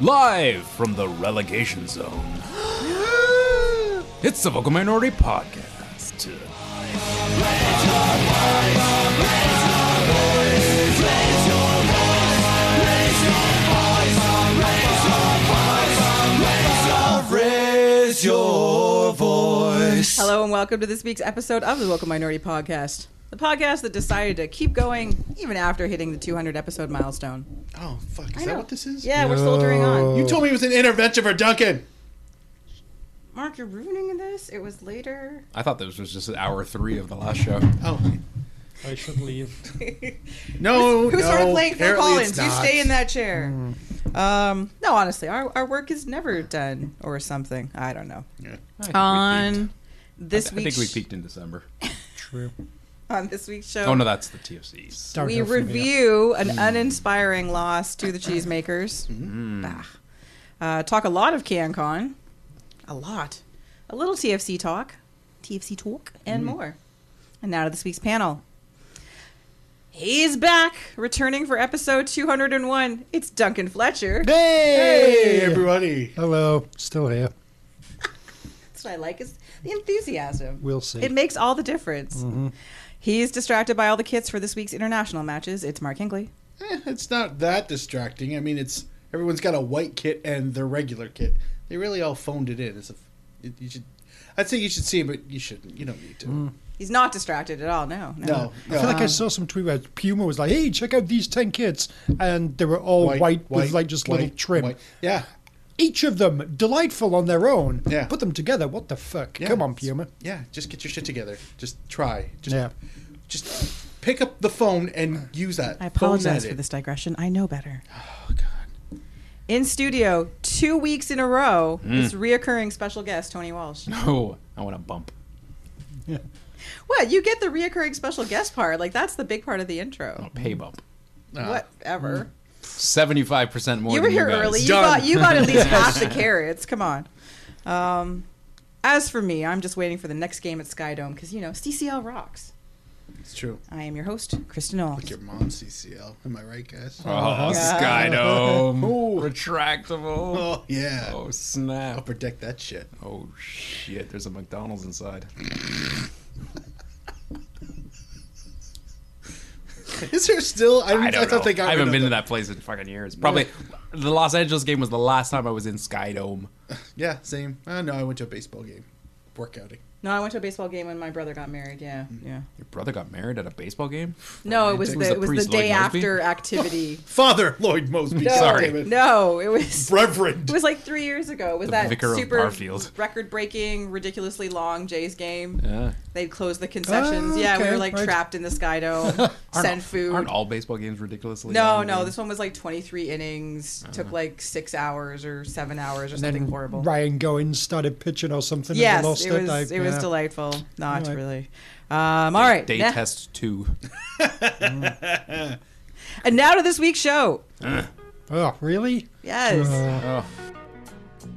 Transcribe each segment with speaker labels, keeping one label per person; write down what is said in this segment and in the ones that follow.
Speaker 1: live from the relegation zone. it's the Vocal Minority Podcast.
Speaker 2: Raise your voice.
Speaker 3: Hello and welcome to this week's episode of the Vocal Minority Podcast, the podcast that decided to keep going even after hitting the 200 episode milestone.
Speaker 4: Oh fuck! Is that what this is?
Speaker 3: Yeah, we're soldiering on.
Speaker 4: You told me it was an intervention for Duncan.
Speaker 3: Mark, you're ruining this. It was later.
Speaker 1: I thought this was just hour three of the last show.
Speaker 4: Oh
Speaker 5: I should leave.
Speaker 4: no!
Speaker 3: Who
Speaker 4: no,
Speaker 3: started playing Phil
Speaker 4: apparently
Speaker 3: Collins?
Speaker 4: it's
Speaker 3: You
Speaker 4: not. Hmm.
Speaker 3: stay in that chair. Um, no, honestly, our, our work is never done or something. I don't know.
Speaker 4: Yeah.
Speaker 3: On this
Speaker 1: I think
Speaker 3: week's
Speaker 1: we peaked in December.
Speaker 5: True.
Speaker 3: on this week's show,
Speaker 1: Oh no, that's the TFCs.
Speaker 5: Dark
Speaker 3: we
Speaker 5: elf in the-
Speaker 3: review an uninspiring loss to the cheesemakers. Bah. Uh, talk a lot of CanCon, a lot, a little TFC talk, TFC talk, and more. And now to this week's panel. He's back, returning for episode 201. It's Duncan Fletcher.
Speaker 4: Hey, everybody!
Speaker 5: Hello. Still here.
Speaker 3: That's what I like is the enthusiasm.
Speaker 5: We'll see. Mm-hmm.
Speaker 3: It makes all the difference. He's distracted by all the kits for this week's international matches. It's Mark Hinkley.
Speaker 4: Eh, it's not that distracting. I mean, it's everyone's got a white kit and their regular kit. They really all phoned it in. It's a, it, you should. I'd say you should see it, but you shouldn't. You don't need to.
Speaker 1: Mm.
Speaker 3: He's not distracted at all. No, no.
Speaker 4: No,
Speaker 5: I feel
Speaker 4: no.
Speaker 5: like I saw some tweet where Puma was like, "Hey, check out these ten kids," and they were all white, with like just little
Speaker 4: white,
Speaker 5: trim.
Speaker 4: white. Yeah,
Speaker 5: Each of them delightful on their own.
Speaker 4: Yeah.
Speaker 5: Put them together. What the fuck?
Speaker 4: yeah.
Speaker 5: Come on, Puma.
Speaker 4: Yeah, just get your shit together. Just try. Just,
Speaker 5: Yeah.
Speaker 4: Just pick up the phone and use that.
Speaker 3: I
Speaker 4: Phone
Speaker 3: apologize
Speaker 4: that
Speaker 3: for
Speaker 4: in.
Speaker 3: this digression. I know better. Oh, God. In studio, two weeks in a row,
Speaker 1: Mm.
Speaker 3: is reoccurring special guest, Tony Walsh.
Speaker 1: Oh, I want a bump.
Speaker 3: What? You get the reoccurring special guest part. Like, that's the big part of the intro.
Speaker 1: A pay bump.
Speaker 4: Ah.
Speaker 3: Whatever.
Speaker 1: Seventy-five percent more.
Speaker 3: you were
Speaker 1: than
Speaker 3: here
Speaker 1: guys.
Speaker 3: early. You
Speaker 4: Done.
Speaker 3: got, you got at least half the carrots. Come on. Um, as for me, I'm just waiting for the next game at Skydome because, you know, CCL rocks.
Speaker 4: It's true.
Speaker 3: I am your host, Kristen All.
Speaker 4: Your mom's CCL. Am I right, guys?
Speaker 1: Oh,
Speaker 3: Yeah.
Speaker 1: Skydome.
Speaker 4: Ooh.
Speaker 1: Retractable.
Speaker 4: Oh, yeah.
Speaker 1: Oh snap!
Speaker 4: Upper deck that shit.
Speaker 1: Oh shit! There's a McDonald's inside.
Speaker 4: Is there still? I,
Speaker 1: I
Speaker 4: I
Speaker 1: don't
Speaker 4: thought
Speaker 1: know.
Speaker 4: they got.
Speaker 1: I haven't
Speaker 4: rid
Speaker 1: been
Speaker 4: of them.
Speaker 1: to that place in fucking years. Probably the Los Angeles game was the last time I was in Skydome.
Speaker 4: Yeah, same. Uh, no, I went to a baseball game, workouting.
Speaker 3: No, I went to a baseball game when my brother got married. Yeah. Yeah.
Speaker 1: Your brother got married at a baseball game.
Speaker 3: No, it was
Speaker 1: Mm. Was
Speaker 3: the,
Speaker 1: the
Speaker 3: it was the
Speaker 1: priest
Speaker 3: day
Speaker 1: Lloyd Mosby?
Speaker 3: after activity.
Speaker 4: Father Lloyd Mosby.
Speaker 3: No,
Speaker 4: sorry,
Speaker 1: Sorry.
Speaker 3: No, it was
Speaker 4: Reverend.
Speaker 3: it was like three years ago. It was
Speaker 1: The
Speaker 3: that
Speaker 1: Vicar of
Speaker 3: super
Speaker 1: Barfield.
Speaker 3: record-breaking, ridiculously long Jays game?
Speaker 1: Yeah.
Speaker 3: They'd close the concessions.
Speaker 5: Oh,
Speaker 3: yeah, we
Speaker 5: okay,
Speaker 3: were like
Speaker 5: right.
Speaker 3: trapped in the Sky Dome. send food.
Speaker 1: Aren't all baseball games ridiculously?
Speaker 3: no,
Speaker 1: long
Speaker 3: no,
Speaker 1: games?
Speaker 3: this one was like 23 innings.
Speaker 1: Uh-huh.
Speaker 3: Took like six hours or seven hours or something horrible.
Speaker 5: Ryan Goins started pitching or something. and
Speaker 3: Yes,
Speaker 5: they lost
Speaker 3: it was.
Speaker 5: I-
Speaker 3: it was
Speaker 5: yeah.
Speaker 3: delightful. Not
Speaker 5: Alright.
Speaker 3: really. Um, all right.
Speaker 1: Day
Speaker 3: na-
Speaker 1: test two.
Speaker 3: And now to this week's show.
Speaker 5: Oh, really? Uh,
Speaker 3: Yes.
Speaker 1: Oh,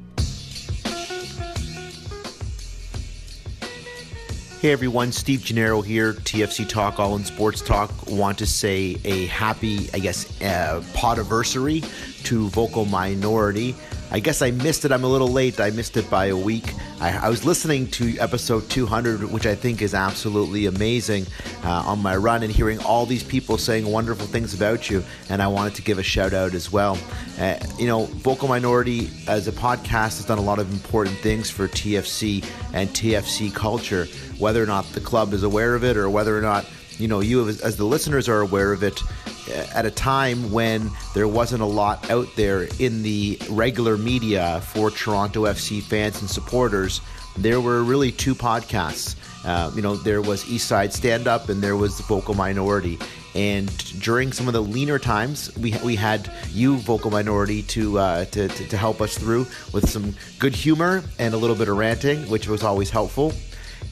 Speaker 6: Hey everyone, Steve Gennaro here, TFC Talk, All in Sports Talk. Want to say a happy, I guess, uh, podiversary to Vocal Minority. I guess I missed it. I'm a little late. I missed it by a week. I, I was listening to episode 200, which I think is absolutely amazing, uh, on my run and hearing all these people saying wonderful things about you. And I wanted to give a shout out as well. Uh, you know, Vocal Minority as a podcast has done a lot of important things for TFC and TFC culture, whether or not the club is aware of it or whether or not you know you as, as the listeners are aware of it uh, at a time when there wasn't a lot out there in the regular media for Toronto FC fans and supporters. There were really two podcasts. Uh, you know, there was East Side Stand Up and there was the Vocal Minority. And during some of the leaner times, we, we had you, Vocal Minority, to, uh, to, to, to help us through with some good humor and a little bit of ranting, which was always helpful.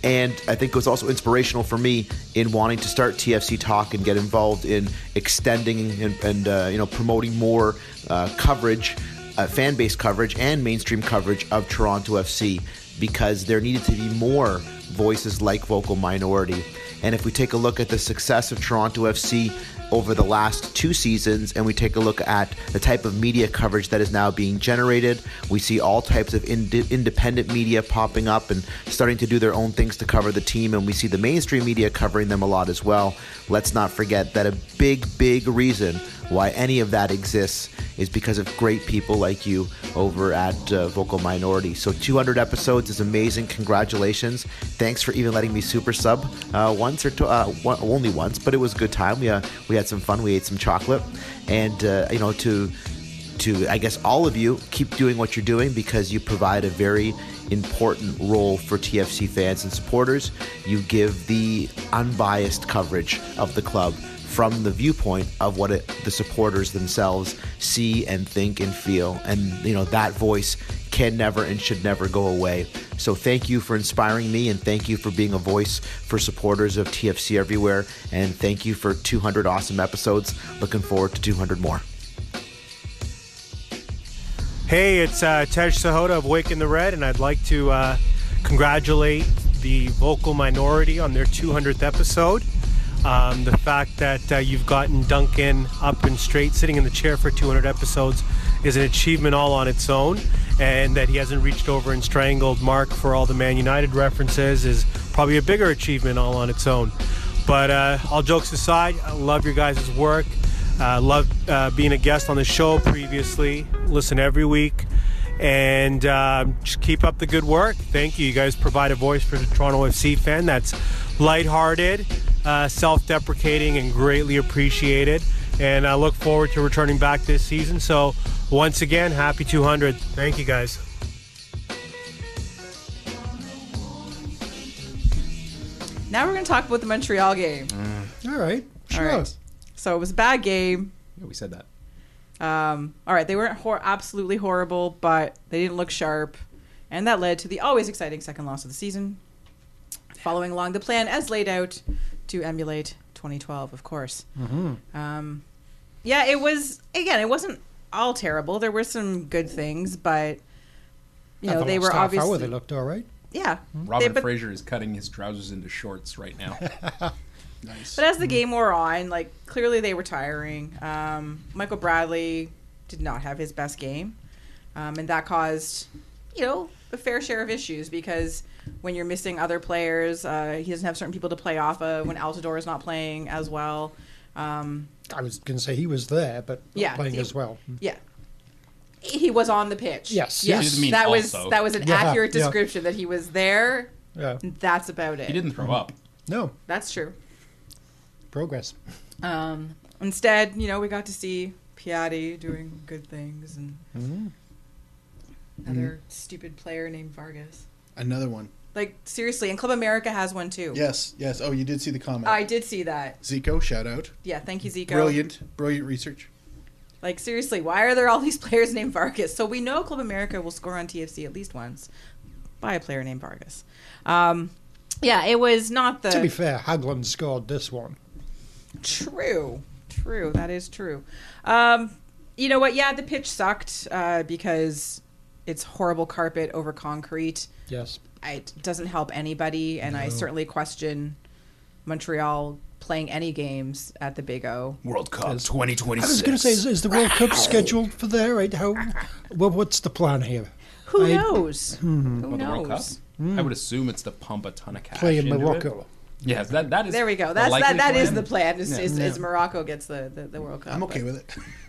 Speaker 6: And I think it was also inspirational for me in wanting to start TFC Talk and get involved in extending and, and uh, you know promoting more uh, coverage, uh, fan base coverage, and mainstream coverage of Toronto FC because there needed to be more voices like Vocal Minority. And if we take a look at the success of Toronto FC over the last two seasons, and we take a look at the type of media coverage that is now being generated. We see all types of ind- independent media popping up and starting to do their own things to cover the team, and we see the mainstream media covering them a lot as well. Let's not forget that a big, big reason why any of that exists is because of great people like you over at uh, Vocal Minority. So 200 episodes is amazing. Congratulations. Thanks for even letting me super sub uh, once or tw- uh, one- only once, but it was a good time. We, uh, we had some fun. We ate some chocolate. And, uh, you know, to to I guess all of you keep doing what you're doing because you provide a very important role for TFC fans and supporters. You give the unbiased coverage of the club from the viewpoint of what it, the supporters themselves see and think and feel and you know that voice can never and should never go away. So thank you for inspiring me and thank you for being a voice for supporters of TFC everywhere and thank you for 200 awesome episodes. Looking forward to 200 more.
Speaker 7: Hey, it's uh, Tej Sahota of Wake in the Red, and I'd like to uh, congratulate the vocal minority on their 200th episode. Um, the fact that uh, you've gotten Duncan up and straight, sitting in the chair for 200 episodes, is an achievement all on its own, and that he hasn't reached over and strangled Mark for all the Man United references is probably a bigger achievement all on its own. But uh, all jokes aside, I love your guys' work. Uh, love uh, being a guest on the show previously. Listen every week. And uh, just keep up the good work. Thank you. You guys provide a voice for the Toronto FC fan that's lighthearted, uh, self deprecating, and greatly appreciated. And I look forward to returning back this season. So, once again, happy 200. Thank you guys.
Speaker 3: Now we're going to talk about the Montreal game.
Speaker 1: Mm.
Speaker 5: All right. Sure.
Speaker 3: All right. So it was a bad game.
Speaker 1: Yeah, we said that.
Speaker 3: Um, all right, they weren't hor- absolutely horrible, but they didn't look sharp, and that led to the always exciting second loss of the season. Following along the plan as laid out to emulate 2012, of course.
Speaker 5: Mm-hmm.
Speaker 3: Um, yeah, it was again. It wasn't all terrible. There were some good things, but you
Speaker 5: I
Speaker 3: know
Speaker 5: thought
Speaker 3: they
Speaker 5: last
Speaker 3: were
Speaker 5: half hour
Speaker 3: obviously
Speaker 5: they looked Mm-hmm. all right.
Speaker 3: yeah.
Speaker 1: Hmm? Robert
Speaker 3: They- but,
Speaker 1: Fraser is cutting his trousers into shorts right now.
Speaker 3: But
Speaker 5: Mm.
Speaker 3: as the game wore on, like clearly they were tiring. Um, Michael Bradley did not have his best game, um, and that caused, you know, a fair share of issues because when you're missing other players, uh, he doesn't have certain people to play off of. When Altidore is not playing as well, um,
Speaker 5: I was going to say he was there, but not
Speaker 3: Yeah,
Speaker 5: playing
Speaker 3: he-
Speaker 5: as well.
Speaker 3: yeah, he was on the pitch.
Speaker 5: Mm. Yes,
Speaker 1: She
Speaker 5: yes.
Speaker 1: didn't mean
Speaker 3: that
Speaker 1: also.
Speaker 3: was that was an
Speaker 5: Yeah,
Speaker 3: accurate
Speaker 5: yeah.
Speaker 3: description that he was there.
Speaker 5: Yeah.
Speaker 3: and That's about it.
Speaker 1: He didn't throw up.
Speaker 5: No
Speaker 3: That's true.
Speaker 5: progress.
Speaker 3: Um, instead, you know, we got to see Piatti doing good things and
Speaker 5: Mm-hmm.
Speaker 3: another stupid player named Vargas.
Speaker 4: Mm-hmm. Another one.
Speaker 3: Like seriously, and Club America has one too.
Speaker 4: Yes, yes. Oh, you did see the comment.
Speaker 3: I did see that.
Speaker 4: Zico, shout out.
Speaker 3: Yeah, thank you, Zico.
Speaker 4: Brilliant, brilliant research.
Speaker 3: Like seriously, why are there all these players named Vargas? So we know Club America will score on TFC at least once by a player named Vargas. Um, yeah, it was not the
Speaker 5: To be fair, Haglund scored this one.
Speaker 3: True. True. That is true. Um, you know what? Yeah, the pitch sucked uh, because it's horrible carpet over concrete.
Speaker 5: Yes.
Speaker 3: It doesn't help anybody, and I certainly question Montreal playing any games at the Big O.
Speaker 1: World Cup 2026.
Speaker 5: I was going to say, is, is the World Cup scheduled for there? Right? How? Well, what's the plan here?
Speaker 3: Who
Speaker 5: I- Hmm.
Speaker 3: knows? Who
Speaker 1: For the World Cup?
Speaker 3: knows?
Speaker 1: I would assume it's to pump a ton of cash.
Speaker 5: Play in
Speaker 1: into it.
Speaker 5: Morocco.
Speaker 1: Yes, that, that is.
Speaker 3: There we go.
Speaker 1: the
Speaker 3: That's that.
Speaker 1: likely
Speaker 3: That is
Speaker 1: plan.
Speaker 3: the plan. Is, is,
Speaker 5: Yeah.
Speaker 3: is Morocco gets the, the, the World Cup?
Speaker 4: I'm okay with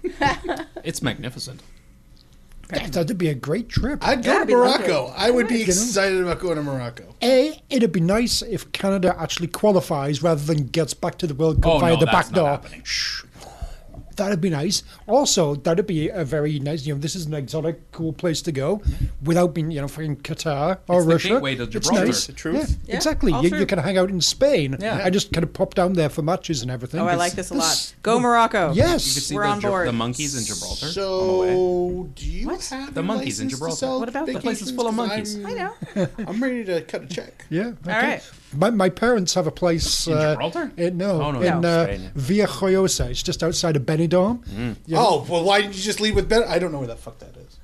Speaker 4: it.
Speaker 1: It's magnificent.
Speaker 5: That, that'd be a great trip.
Speaker 4: I'd go
Speaker 3: Yeah,
Speaker 4: to
Speaker 3: it'd be lovely.
Speaker 4: Morocco. I would be
Speaker 5: You know?
Speaker 4: excited about going to Morocco.
Speaker 5: A, it'd be nice if Canada actually qualifies rather than gets back to the World Cup
Speaker 1: Oh,
Speaker 5: via
Speaker 1: no,
Speaker 5: the
Speaker 1: that's not
Speaker 5: back door.
Speaker 1: happening.
Speaker 5: Shh. That'd be nice. Also, that'd be a very nice. You know, this is an exotic, cool place to go without being, you know, fucking Qatar or
Speaker 1: It's the
Speaker 5: Russia.
Speaker 1: gateway to Gibraltar.
Speaker 5: It's nice.
Speaker 4: The truth.
Speaker 5: Yeah,
Speaker 3: Yeah,
Speaker 5: exactly.
Speaker 3: all
Speaker 5: You, you
Speaker 3: true.
Speaker 5: can hang out in Spain.
Speaker 1: Yeah.
Speaker 5: I just kind of pop down there for matches and everything.
Speaker 3: Oh, I
Speaker 5: It's-
Speaker 3: like this a lot.
Speaker 5: this-
Speaker 3: Go Morocco.
Speaker 1: You could
Speaker 5: Yes.
Speaker 1: see
Speaker 3: We're
Speaker 1: the,
Speaker 3: on
Speaker 1: Gib-
Speaker 3: board.
Speaker 1: the monkeys in Gibraltar. on the way.
Speaker 4: So, do you
Speaker 3: What?
Speaker 4: have
Speaker 1: The
Speaker 4: a
Speaker 1: monkeys in
Speaker 4: license to
Speaker 1: Gibraltar.
Speaker 4: sell
Speaker 3: What about the-
Speaker 4: vacations?
Speaker 1: place is full of
Speaker 4: 'Cause
Speaker 1: monkeys.
Speaker 4: I'm-
Speaker 3: I know.
Speaker 4: I'm ready to cut a check.
Speaker 5: Yeah. okay.
Speaker 3: right.
Speaker 5: My, my parents have a place
Speaker 1: In
Speaker 5: uh,
Speaker 1: Gibraltar?
Speaker 5: in- no,
Speaker 1: Oh, no,
Speaker 5: in
Speaker 1: no,
Speaker 5: uh,
Speaker 1: Spain. Mm.
Speaker 5: Villa Joyosa. It's just outside of Benidorm.
Speaker 4: Oh, well, why did you just leave with Ben? I don't know where the fuck that is.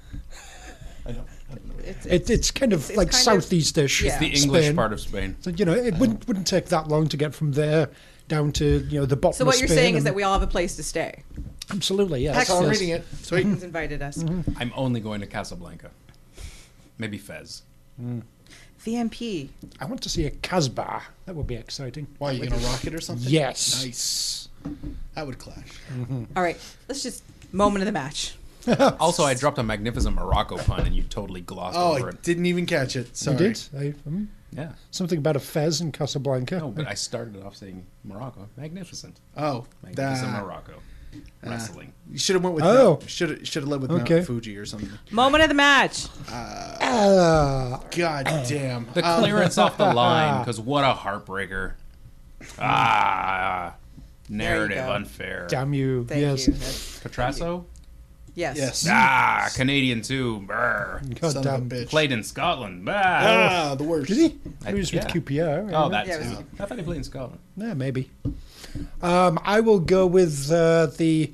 Speaker 4: I know. I don't know. where that
Speaker 3: It's,
Speaker 5: It, it's kind of
Speaker 3: it's
Speaker 5: like
Speaker 3: kind of-
Speaker 5: southeachish.
Speaker 3: It's
Speaker 1: The English part of Spain.
Speaker 5: So, you know, it wouldn't wouldn't take that long to get from there down to you know the bottom.
Speaker 3: So
Speaker 5: of
Speaker 3: what you're
Speaker 5: Spain
Speaker 3: saying is
Speaker 5: and-
Speaker 3: that we all have a place to stay.
Speaker 5: absolutely yes.
Speaker 4: That's how I'm
Speaker 5: yes.
Speaker 4: reading it. Sweet.
Speaker 3: He's invited us.
Speaker 5: Mm-hmm.
Speaker 1: I'm only going to Casablanca. Maybe Fez. Mm.
Speaker 3: VMP.
Speaker 5: I want to see a Casbah. That would be exciting.
Speaker 4: Why you gonna rock it or something?
Speaker 5: Yes.
Speaker 4: Nice. That would clash.
Speaker 5: Mm-hmm.
Speaker 3: All right, let's just moment of the match.
Speaker 1: Also, I dropped a magnificent Morocco pun and you totally glossed
Speaker 4: Oh,
Speaker 1: over
Speaker 4: I
Speaker 1: it.
Speaker 4: didn't even catch it.
Speaker 5: You
Speaker 4: Sorry.
Speaker 5: did? I- hmm?
Speaker 1: Yeah.
Speaker 5: Something about a fez in Casablanca.
Speaker 1: No, but I started off saying Morocco. Magnificent.
Speaker 4: Oh,
Speaker 1: Magnificent
Speaker 4: that. uh,
Speaker 1: Morocco. Wrestling.
Speaker 4: You should have went with.
Speaker 5: Oh.
Speaker 4: should should have led with
Speaker 5: Okay.
Speaker 4: Mount Fuji or something.
Speaker 3: Moment of the match.
Speaker 5: Ah,
Speaker 4: God damn.
Speaker 1: The
Speaker 4: Um,
Speaker 1: clearance off the line, because what a heartbreaker. Ah, narrative
Speaker 3: go.
Speaker 1: unfair.
Speaker 5: damn you.
Speaker 3: Thank
Speaker 5: yes.
Speaker 3: you. That's-
Speaker 1: Catrasso?
Speaker 3: yes.
Speaker 4: yes.
Speaker 1: Ah, Canadian too. Brr.
Speaker 5: God
Speaker 4: Son
Speaker 5: damn.
Speaker 4: of a bitch.
Speaker 1: Played in Scotland. Bah.
Speaker 4: Ah, the worst.
Speaker 5: Did he?
Speaker 1: I-
Speaker 5: he was
Speaker 1: yeah.
Speaker 5: with QPR.
Speaker 1: Oh,
Speaker 5: that.
Speaker 1: that
Speaker 3: Yeah, it
Speaker 1: too.
Speaker 3: was-
Speaker 1: I thought he played in Scotland.
Speaker 5: Yeah, maybe. Um, I will go with uh, the.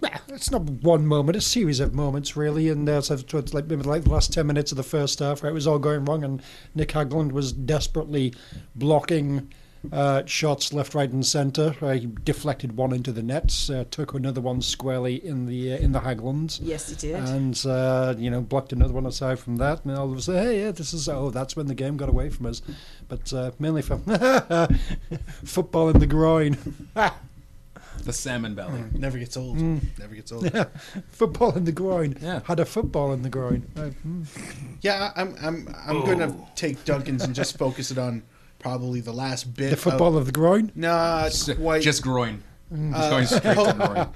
Speaker 5: Well, it's not one moment; a series of moments, really. And uh, so towards like maybe like the last ten minutes of the first half, where it was all going wrong, and Nick Hagland was desperately blocking uh, shots left, right, and centre. Uh, he deflected one into the nets, uh, took another one squarely in the uh, in the Hagland.
Speaker 3: Yes, he did.
Speaker 5: And uh, you know, blocked another one aside from that, and all of a sudden, hey, yeah, this is oh, that's when the game got away from us. But uh, mainly from football in the groin,
Speaker 1: The salmon belly.
Speaker 4: Oh,
Speaker 5: Mm.
Speaker 4: Never gets old. Never gets old.
Speaker 5: football in the groin.
Speaker 1: Yeah.
Speaker 5: Had a football in the groin. Uh, hmm.
Speaker 4: Yeah, I- I'm I'm I'm gonna take Duncan's and just focus it on probably the last bit.
Speaker 5: the
Speaker 4: Of,
Speaker 5: football of the groin.
Speaker 4: nah,
Speaker 1: S-
Speaker 4: quite.
Speaker 1: Just groin.
Speaker 5: Mm.
Speaker 1: Just going straight to groin.
Speaker 4: Mm.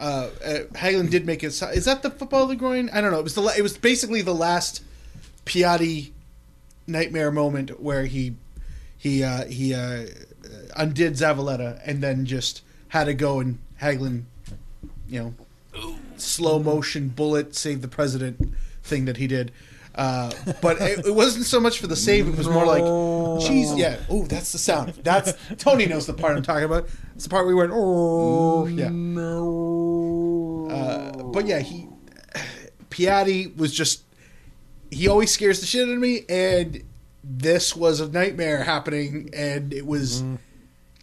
Speaker 4: Oh. uh, uh, Hagelin did make it. so- Is that the football of the groin? I don't know. It was the. la- It was basically the last Piatti nightmare moment where he he uh, he uh, undid Zavaleta and then just had to go and Hagelin, you know, slow motion bullet save the president thing that he did. Uh, but it, it wasn't so much for the save; it was more like, "Jeez, yeah, oh, that's the sound. That's Tony knows the part I'm talking about. It's the part we went, oh, yeah." Uh, but yeah, he Piatti was just he always scares the shit out of me, and this was a nightmare happening, and it was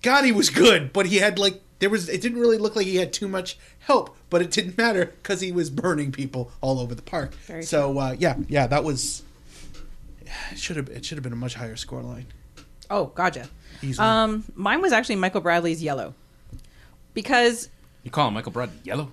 Speaker 4: God, he was good, but he had like there was it didn't really look like he had too much help, but it didn't matter because he was burning people all over the park.
Speaker 3: Very
Speaker 4: so uh, yeah, yeah, that was it should have it should have been a much higher score line.
Speaker 3: Oh, gotcha.
Speaker 4: Easily.
Speaker 3: Um, mine was actually Michael Bradley's yellow, because
Speaker 1: You call him Michael Brad yellow?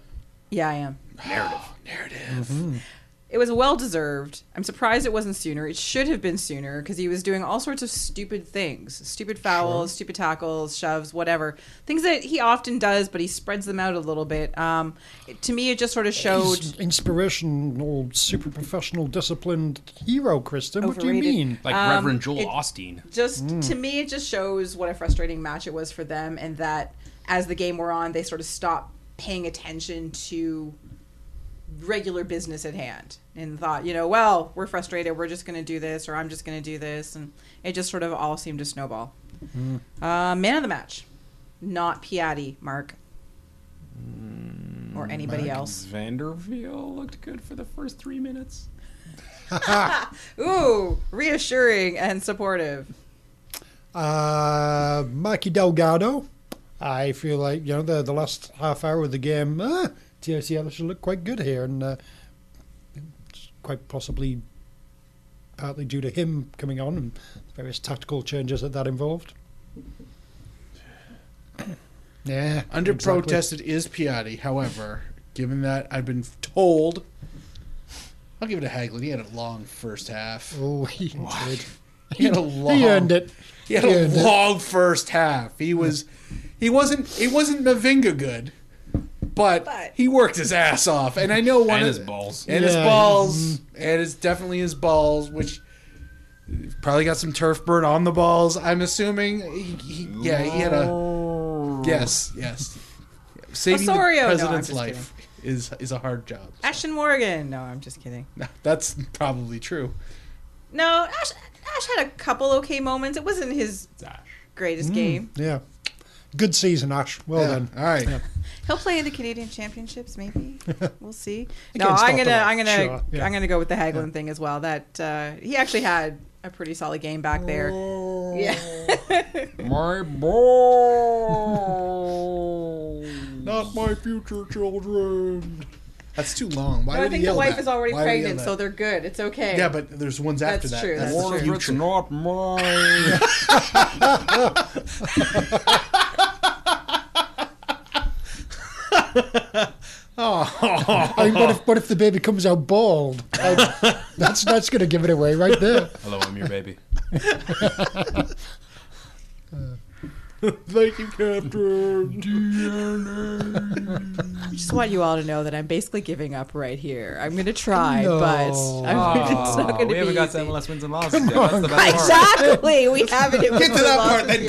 Speaker 3: yeah, I am.
Speaker 1: Narrative.
Speaker 4: Narrative.
Speaker 3: It was well deserved. I'm surprised it wasn't sooner. It should have been sooner because he was doing all sorts of stupid things stupid fouls, stupid tackles, shoves, whatever. Things that he often does, but he spreads them out a little bit. Um, it- to me, it just sort of showed.
Speaker 5: He's inspirational, super professional, disciplined hero, Kristen. What do you
Speaker 3: Overrated. Um,
Speaker 5: mean? Mm.
Speaker 1: Like Reverend Joel Austin.
Speaker 3: just to me it just shows what a frustrating match it was for them and that as the game wore on they sort of stopped paying attention to regular business at hand and thought you know well we're frustrated we're just going to do this or i'm just going to do this and it just sort of all seemed to snowball
Speaker 5: Mm.
Speaker 3: uh, man of the match not piatti mark
Speaker 5: Mm,
Speaker 3: or anybody else
Speaker 1: Vanderveel looked good for the first three minutes.
Speaker 3: ooh reassuring and supportive
Speaker 5: Uh, Mikey Delgado. I feel like you know the the last half hour of the game, ah, TFC actually looked quite good here, and uh, it's quite possibly partly due to him coming on and various tactical changes that that involved. yeah,
Speaker 4: Under
Speaker 5: exactly.
Speaker 4: protested is Piatti. However, given that I've been told, I'll give it to Haglin. He had a long first half.
Speaker 5: Oh, he did.
Speaker 4: He had a
Speaker 5: He
Speaker 4: long.
Speaker 5: earned it.
Speaker 4: He had a
Speaker 5: earned it.
Speaker 4: long first half. He was, he wasn't. He wasn't Mavinga good, but,
Speaker 3: But-
Speaker 4: he worked his ass off. And I know one
Speaker 1: And
Speaker 4: of
Speaker 1: his balls.
Speaker 4: and his
Speaker 5: Yeah. mm.
Speaker 4: balls, and it's definitely his balls, which probably got some turf burn on the balls. I'm assuming. He, he, yeah, he had a yes, yes. Saving
Speaker 3: Osorio, no,
Speaker 4: the
Speaker 3: I'm
Speaker 4: president's
Speaker 3: just
Speaker 4: life is is a hard job.
Speaker 3: ashton morgan no i'm just kidding
Speaker 4: That's probably true.
Speaker 3: No, Ash, Ash had a couple okay moments. It wasn't his greatest
Speaker 4: Mm.
Speaker 3: game.
Speaker 5: Mm, Yeah, good season, Ash. Well
Speaker 4: Yeah,
Speaker 5: done.
Speaker 4: all right.
Speaker 3: He'll play in the Canadian Championships, maybe. we'll see. no,
Speaker 5: can't
Speaker 3: I'm
Speaker 5: stop
Speaker 3: gonna,
Speaker 5: the
Speaker 3: I'm gonna,
Speaker 5: Sure, yeah.
Speaker 3: I'm gonna go with the Hagelin thing as well. That uh, he actually had a pretty solid game back there. Yeah,
Speaker 1: My boy.
Speaker 4: Not my future children. That's too long. Why
Speaker 3: No, I
Speaker 4: would
Speaker 3: think the
Speaker 4: he yell
Speaker 3: wife
Speaker 4: that?
Speaker 3: is already
Speaker 4: Why would he yell
Speaker 3: pregnant, so
Speaker 4: that?
Speaker 3: they're good. It's okay.
Speaker 4: yeah, but there's ones after
Speaker 3: That's
Speaker 4: that.
Speaker 3: true,
Speaker 4: That's
Speaker 3: that's
Speaker 4: the
Speaker 1: What if it's
Speaker 4: future.
Speaker 1: not mine?
Speaker 5: I mean, what if what if the baby comes out bald? Um, that's that's gonna give it away right there.
Speaker 1: Hello, I'm your baby.
Speaker 4: Thank you, Captain.
Speaker 3: I just want you all to know that I'm basically giving up right here. I'm going to try,
Speaker 5: No.
Speaker 3: but I'm, it's not going to
Speaker 1: we
Speaker 3: be
Speaker 1: haven't got
Speaker 3: easy.
Speaker 1: seven less wins and losses. yet. That's the best part.
Speaker 3: Exactly. We haven't. Get
Speaker 4: to that part, then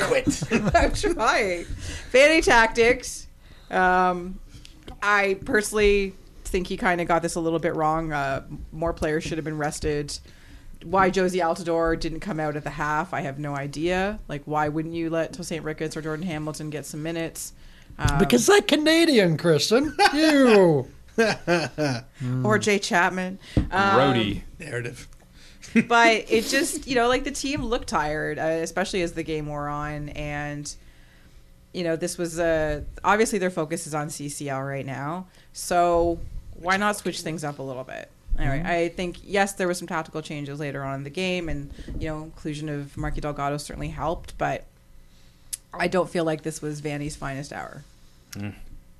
Speaker 4: quit.
Speaker 3: I'm trying. Fanny tactics. Um, I personally think he kind of got this a little bit wrong. Uh, more players should have been rested. Why Josie Altador didn't come out at the half, I have no idea. Like, why wouldn't you let Toussaint Ricketts or Jordan Hamilton get some minutes? Um,
Speaker 5: Because that Canadian, Kristen. You.
Speaker 3: Or Jay Chapman. Um,
Speaker 1: Roadie.
Speaker 4: Narrative.
Speaker 3: but it just you know like the team looked tired uh, especially as the game wore on and you know this was uh, obviously their focus is on ccl right now so why not switch things up a little bit Anyway, I think yes, there were some tactical changes later on in the game, and you know, inclusion of Marky Delgado certainly helped. But I don't feel like this was Vanny's finest hour.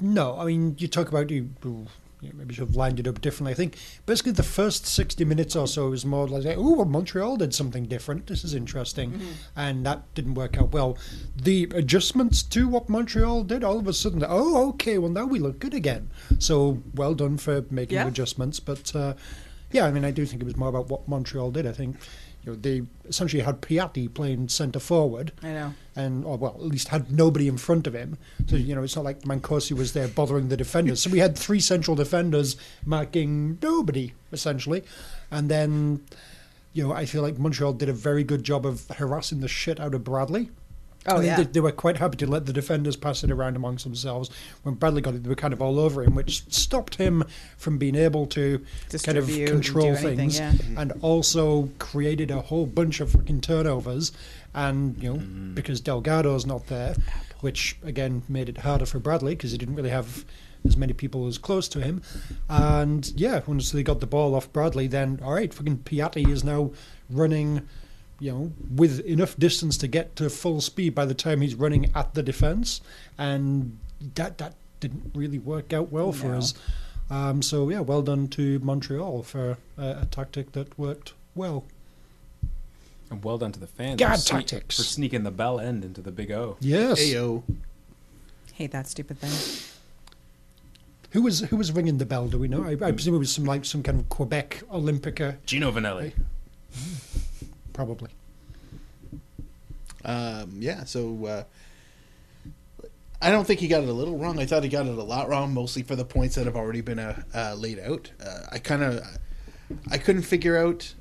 Speaker 5: No, I mean you talk about you. you Maybe should have lined it up differently. I think basically the first 60 minutes or so was more like, oh, well, Montreal did something different. This is interesting. And that didn't work out well. The adjustments to what Montreal did, all of a sudden, oh, okay, well, now we look good again. So well done for making
Speaker 3: Yeah.
Speaker 5: adjustments. But uh, yeah, I mean, I do think it was more about what Montreal did. I think you know, they essentially had Piatti playing centre forward
Speaker 3: I know.
Speaker 5: and or well, at least had nobody in front of him. So you know, it's not like Mancosi was there bothering the defenders. So we had three central defenders marking nobody essentially, and then you know, I feel like Montreal did a very good job of harassing the shit out of Bradley.
Speaker 3: Oh,
Speaker 5: I think
Speaker 3: yeah.
Speaker 5: they, they were quite happy to let the defenders pass it around amongst themselves. When Bradley got it, they were kind of all over him, which stopped him from being able to kind of
Speaker 3: Distribute and
Speaker 5: control
Speaker 3: do anything,
Speaker 5: things,
Speaker 3: yeah.
Speaker 5: and also created a whole bunch of fucking turnovers. And you know, because Delgado's not there, which again made it harder for Bradley because he didn't really have as many people as close to him. And yeah, once they got the ball off Bradley, then all right, fucking Piatti is now running you know, with enough distance to get to full speed by the time he's running at the defense, and that that didn't really work out well for us. Um, so yeah, well done to Montreal for uh, a tactic that worked well.
Speaker 1: And well done to the fans.
Speaker 5: God
Speaker 1: for sneak-
Speaker 5: tactics.
Speaker 1: For sneaking the bell end into the big O.
Speaker 5: Yes,
Speaker 4: Ayo.
Speaker 3: Hate that stupid thing.
Speaker 5: who was who was ringing the bell? Do we know? I, I presume it was some like some kind of Quebec Olympica,
Speaker 1: Gino Vanelli.
Speaker 5: probably.
Speaker 4: Um, yeah, so uh, I don't think he got it a little wrong. I thought he got it a lot wrong, mostly for the points that have already been uh, uh, laid out. Uh, I kind of, I couldn't figure out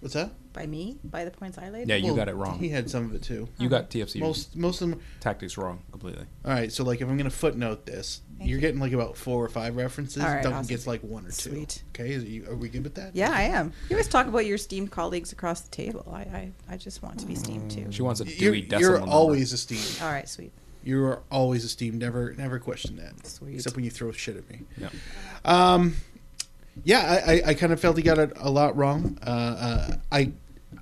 Speaker 4: what's that.
Speaker 3: By me, by the points I laid.
Speaker 1: Yeah, you
Speaker 4: Well,
Speaker 1: got it wrong.
Speaker 4: He had some of it too.
Speaker 1: You got TFC
Speaker 4: Most, most of them.
Speaker 1: tactics wrong completely.
Speaker 4: All right, so like if I'm gonna footnote this, you're getting like about four or five references.
Speaker 3: All right,
Speaker 4: Duncan
Speaker 3: awesome.
Speaker 4: gets like one or two.
Speaker 3: Sweet.
Speaker 4: Okay, is- you- are we good with that?
Speaker 3: Yeah, I am. You always talk about your esteemed colleagues across the table. I, I, I just want to be steamed too.
Speaker 1: She wants a
Speaker 4: You're,
Speaker 1: Dewey decimal
Speaker 4: you're
Speaker 1: number.
Speaker 4: always esteemed.
Speaker 3: All right, sweet.
Speaker 4: You are always esteemed. Never, never question that.
Speaker 3: Sweet.
Speaker 4: Except when you throw shit at me.
Speaker 1: Yeah.
Speaker 4: Um, yeah, I, I, I kind of felt he got it a lot wrong. Uh, uh, I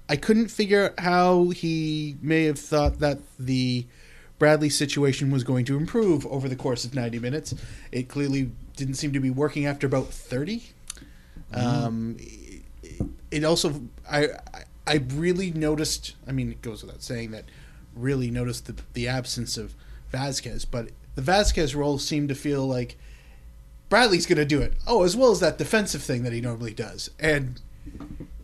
Speaker 4: I couldn't figure out how he may have thought that the Bradley situation was going to improve over the course of 90 minutes. It clearly didn't seem to be working after about 30.
Speaker 1: Mm.
Speaker 4: Um, it, it also I I- I really noticed. I mean, it goes without saying that really noticed the the absence of Vasquez, but the Vasquez role seemed to feel like Bradley's going to do it. Oh, as well as that defensive thing that he normally does. And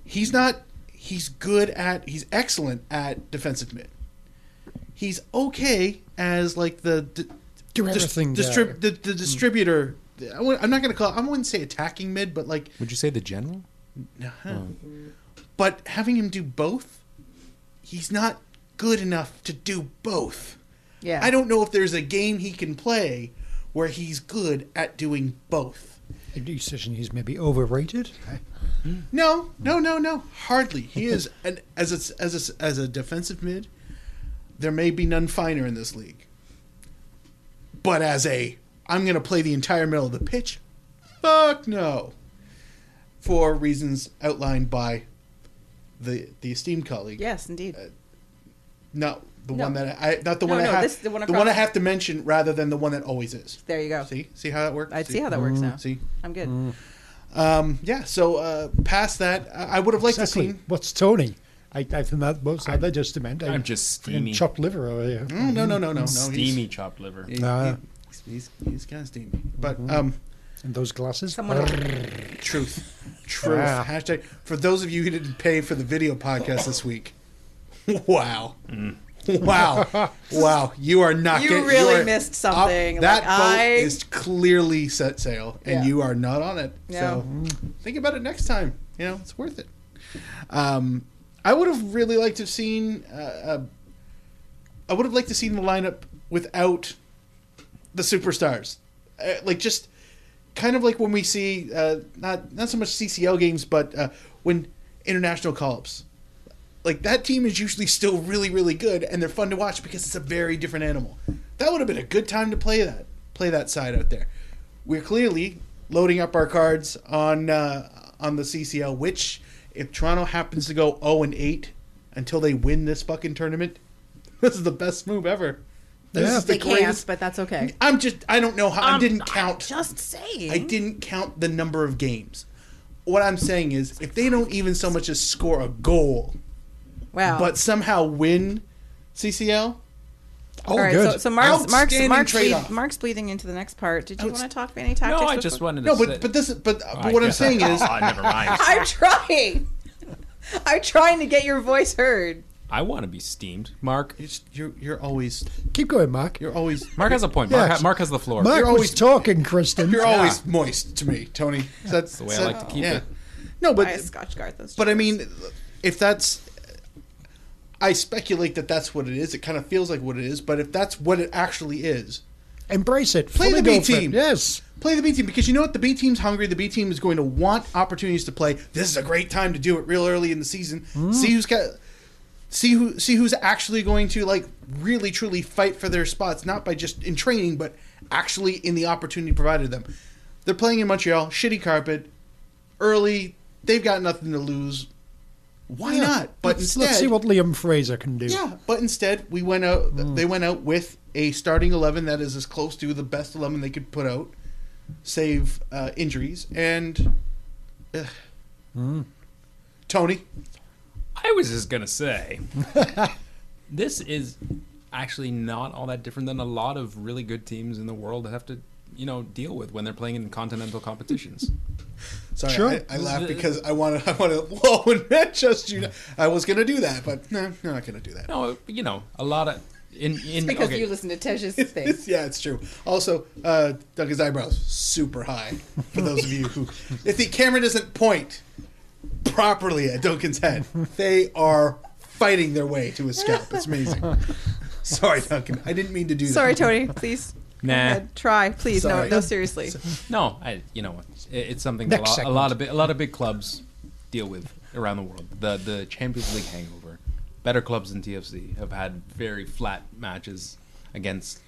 Speaker 4: he's not. He's good at. He's excellent at defensive mid. He's okay as like the d-
Speaker 5: Do
Speaker 4: dis-
Speaker 5: everything guy.
Speaker 4: distrib- the, the distributor. I wou- I'm not going to call. I wouldn't say attacking mid, but like
Speaker 1: Would you say the general? Uh,
Speaker 4: uh-huh. But having him do both, he's not good enough to do both.
Speaker 3: Yeah.
Speaker 4: I don't know if there's a game he can play where he's good at doing both.
Speaker 5: A decision he's maybe overrated.
Speaker 4: No, no, no, no. Hardly. He is an as a as a as a defensive mid. There may be none finer in this league. But as a, I'm going to play the entire middle of the pitch, fuck no. For reasons outlined by the the esteemed colleague.
Speaker 3: Yes, indeed.
Speaker 4: Uh, No, the
Speaker 3: No.
Speaker 4: one that I, not the
Speaker 3: No,
Speaker 4: one I
Speaker 3: no,
Speaker 4: have,
Speaker 3: this is
Speaker 4: the
Speaker 3: the one
Speaker 4: one,
Speaker 3: across-
Speaker 4: I have to mention rather than the one that always is.
Speaker 3: there you go.
Speaker 4: See, see how that works.
Speaker 3: I see how that works now.
Speaker 4: See,
Speaker 3: I'm good.
Speaker 5: Mm.
Speaker 4: um, yeah. So uh, past that, I I would have liked to
Speaker 5: Exactly.
Speaker 4: see.
Speaker 5: What's Tony? I, I think that what's that they just meant.
Speaker 1: I'm just steamy.
Speaker 5: chopped liver over here.
Speaker 4: Mm, No, no, no, no, no.
Speaker 1: steamy chopped liver.
Speaker 4: He's,
Speaker 5: Ah. Mm-hmm.
Speaker 4: he's, he's, he's kind of steamy, but um,
Speaker 5: And those glasses. Ah.
Speaker 3: Someone
Speaker 4: truth, truth.
Speaker 5: Wow.
Speaker 4: Hashtag for those of you who didn't pay for the video podcast this week. Wow. Wow, wow! You are not.
Speaker 3: You
Speaker 4: get-
Speaker 3: really
Speaker 4: are
Speaker 3: missed
Speaker 4: up-
Speaker 3: something. Like,
Speaker 4: that boat
Speaker 3: I-
Speaker 4: is clearly set sail, and
Speaker 3: Yeah.
Speaker 4: you are not on it.
Speaker 3: No.
Speaker 4: So think about it next time. You know, it's worth it. Um, I would have really liked to have seen. Uh, uh, I would have liked to have seen the lineup without the superstars, uh, like just kind of like when we see uh, not not so much CCL games, but uh, when international call-ups. Like that team is usually still really, really good, and they're fun to watch because it's a very different animal. That would have been a good time to play that play that side out there. We're clearly loading up our cards on uh, on the CCL, which if Toronto happens to go 0 and 8 until they win this fucking tournament, this is the best move ever. This
Speaker 5: Yeah.
Speaker 4: is the
Speaker 3: they can't,
Speaker 4: greatest.
Speaker 3: but that's okay.
Speaker 4: I'm just I don't know how I didn't count.
Speaker 3: Just saying.
Speaker 4: I didn't count the number of games. What I'm saying is, if they don't even so much as score a goal,
Speaker 3: Wow.
Speaker 4: but somehow win CCL,
Speaker 5: Oh,
Speaker 3: All right,
Speaker 5: good.
Speaker 3: so, so Mark's Mark's
Speaker 4: Outstanding
Speaker 3: Mark's, bleed-
Speaker 4: trade-off.
Speaker 3: Mark's bleeding into the next part. Did you
Speaker 4: Outst-
Speaker 3: want to talk any tactics?
Speaker 1: No, I
Speaker 3: before-
Speaker 1: just wanted to
Speaker 4: no,
Speaker 1: say- Oh,
Speaker 4: but but this but, uh,
Speaker 1: I
Speaker 4: but what I'm
Speaker 1: guess
Speaker 4: saying
Speaker 1: I,
Speaker 4: is,
Speaker 1: Ah, never mind.
Speaker 3: I'm trying. I'm trying to get your voice heard.
Speaker 1: I want to be steamed. Mark.
Speaker 4: you're, just- you're you're always
Speaker 5: Keep going, Mark.
Speaker 4: you're always
Speaker 1: Mark has a point. Mark,
Speaker 5: Yes.
Speaker 1: ha- Mark has the floor.
Speaker 5: Mark
Speaker 4: you're
Speaker 5: was
Speaker 4: always-
Speaker 5: talking, Kristen.
Speaker 4: you're always moist to me, Tony. That's,
Speaker 1: the way I
Speaker 4: that-
Speaker 1: like to keep it.
Speaker 4: No, but
Speaker 3: By a Scotch guard. Those
Speaker 4: But I
Speaker 3: chairs.
Speaker 4: mean, if that's, I speculate that that's what it is. It kind of feels like what it is, but if that's what it actually is,
Speaker 5: Embrace it.
Speaker 4: Play the
Speaker 5: Fully
Speaker 4: B
Speaker 5: go for it.
Speaker 4: team.
Speaker 5: Yes.
Speaker 4: play the B team because you know what? The B team's hungry. The B team is going to want opportunities to play. This is a great time to do it real early in the season.
Speaker 5: Mm.
Speaker 4: See who's got. See who see who's actually going to like really truly fight for their spots, not by just in training, but actually in the opportunity provided them. They're playing in Montreal, shitty carpet, early. They've got nothing to lose. Why
Speaker 5: Yeah.
Speaker 4: not? But
Speaker 5: let's,
Speaker 4: instead,
Speaker 5: let's see what Liam Fraser can do. Mm.
Speaker 4: yeah, but instead we went out. They went out with a starting eleven that is as close to the best eleven they could put out, save uh, injuries and. ugh.
Speaker 5: Hmm.
Speaker 4: Tony,
Speaker 1: I was just gonna say, this is actually not all that different than a lot of really good teams in the world have to, you know, deal with when they're playing in continental competitions.
Speaker 4: sorry,
Speaker 5: Sure.
Speaker 4: I, I laugh because I want to. I want to. Whoa, and Manchester United. I was going to do that, but no, I'm not going to do that.
Speaker 1: No, you know, a lot of in in
Speaker 3: because
Speaker 1: okay,
Speaker 3: you listen to Tej's thing.
Speaker 4: It's, yeah, it's true. Also, uh, Doug's eyebrows super high. For those of you who, if the camera doesn't point properly at Duncan's head, they are fighting their way to his scalp. It's amazing. Sorry, Duncan. I didn't mean to do
Speaker 3: Sorry,
Speaker 4: that.
Speaker 3: Tony. Please.
Speaker 1: Nah.
Speaker 3: Go ahead. Try, please.
Speaker 4: Sorry.
Speaker 3: No, no, seriously.
Speaker 1: no, I you know, it, it's something a
Speaker 5: Next
Speaker 1: lot, a
Speaker 5: segment.
Speaker 1: lot of bi- a lot of big clubs deal with around the world. The the Champions League hangover. Better clubs than TFC have had very flat matches against,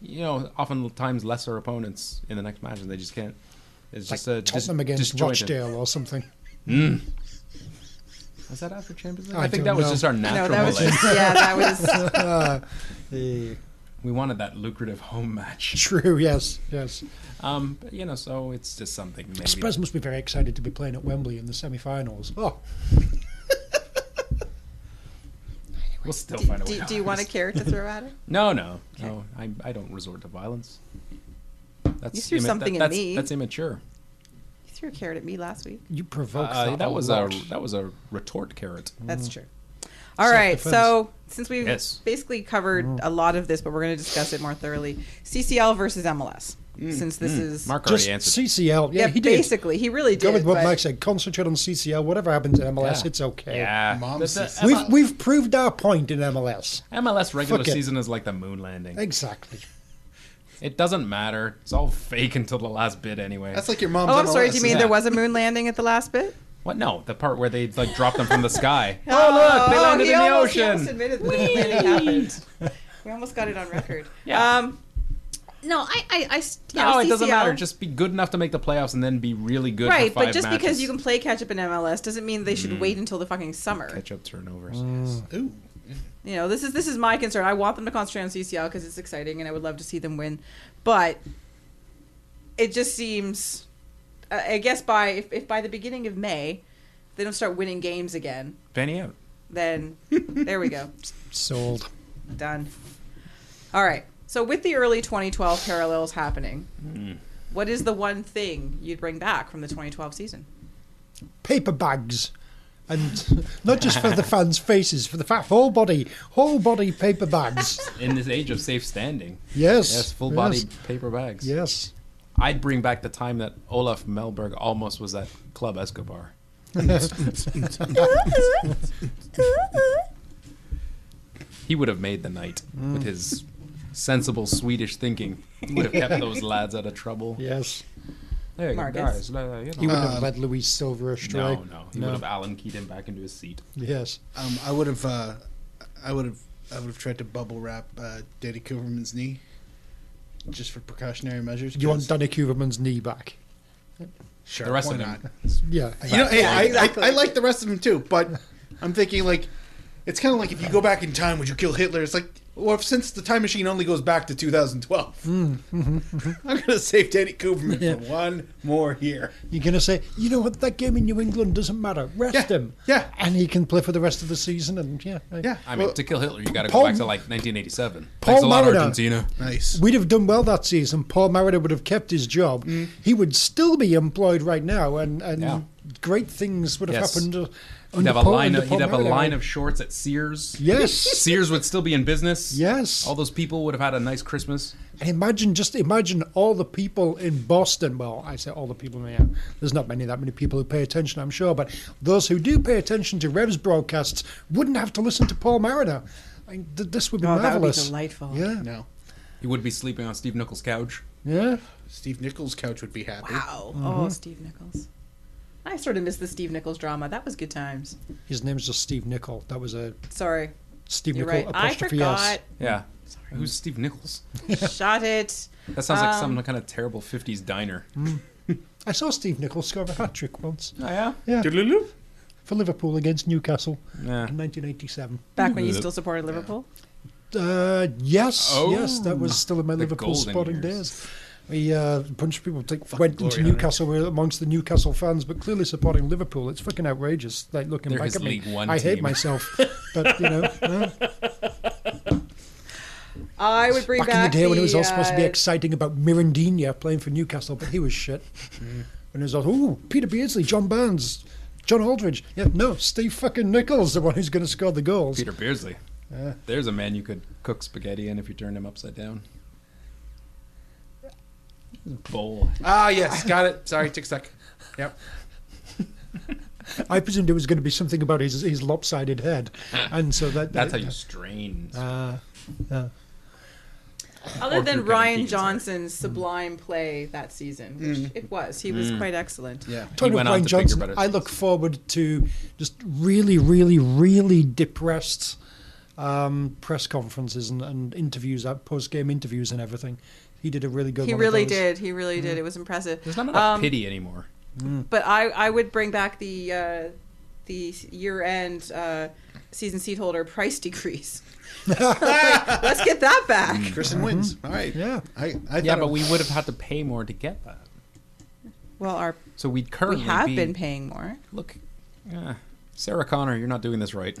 Speaker 1: you know, oftentimes lesser opponents in the next match, and they just can't. It's just Mm. a dis-
Speaker 5: Tottenham against
Speaker 1: disjointed.
Speaker 5: Rochdale or something.
Speaker 1: Was that after Champions League?
Speaker 5: I
Speaker 1: I, think that
Speaker 5: don't
Speaker 1: was
Speaker 5: know.
Speaker 1: just our
Speaker 3: No,
Speaker 1: natural
Speaker 3: that was
Speaker 1: delay.
Speaker 3: just, yeah, that was.
Speaker 5: Eh,
Speaker 1: we wanted that lucrative home match.
Speaker 5: True. Yes. Yes.
Speaker 1: Um, but, you know, so it's just something. Maybe
Speaker 5: Spurs must be very excited to be playing at Wembley in the semi-finals. Oh,
Speaker 1: we'll still
Speaker 3: Do,
Speaker 1: find a way.
Speaker 3: do, do you want a carrot to throw at it?
Speaker 1: No, no, no. I, I don't resort to violence. That's
Speaker 3: You threw something at
Speaker 1: that's,
Speaker 3: me.
Speaker 1: That's immature.
Speaker 3: You threw a carrot at me last week.
Speaker 5: you provoked
Speaker 1: Uh,
Speaker 5: that.
Speaker 1: that was
Speaker 5: a
Speaker 1: a
Speaker 5: lot.
Speaker 1: that was a retort carrot.
Speaker 3: That's true. All right,
Speaker 5: Self-defense.
Speaker 3: so since we've
Speaker 1: Yes.
Speaker 3: basically covered
Speaker 4: Mm.
Speaker 3: a lot of this, but we're going to discuss it more thoroughly. CCL versus MLS,
Speaker 4: Mm,
Speaker 3: since this is
Speaker 1: Mm. Mark
Speaker 5: just
Speaker 1: already answered.
Speaker 5: CCL. Yeah,
Speaker 3: yeah,
Speaker 5: he did.
Speaker 3: basically he really did.
Speaker 5: Go with what
Speaker 3: but-
Speaker 5: Mike said. Concentrate on CCL. Whatever happens in MLS,
Speaker 1: Yeah.
Speaker 5: it's okay.
Speaker 1: Yeah,
Speaker 4: Mom's
Speaker 1: The- the
Speaker 4: sister.
Speaker 5: We've we've proved our point in MLS.
Speaker 1: MLS regular
Speaker 5: Fuck it.
Speaker 1: season is like the moon landing.
Speaker 5: Exactly.
Speaker 1: It doesn't matter. It's all fake until the last bit anyway.
Speaker 4: That's like your mom's.
Speaker 3: Oh, I'm sorry.
Speaker 4: MLS,
Speaker 3: Do you mean
Speaker 4: isn't
Speaker 1: Yeah.
Speaker 3: there was a moon landing at the last bit?
Speaker 1: What? No, the part where they like dropped them from the sky.
Speaker 3: Oh,
Speaker 1: look, they landed
Speaker 3: he
Speaker 1: in the
Speaker 3: almost- He
Speaker 1: ocean.
Speaker 3: almost admitted that the landing happened. We almost got it on record.
Speaker 1: Yeah.
Speaker 3: Um, no, I, I, I s- yeah,
Speaker 1: No, it
Speaker 3: CCL.
Speaker 1: doesn't matter. Just be good enough to make the playoffs and then be really good. for
Speaker 3: right, but
Speaker 1: five
Speaker 3: just because
Speaker 1: matches. Mm.
Speaker 3: you can play catch up in MLS doesn't mean they should wait until the fucking summer.
Speaker 1: catch up turnovers. Mm.
Speaker 4: Ooh.
Speaker 3: You know, this is this is my concern. I want them to concentrate on CCL because it's exciting, and I would love to see them win. But it just seems, I I guess, by if, if by the beginning of May they don't start winning games again,
Speaker 1: Penny out.
Speaker 3: then there we go.
Speaker 5: Sold.
Speaker 3: Done. All right. So with the early 2012 parallels happening,
Speaker 1: Mm.
Speaker 3: what is the one thing you'd bring back from the 2012 season?
Speaker 5: Paper bags. And not just for the fans' faces, for the fa- whole body, whole body paper bags.
Speaker 1: In this age of safe standing.
Speaker 5: Yes.
Speaker 1: Yes, full body
Speaker 5: yes,
Speaker 1: paper bags.
Speaker 5: Yes.
Speaker 1: I'd bring back the time that Olaf Melberg almost was at Club Escobar. he would have made the night
Speaker 5: Mm.
Speaker 1: with his sensible Swedish thinking. He would have kept those lads out of trouble.
Speaker 5: Yes.
Speaker 1: There you go,
Speaker 3: Marcus.
Speaker 1: guys. uh, you know.
Speaker 5: He would have led Luis Silva astray.
Speaker 1: no, no. He would have Alan keyed him back into his seat.
Speaker 5: Yes.
Speaker 4: Um, I would have. Uh, I would have. I would have tried to bubble wrap uh, Danny Cooperman's knee, just for precautionary measures.
Speaker 5: You want
Speaker 4: 'cause-
Speaker 5: Danny Kuverman's knee back.
Speaker 4: Sure,
Speaker 1: The rest
Speaker 4: why
Speaker 1: of
Speaker 4: not?
Speaker 1: him.
Speaker 5: Yeah.
Speaker 4: You know, hey, I, I, I like the rest of them too, but I'm thinking like it's kind of like if you go back in time, would you kill Hitler? It's like, well, if, since the time machine only goes back to 2012,
Speaker 5: Hmm.
Speaker 4: I'm gonna save Danny Cooperman
Speaker 5: Yeah.
Speaker 4: for one more year.
Speaker 5: You're going to say, you know what, that game in New England doesn't matter. Rest
Speaker 4: Yeah,
Speaker 5: him.
Speaker 4: yeah.
Speaker 5: And he can play for the rest of the season. And yeah.
Speaker 4: Yeah,
Speaker 1: I mean,
Speaker 4: well,
Speaker 1: to kill Hitler, you got to
Speaker 5: Paul-
Speaker 1: go back to like 1987.
Speaker 5: Paul
Speaker 1: Thanks a lot,
Speaker 5: Mariner.
Speaker 1: Argentina.
Speaker 4: nice.
Speaker 5: We'd have done well that season. Paul Mariner would have kept his job.
Speaker 4: Mm.
Speaker 5: He would still be employed right now, and, and
Speaker 1: Yeah.
Speaker 5: great things would have
Speaker 1: Yes.
Speaker 5: happened. uh,
Speaker 1: He'd
Speaker 5: Under
Speaker 1: have a
Speaker 5: Paul,
Speaker 1: line.
Speaker 5: under
Speaker 1: Of,
Speaker 5: Paul
Speaker 1: he'd have a
Speaker 5: Mariner.
Speaker 1: line of shorts at Sears.
Speaker 5: yes,
Speaker 1: Sears would still be in business.
Speaker 5: yes.
Speaker 1: All those people would have had a nice Christmas.
Speaker 5: And imagine just imagine all the people in Boston. Well, I say all the people. Yeah, there's not many that many people who pay attention, I'm sure, but those who do pay attention to Rev's broadcasts wouldn't have to listen to Paul Mariner. I, mean, th- this would be
Speaker 3: Oh, that would be
Speaker 5: marvelous.
Speaker 3: delightful.
Speaker 5: yeah,
Speaker 4: No,
Speaker 1: He would be sleeping on Steve Nichols' couch.
Speaker 5: yeah. Mm-hmm.
Speaker 4: Steve Nichols' couch would be happy.
Speaker 3: Wow.
Speaker 1: Mm-hmm.
Speaker 3: Oh, Steve Nichols. I sort of missed the Steve Nichols drama. That was good times.
Speaker 5: His name's just Steve Nichol. That was a
Speaker 3: Sorry.
Speaker 5: Steve
Speaker 3: You're
Speaker 5: Nichol
Speaker 3: right. I
Speaker 5: apostrophe
Speaker 3: forgot.
Speaker 1: Yeah. Who's Steve Nichols?
Speaker 3: Shot it.
Speaker 1: That sounds like
Speaker 3: Um,
Speaker 1: some kind of terrible 50s diner.
Speaker 5: Mm. S. I saw Steve Nichol score a hat trick once.
Speaker 1: Oh, yeah?
Speaker 5: Yeah,
Speaker 4: Doodaloo.
Speaker 5: for Liverpool against Newcastle
Speaker 1: Yeah.
Speaker 5: in 1987.
Speaker 3: Back when you still supported Liverpool.
Speaker 5: Uh, yes,
Speaker 1: Oh,
Speaker 5: yes, that was still in my
Speaker 1: the
Speaker 5: Liverpool
Speaker 1: golden
Speaker 5: sporting
Speaker 1: years.
Speaker 5: days. We uh, a bunch of people take, went
Speaker 4: glory,
Speaker 5: into
Speaker 4: aren't
Speaker 5: Newcastle. We were amongst the Newcastle fans, but clearly supporting Liverpool. It's fucking outrageous. Like looking
Speaker 1: They're
Speaker 5: back
Speaker 1: his
Speaker 5: at me,
Speaker 1: League One
Speaker 5: I hate
Speaker 1: team.
Speaker 5: myself. but you know, uh,
Speaker 3: I would bring
Speaker 5: back
Speaker 3: back,
Speaker 5: in the day when it was all supposed to be
Speaker 3: uh,
Speaker 5: exciting about Mirandinha playing for Newcastle, but he was shit.
Speaker 1: Mm-hmm.
Speaker 5: When it was all, ooh, Peter Beardsley, John Barnes, John Aldridge. Yeah, no, Steve fucking Nichols, the one who's going to score the goals.
Speaker 1: Peter Beardsley. There's a man you could cook spaghetti in if you turned him upside down. Bowl.
Speaker 4: Ah, yes, got it. Sorry, tick stuck. Yep.
Speaker 5: I presumed it was going to be something about his, his lopsided head, and so that
Speaker 1: That's how you strain.
Speaker 5: Uh, uh,
Speaker 3: Other
Speaker 1: Drew
Speaker 3: than
Speaker 1: Kennedy,
Speaker 3: Ryan
Speaker 1: sorry.
Speaker 3: Johnson's sublime play that season, which it was, he was quite excellent.
Speaker 4: Yeah.
Speaker 5: talking
Speaker 1: went
Speaker 5: about
Speaker 1: on to
Speaker 5: Brian
Speaker 1: bigger,
Speaker 5: Johnson,
Speaker 1: better
Speaker 5: I look forward to just really, really, really depressed um, press conferences and, and interviews, post game interviews and everything. He did a really good.
Speaker 3: He
Speaker 5: one of
Speaker 3: really
Speaker 5: those.
Speaker 3: did. He really did. It was impressive.
Speaker 1: Mm-hmm. There's not enough
Speaker 3: Um,
Speaker 1: pity anymore.
Speaker 3: But I, I would bring back the uh, the year end uh, season seat holder price decrease. Like, let's get that back.
Speaker 4: Kristen wins. All right.
Speaker 5: Mm-hmm. Yeah.
Speaker 4: I, I
Speaker 1: Yeah,
Speaker 4: thought
Speaker 1: but
Speaker 4: it-
Speaker 1: we would have had to pay more to get that.
Speaker 3: Well, our
Speaker 1: So we'd
Speaker 3: we
Speaker 1: currently
Speaker 3: have
Speaker 1: be-
Speaker 3: been paying more.
Speaker 1: Look, yeah. Eh, Sarah Connor, you're not doing this right.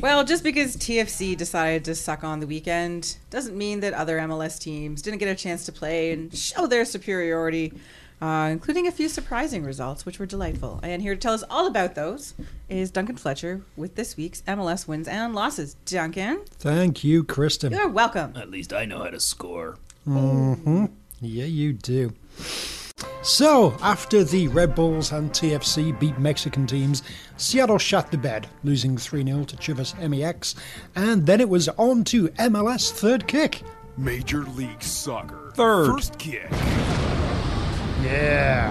Speaker 3: Well, just because TFC decided to suck on the weekend doesn't mean that other MLS teams didn't get a chance to play and show their superiority uh, including a few surprising results, which were delightful. And here to tell us all about those is Duncan Fletcher with this week's MLS wins and losses. Duncan,
Speaker 5: Thank you, Kristen.
Speaker 3: you're welcome.
Speaker 8: At least I know how to score.
Speaker 5: Yeah, you do. So, after the Red Bulls and TFC beat Mexican teams, Seattle shut the bed, losing 3 0 to Chivas MEX, and then it was on to MLS third kick.
Speaker 9: Major League Soccer.
Speaker 1: Third.
Speaker 9: First kick.
Speaker 5: Uh,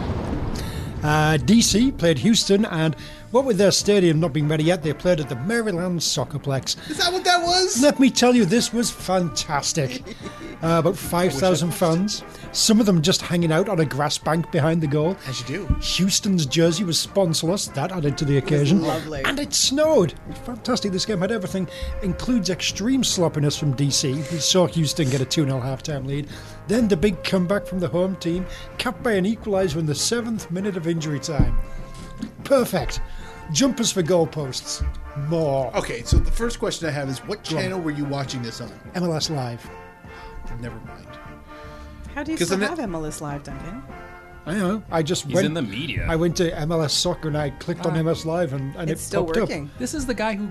Speaker 5: DC played Houston, and what with their stadium not being ready yet, they played at the Maryland Soccerplex.
Speaker 4: Is that what that was?
Speaker 5: Let me tell you, this was fantastic. Uh, about 5,000 fans, some of them just hanging out on a grass bank behind the goal.
Speaker 4: As you do.
Speaker 5: Houston's jersey was sponsorless. That added to the occasion.
Speaker 3: lovely.
Speaker 5: And it snowed. It was fantastic. This game had everything, includes extreme sloppiness from DC. We saw Houston get a 2 0 halftime lead. Then the big comeback from the home team, capped by an equaliser in the seventh minute of injury time. Perfect. Jumpers for goalposts. More.
Speaker 4: Okay, so the first question I have is what channel were you watching this on?
Speaker 5: MLS Live.
Speaker 4: Never mind.
Speaker 3: How do you
Speaker 4: 'Cause
Speaker 3: still
Speaker 4: I'm not-
Speaker 3: have MLS Live, Duncan?
Speaker 5: I know. I just
Speaker 8: He's
Speaker 5: went.
Speaker 8: in the media. Ah.
Speaker 5: I went to MLS Soccer and I clicked on MLS Live and, and
Speaker 3: It's
Speaker 5: it
Speaker 3: still
Speaker 5: popped
Speaker 3: working.
Speaker 5: up.
Speaker 1: This is the guy who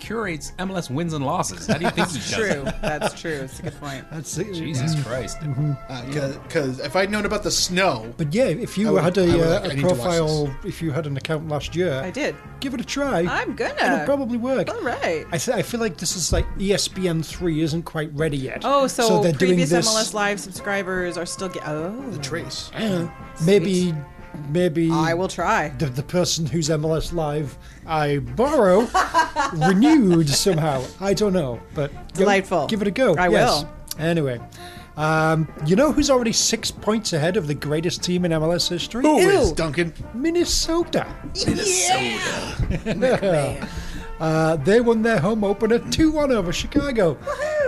Speaker 1: curates MLS wins and losses. How do you think he does
Speaker 3: True,
Speaker 1: it?
Speaker 3: that's true. It's a good point.
Speaker 5: That's it. Mm-hmm.
Speaker 1: Jesus Christ.
Speaker 4: Because Uh, if I'd known about the snow,
Speaker 5: But yeah, if you
Speaker 4: I would-
Speaker 5: had
Speaker 4: I would
Speaker 5: a,
Speaker 4: like- I
Speaker 5: uh, a
Speaker 4: need to watch
Speaker 5: profile, if you had an account last year,
Speaker 3: I did.
Speaker 5: give it a try.
Speaker 3: I'm gonna.
Speaker 5: It'll probably work.
Speaker 3: All right.
Speaker 5: I, th- I feel like this is like E ESPN three isn't quite ready yet.
Speaker 3: Oh, so,
Speaker 5: they're doing
Speaker 3: previous
Speaker 5: this-
Speaker 3: MLS Live subscribers are still get. Oh,
Speaker 4: Trace.
Speaker 5: Maybe, maybe
Speaker 3: I will try.
Speaker 5: the, the person whose MLS Live I borrow renewed somehow. I don't know, but you know,
Speaker 3: Delightful.
Speaker 5: Give it a go.
Speaker 3: I
Speaker 5: yes.
Speaker 3: will.
Speaker 5: Anyway, um, you know who's already six points ahead of the greatest team in MLS history?
Speaker 4: Who is
Speaker 3: Ew.
Speaker 4: Duncan?
Speaker 5: Minnesota.
Speaker 3: Yeah!
Speaker 5: Uh, they won their home opener 2 1 over Chicago,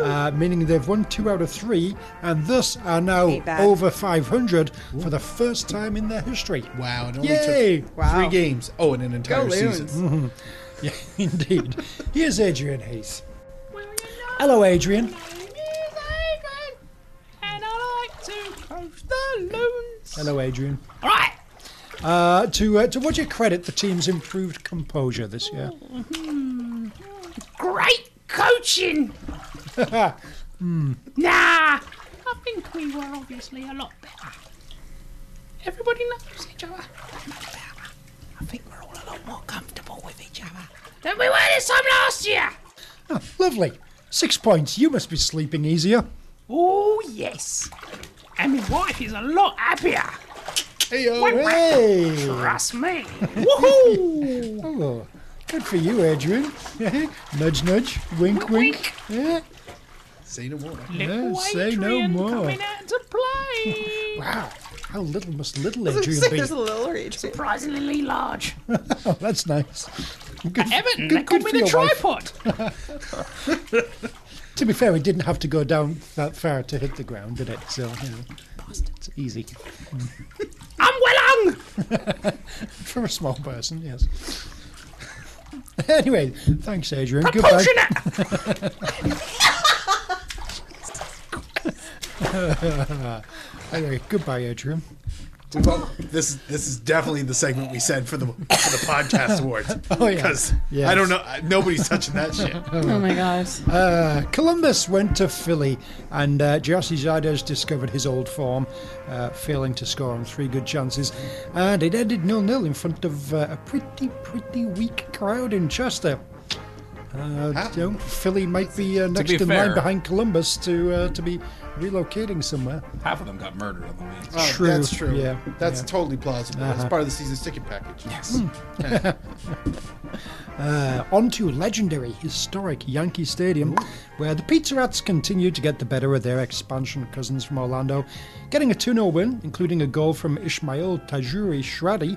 Speaker 5: uh, meaning they've won two out of three and thus are now
Speaker 3: Ain't bad.
Speaker 5: over 500 for the first time in their history.
Speaker 4: Wow, it only
Speaker 5: Yay!
Speaker 4: took
Speaker 3: Wow.
Speaker 4: three games. Oh, and an entire
Speaker 3: Go Loons.
Speaker 4: season.
Speaker 5: Yeah, indeed. Here's Adrian Heath. Hello, Adrian. Hello, Adrian. All right. Uh, to uh, to what you credit the team's improved composure this year?
Speaker 10: Mm-hmm. Great coaching!
Speaker 9: Hmm,
Speaker 10: Nah, I think we were obviously a lot better. Everybody knows each other. I think we're all a lot more comfortable with each other than we were this time last year.
Speaker 5: Ah, lovely. Six points. You must be sleeping easier.
Speaker 10: Oh, yes. And my wife is a lot happier.
Speaker 4: Hey, yo.
Speaker 5: Hey.
Speaker 10: Trust me. Woohoo!
Speaker 5: Oh, good for you, Adrian. nudge, nudge. Wink, wink. Yeah.
Speaker 4: Say no more.
Speaker 10: Little
Speaker 5: Yeah, say no
Speaker 10: Adrian
Speaker 5: more.
Speaker 10: coming out to play.
Speaker 5: Wow. How little must little Adrian be?
Speaker 3: There's a little reach.
Speaker 10: Surprisingly large.
Speaker 5: Oh, that's nice. Good,
Speaker 10: Everton,
Speaker 5: good-
Speaker 10: they call
Speaker 5: good
Speaker 10: me
Speaker 5: for
Speaker 10: the
Speaker 5: your wife.
Speaker 10: tripod.
Speaker 5: To be fair, it didn't have to go down that far to hit the ground, did it? So, you know, it's easy
Speaker 10: I'm well hung.
Speaker 5: for a small person, yes. Anyway, thanks, Adrian. Goodbye.
Speaker 10: Proportionate.
Speaker 5: Anyway, goodbye, Adrian.
Speaker 4: Well, this this is definitely the segment we said for the for the podcast awards.
Speaker 5: Oh, yeah.
Speaker 4: because
Speaker 5: Yes.
Speaker 4: I don't know, nobody's touching that shit.
Speaker 3: Oh my gosh.
Speaker 5: Uh, Columbus went to Philly, and uh, Jossi Zardes discovered his old form, uh, failing to score on three good chances. And it ended nil-nil in front of uh, a pretty, pretty weak crowd in Chester. Uh,
Speaker 3: Ah.
Speaker 5: you know, Philly might be uh, next
Speaker 1: be
Speaker 5: in line
Speaker 1: fair-
Speaker 5: behind Columbus to uh, to be relocating somewhere.
Speaker 1: Half of them got murdered on the way.
Speaker 4: Oh,
Speaker 5: True,
Speaker 4: That's true.
Speaker 5: yeah,
Speaker 4: That's
Speaker 5: yeah. Uh-huh.
Speaker 4: totally plausible. That's part of the season ticket package. Yes.
Speaker 5: Uh, on to legendary, historic Yankee Stadium, where the Pizza Rats continued to get the better of their expansion cousins from Orlando, getting a 2 0 win, including a goal from Ismail Tajuri Shradi,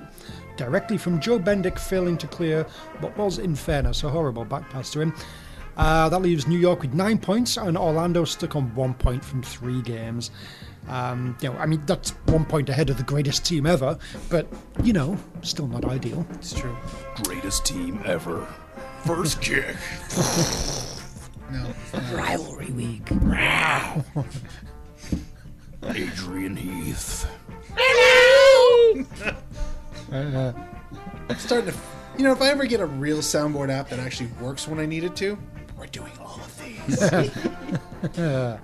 Speaker 5: directly from Joe Bendick failing to clear what was, in fairness, a horrible back pass to him. Uh, that leaves New York with nine points and Orlando stuck on one point from three games. Um, you know, I mean, that's one point ahead of the greatest team ever, but, you know, still not ideal.
Speaker 4: It's true.
Speaker 9: Greatest team ever. First kick.
Speaker 4: No.
Speaker 10: Rivalry week.
Speaker 9: Adrian Heath.
Speaker 10: Hello.
Speaker 5: Hmm.
Speaker 3: Yay!
Speaker 5: Uh,
Speaker 4: I'm starting to. You know, if I ever get a real soundboard app that actually works when I need it to, we're doing all of these.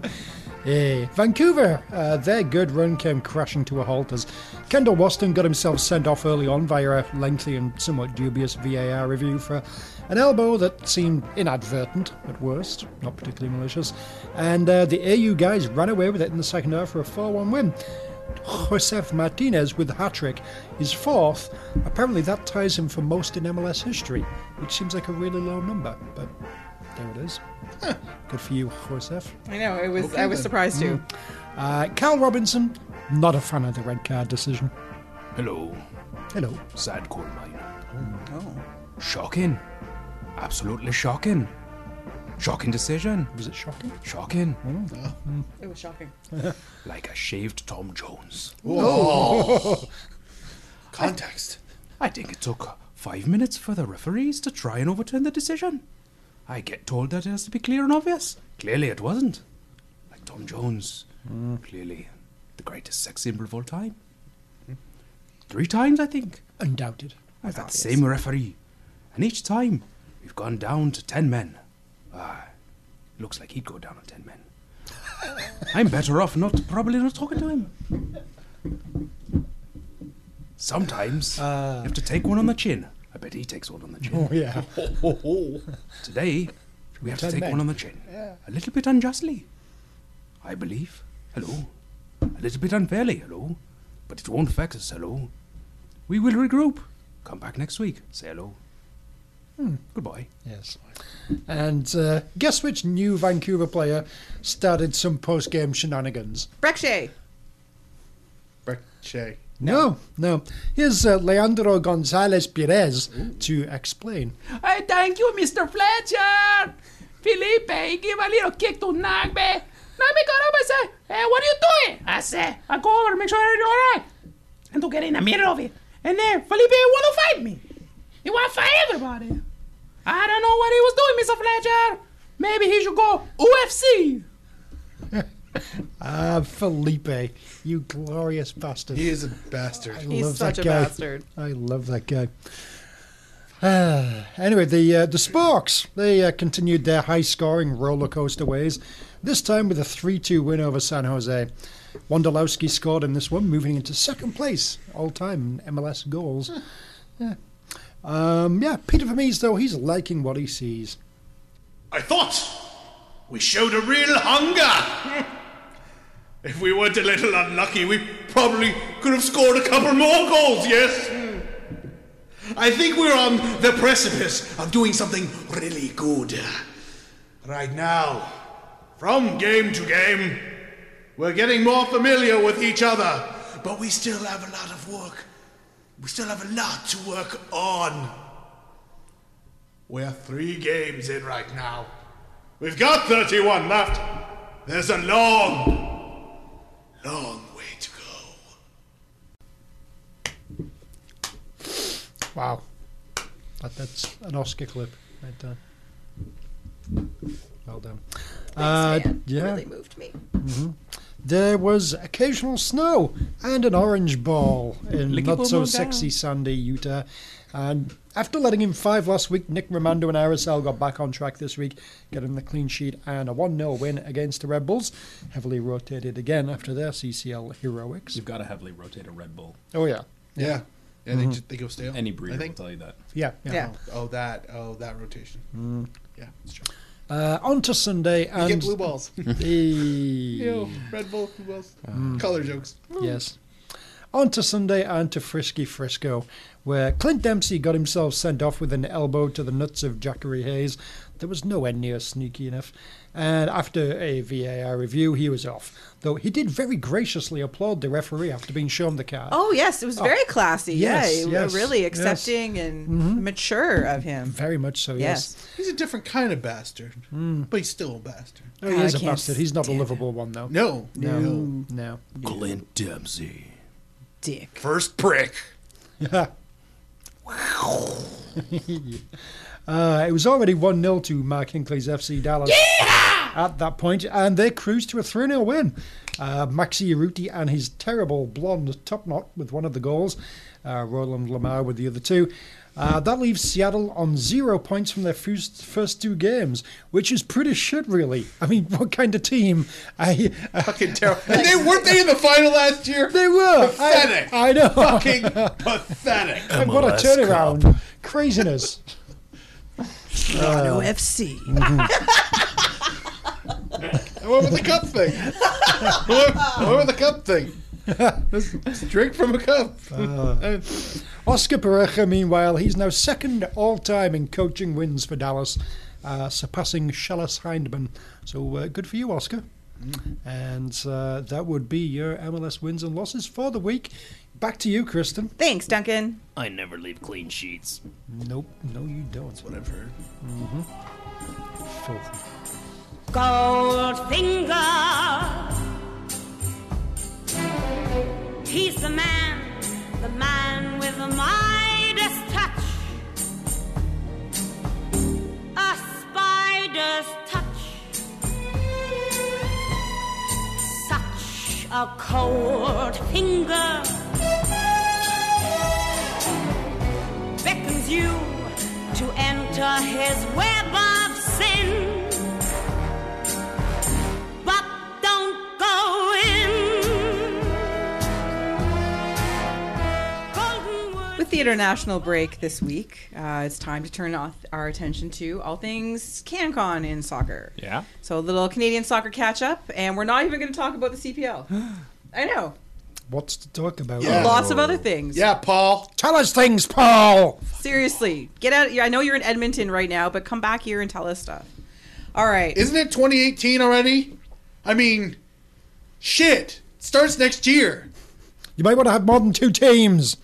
Speaker 5: Hey, Vancouver! Uh, their good run came crashing to a halt as Kendall Waston got himself sent off early on via a lengthy and somewhat dubious VAR review for an elbow that seemed inadvertent at worst, not particularly malicious, and uh, the AU guys ran away with it in the second half for a 4 1 win. Josef Martinez with the hat trick is fourth. Apparently, that ties him for most in MLS history, which seems like a really low number, but there it is. Good for you, Josef.
Speaker 3: I know it was.
Speaker 4: Okay,
Speaker 3: I was
Speaker 4: then.
Speaker 3: surprised too.
Speaker 5: Uh, Cal Robinson, not a fan of the red card decision.
Speaker 9: Hello,
Speaker 5: Hello. Mm.
Speaker 9: sad coal mine. Oh. Shocking. Absolutely shocking. Shocking decision.
Speaker 5: Was it shocking? Mm.
Speaker 9: Shocking.
Speaker 3: It was shocking.
Speaker 9: Like a shaved Tom Jones. Oh.
Speaker 4: Context.
Speaker 9: I think it took five minutes for the referees to try and overturn the decision. I get told that it has to be clear and obvious. Clearly, it wasn't. Like Tom Jones. Clearly, the greatest sex symbol of all time. Three times, I think.
Speaker 5: Undoubted.
Speaker 9: I've had the same referee. And each time, we've gone down to ten men. Ah, looks like he'd go down on ten men. I'm better off not probably not talking to him. Sometimes you have to take one on the chin. I bet he takes one on the chin.
Speaker 5: Ah. Oh, yeah.
Speaker 9: Today, we have to
Speaker 5: Ten
Speaker 9: take
Speaker 5: men.
Speaker 9: one on the chin. A little bit unjustly, I believe. Hello. A little bit unfairly, hello. But it won't affect us, hello. We will regroup. Come back next week. Say hello. Goodbye.
Speaker 5: Yes. Hmm, And uh, guess which new Vancouver player started some post game shenanigans?
Speaker 3: Breckshay.
Speaker 4: Breck Shea.
Speaker 5: No, no. Here's uh, Leandro Gonzalez Perez to explain.
Speaker 8: I thank you, Mr. Fletcher. Felipe, give a little kick to Nagbe. Nagbe got up and said, Hey, what are you doing? I said, I go over and make sure everything's all right. And to get in the middle of it. And then Felipe want to fight me. He want to fight everybody. I don't know what he was doing, Mr. Fletcher. Maybe he should go UFC.
Speaker 5: Ah, Felipe, you glorious bastard.
Speaker 4: He is a bastard.
Speaker 5: I
Speaker 3: He's
Speaker 5: love
Speaker 3: such
Speaker 5: that
Speaker 3: a
Speaker 5: guy.
Speaker 3: bastard.
Speaker 5: I love that guy. Ah, anyway, the uh, the Sparks they uh, continued their high scoring roller coaster ways, this time with a three two win over San Jose. Wondolowski scored in this one, moving into second place all time in MLS goals. Yeah. Um, yeah, Peter Vermees though he's liking what he sees.
Speaker 2: I thought we showed a real hunger. if we weren't a little unlucky, we probably could have scored a couple more goals, yes? I think we're on the precipice of doing something really good. Right now, from game to game, we're getting more familiar with each other, but we still have a lot of work. We still have a lot to work on. We're three games in right now. We've got 31 left. There's a long, long way to go.
Speaker 5: Wow, that, that's an Oscar clip right there. Well done. Uh, yeah. Mm-hmm.
Speaker 3: Really moved me.
Speaker 5: There was occasional snow and an orange ball in
Speaker 1: Licky
Speaker 5: not so
Speaker 1: ball
Speaker 5: sexy Sunday Utah. And after letting in five last week, Nick Romando and RSL got back on track this week, getting the clean sheet and a 1 0 win against the Red Bulls. Heavily rotated again after their CCL heroics.
Speaker 1: You've got to heavily rotate a Red Bull.
Speaker 5: Oh, yeah. Mm-hmm.
Speaker 4: Yeah. Yeah, they, just, they go stale.
Speaker 1: Any
Speaker 4: I
Speaker 1: breeder will
Speaker 4: think.
Speaker 1: tell you that.
Speaker 5: Yeah. yeah. Mm.
Speaker 3: Yeah.
Speaker 4: Oh, that. Oh, that rotation. Yeah, it's true.
Speaker 5: Uh, on to Sunday.
Speaker 4: You
Speaker 5: And
Speaker 4: get blue balls.
Speaker 5: the-
Speaker 4: Ew, Red Bull, blue balls.
Speaker 5: Mm.
Speaker 4: Color jokes.
Speaker 3: Hmm.
Speaker 5: Yes. On to Sunday and to Frisky Frisco, where Clint Dempsey got himself sent off with an elbow to the nuts of Jackery Hayes. That was nowhere near sneaky enough. And after a VAR review, he was off. Though he did very graciously applaud the referee after being shown the card.
Speaker 3: Oh yes, it was very classy.
Speaker 5: yes,
Speaker 3: yeah, you were
Speaker 5: yes,
Speaker 3: really
Speaker 5: yes.
Speaker 3: accepting and mature of him.
Speaker 5: Mm-hmm. Very much so, yes. Mm.
Speaker 3: Yes.
Speaker 4: He's a different kind of bastard, but he's still a bastard.
Speaker 5: Oh, he
Speaker 3: God,
Speaker 5: is
Speaker 3: I
Speaker 5: a
Speaker 3: can't
Speaker 5: bastard. He's not a
Speaker 3: stand
Speaker 5: livable one, though.
Speaker 4: No,
Speaker 5: No.
Speaker 4: no.
Speaker 5: No.
Speaker 9: Clint Dempsey.
Speaker 3: Dick.
Speaker 2: First prick.
Speaker 5: Uh, it was already 1 0 to Mark Hinckley's FC Dallas. at that point, and they cruise to a 3 0 win. Uh, Maxi Urruti and his terrible blonde top knot with one of the goals, uh, Roland Lamar with the other two. Uh, that leaves Seattle on zero points from their first, first two games, which is pretty shit, really. I mean, what kind of team? I, uh,
Speaker 4: Fucking terrible. And they weren't they in the final last year?
Speaker 5: they were.
Speaker 4: Pathetic.
Speaker 5: I, I know.
Speaker 4: Fucking pathetic.
Speaker 5: And what a
Speaker 6: MLS
Speaker 5: turnaround. Craziness. Mm-hmm.
Speaker 3: No FC.
Speaker 4: What with the cup thing? What with the cup thing? Just drink from a cup.
Speaker 5: Uh, Oscar Pereja, meanwhile, he's now second all time in coaching wins for Dallas, uh, surpassing Shellis Hindman. So uh, good for you, Oscar. And uh, that would be your MLS wins and losses for the week. Back to you, Kristen.
Speaker 3: Thanks, Duncan.
Speaker 11: I never leave clean sheets.
Speaker 5: Nope, no, you don't. That's what I've heard. Mm-hmm. Filthy.
Speaker 12: Goldfinger. He's the man, the man with the Midas touch. A spider's touch. Such a cold finger. Beckons you to enter his web of sin. But don't go in. Goldenwood.
Speaker 3: With the international break this week, uh, it's time to turn off our attention to all things CanCon in soccer.
Speaker 1: Yeah.
Speaker 3: So a little Canadian soccer catch up, and we're not even going to talk about the CPL. I know.
Speaker 5: What's to talk about?
Speaker 4: Yeah.
Speaker 3: Lots of other things.
Speaker 4: Yeah, Paul.
Speaker 5: Tell us things, Paul!
Speaker 3: Seriously, get out. I know you're in Edmonton right now, but come back here and tell us stuff. All right.
Speaker 4: Isn't it 2018 already? I mean, shit. It starts next year.
Speaker 5: You might want to have more than two teams.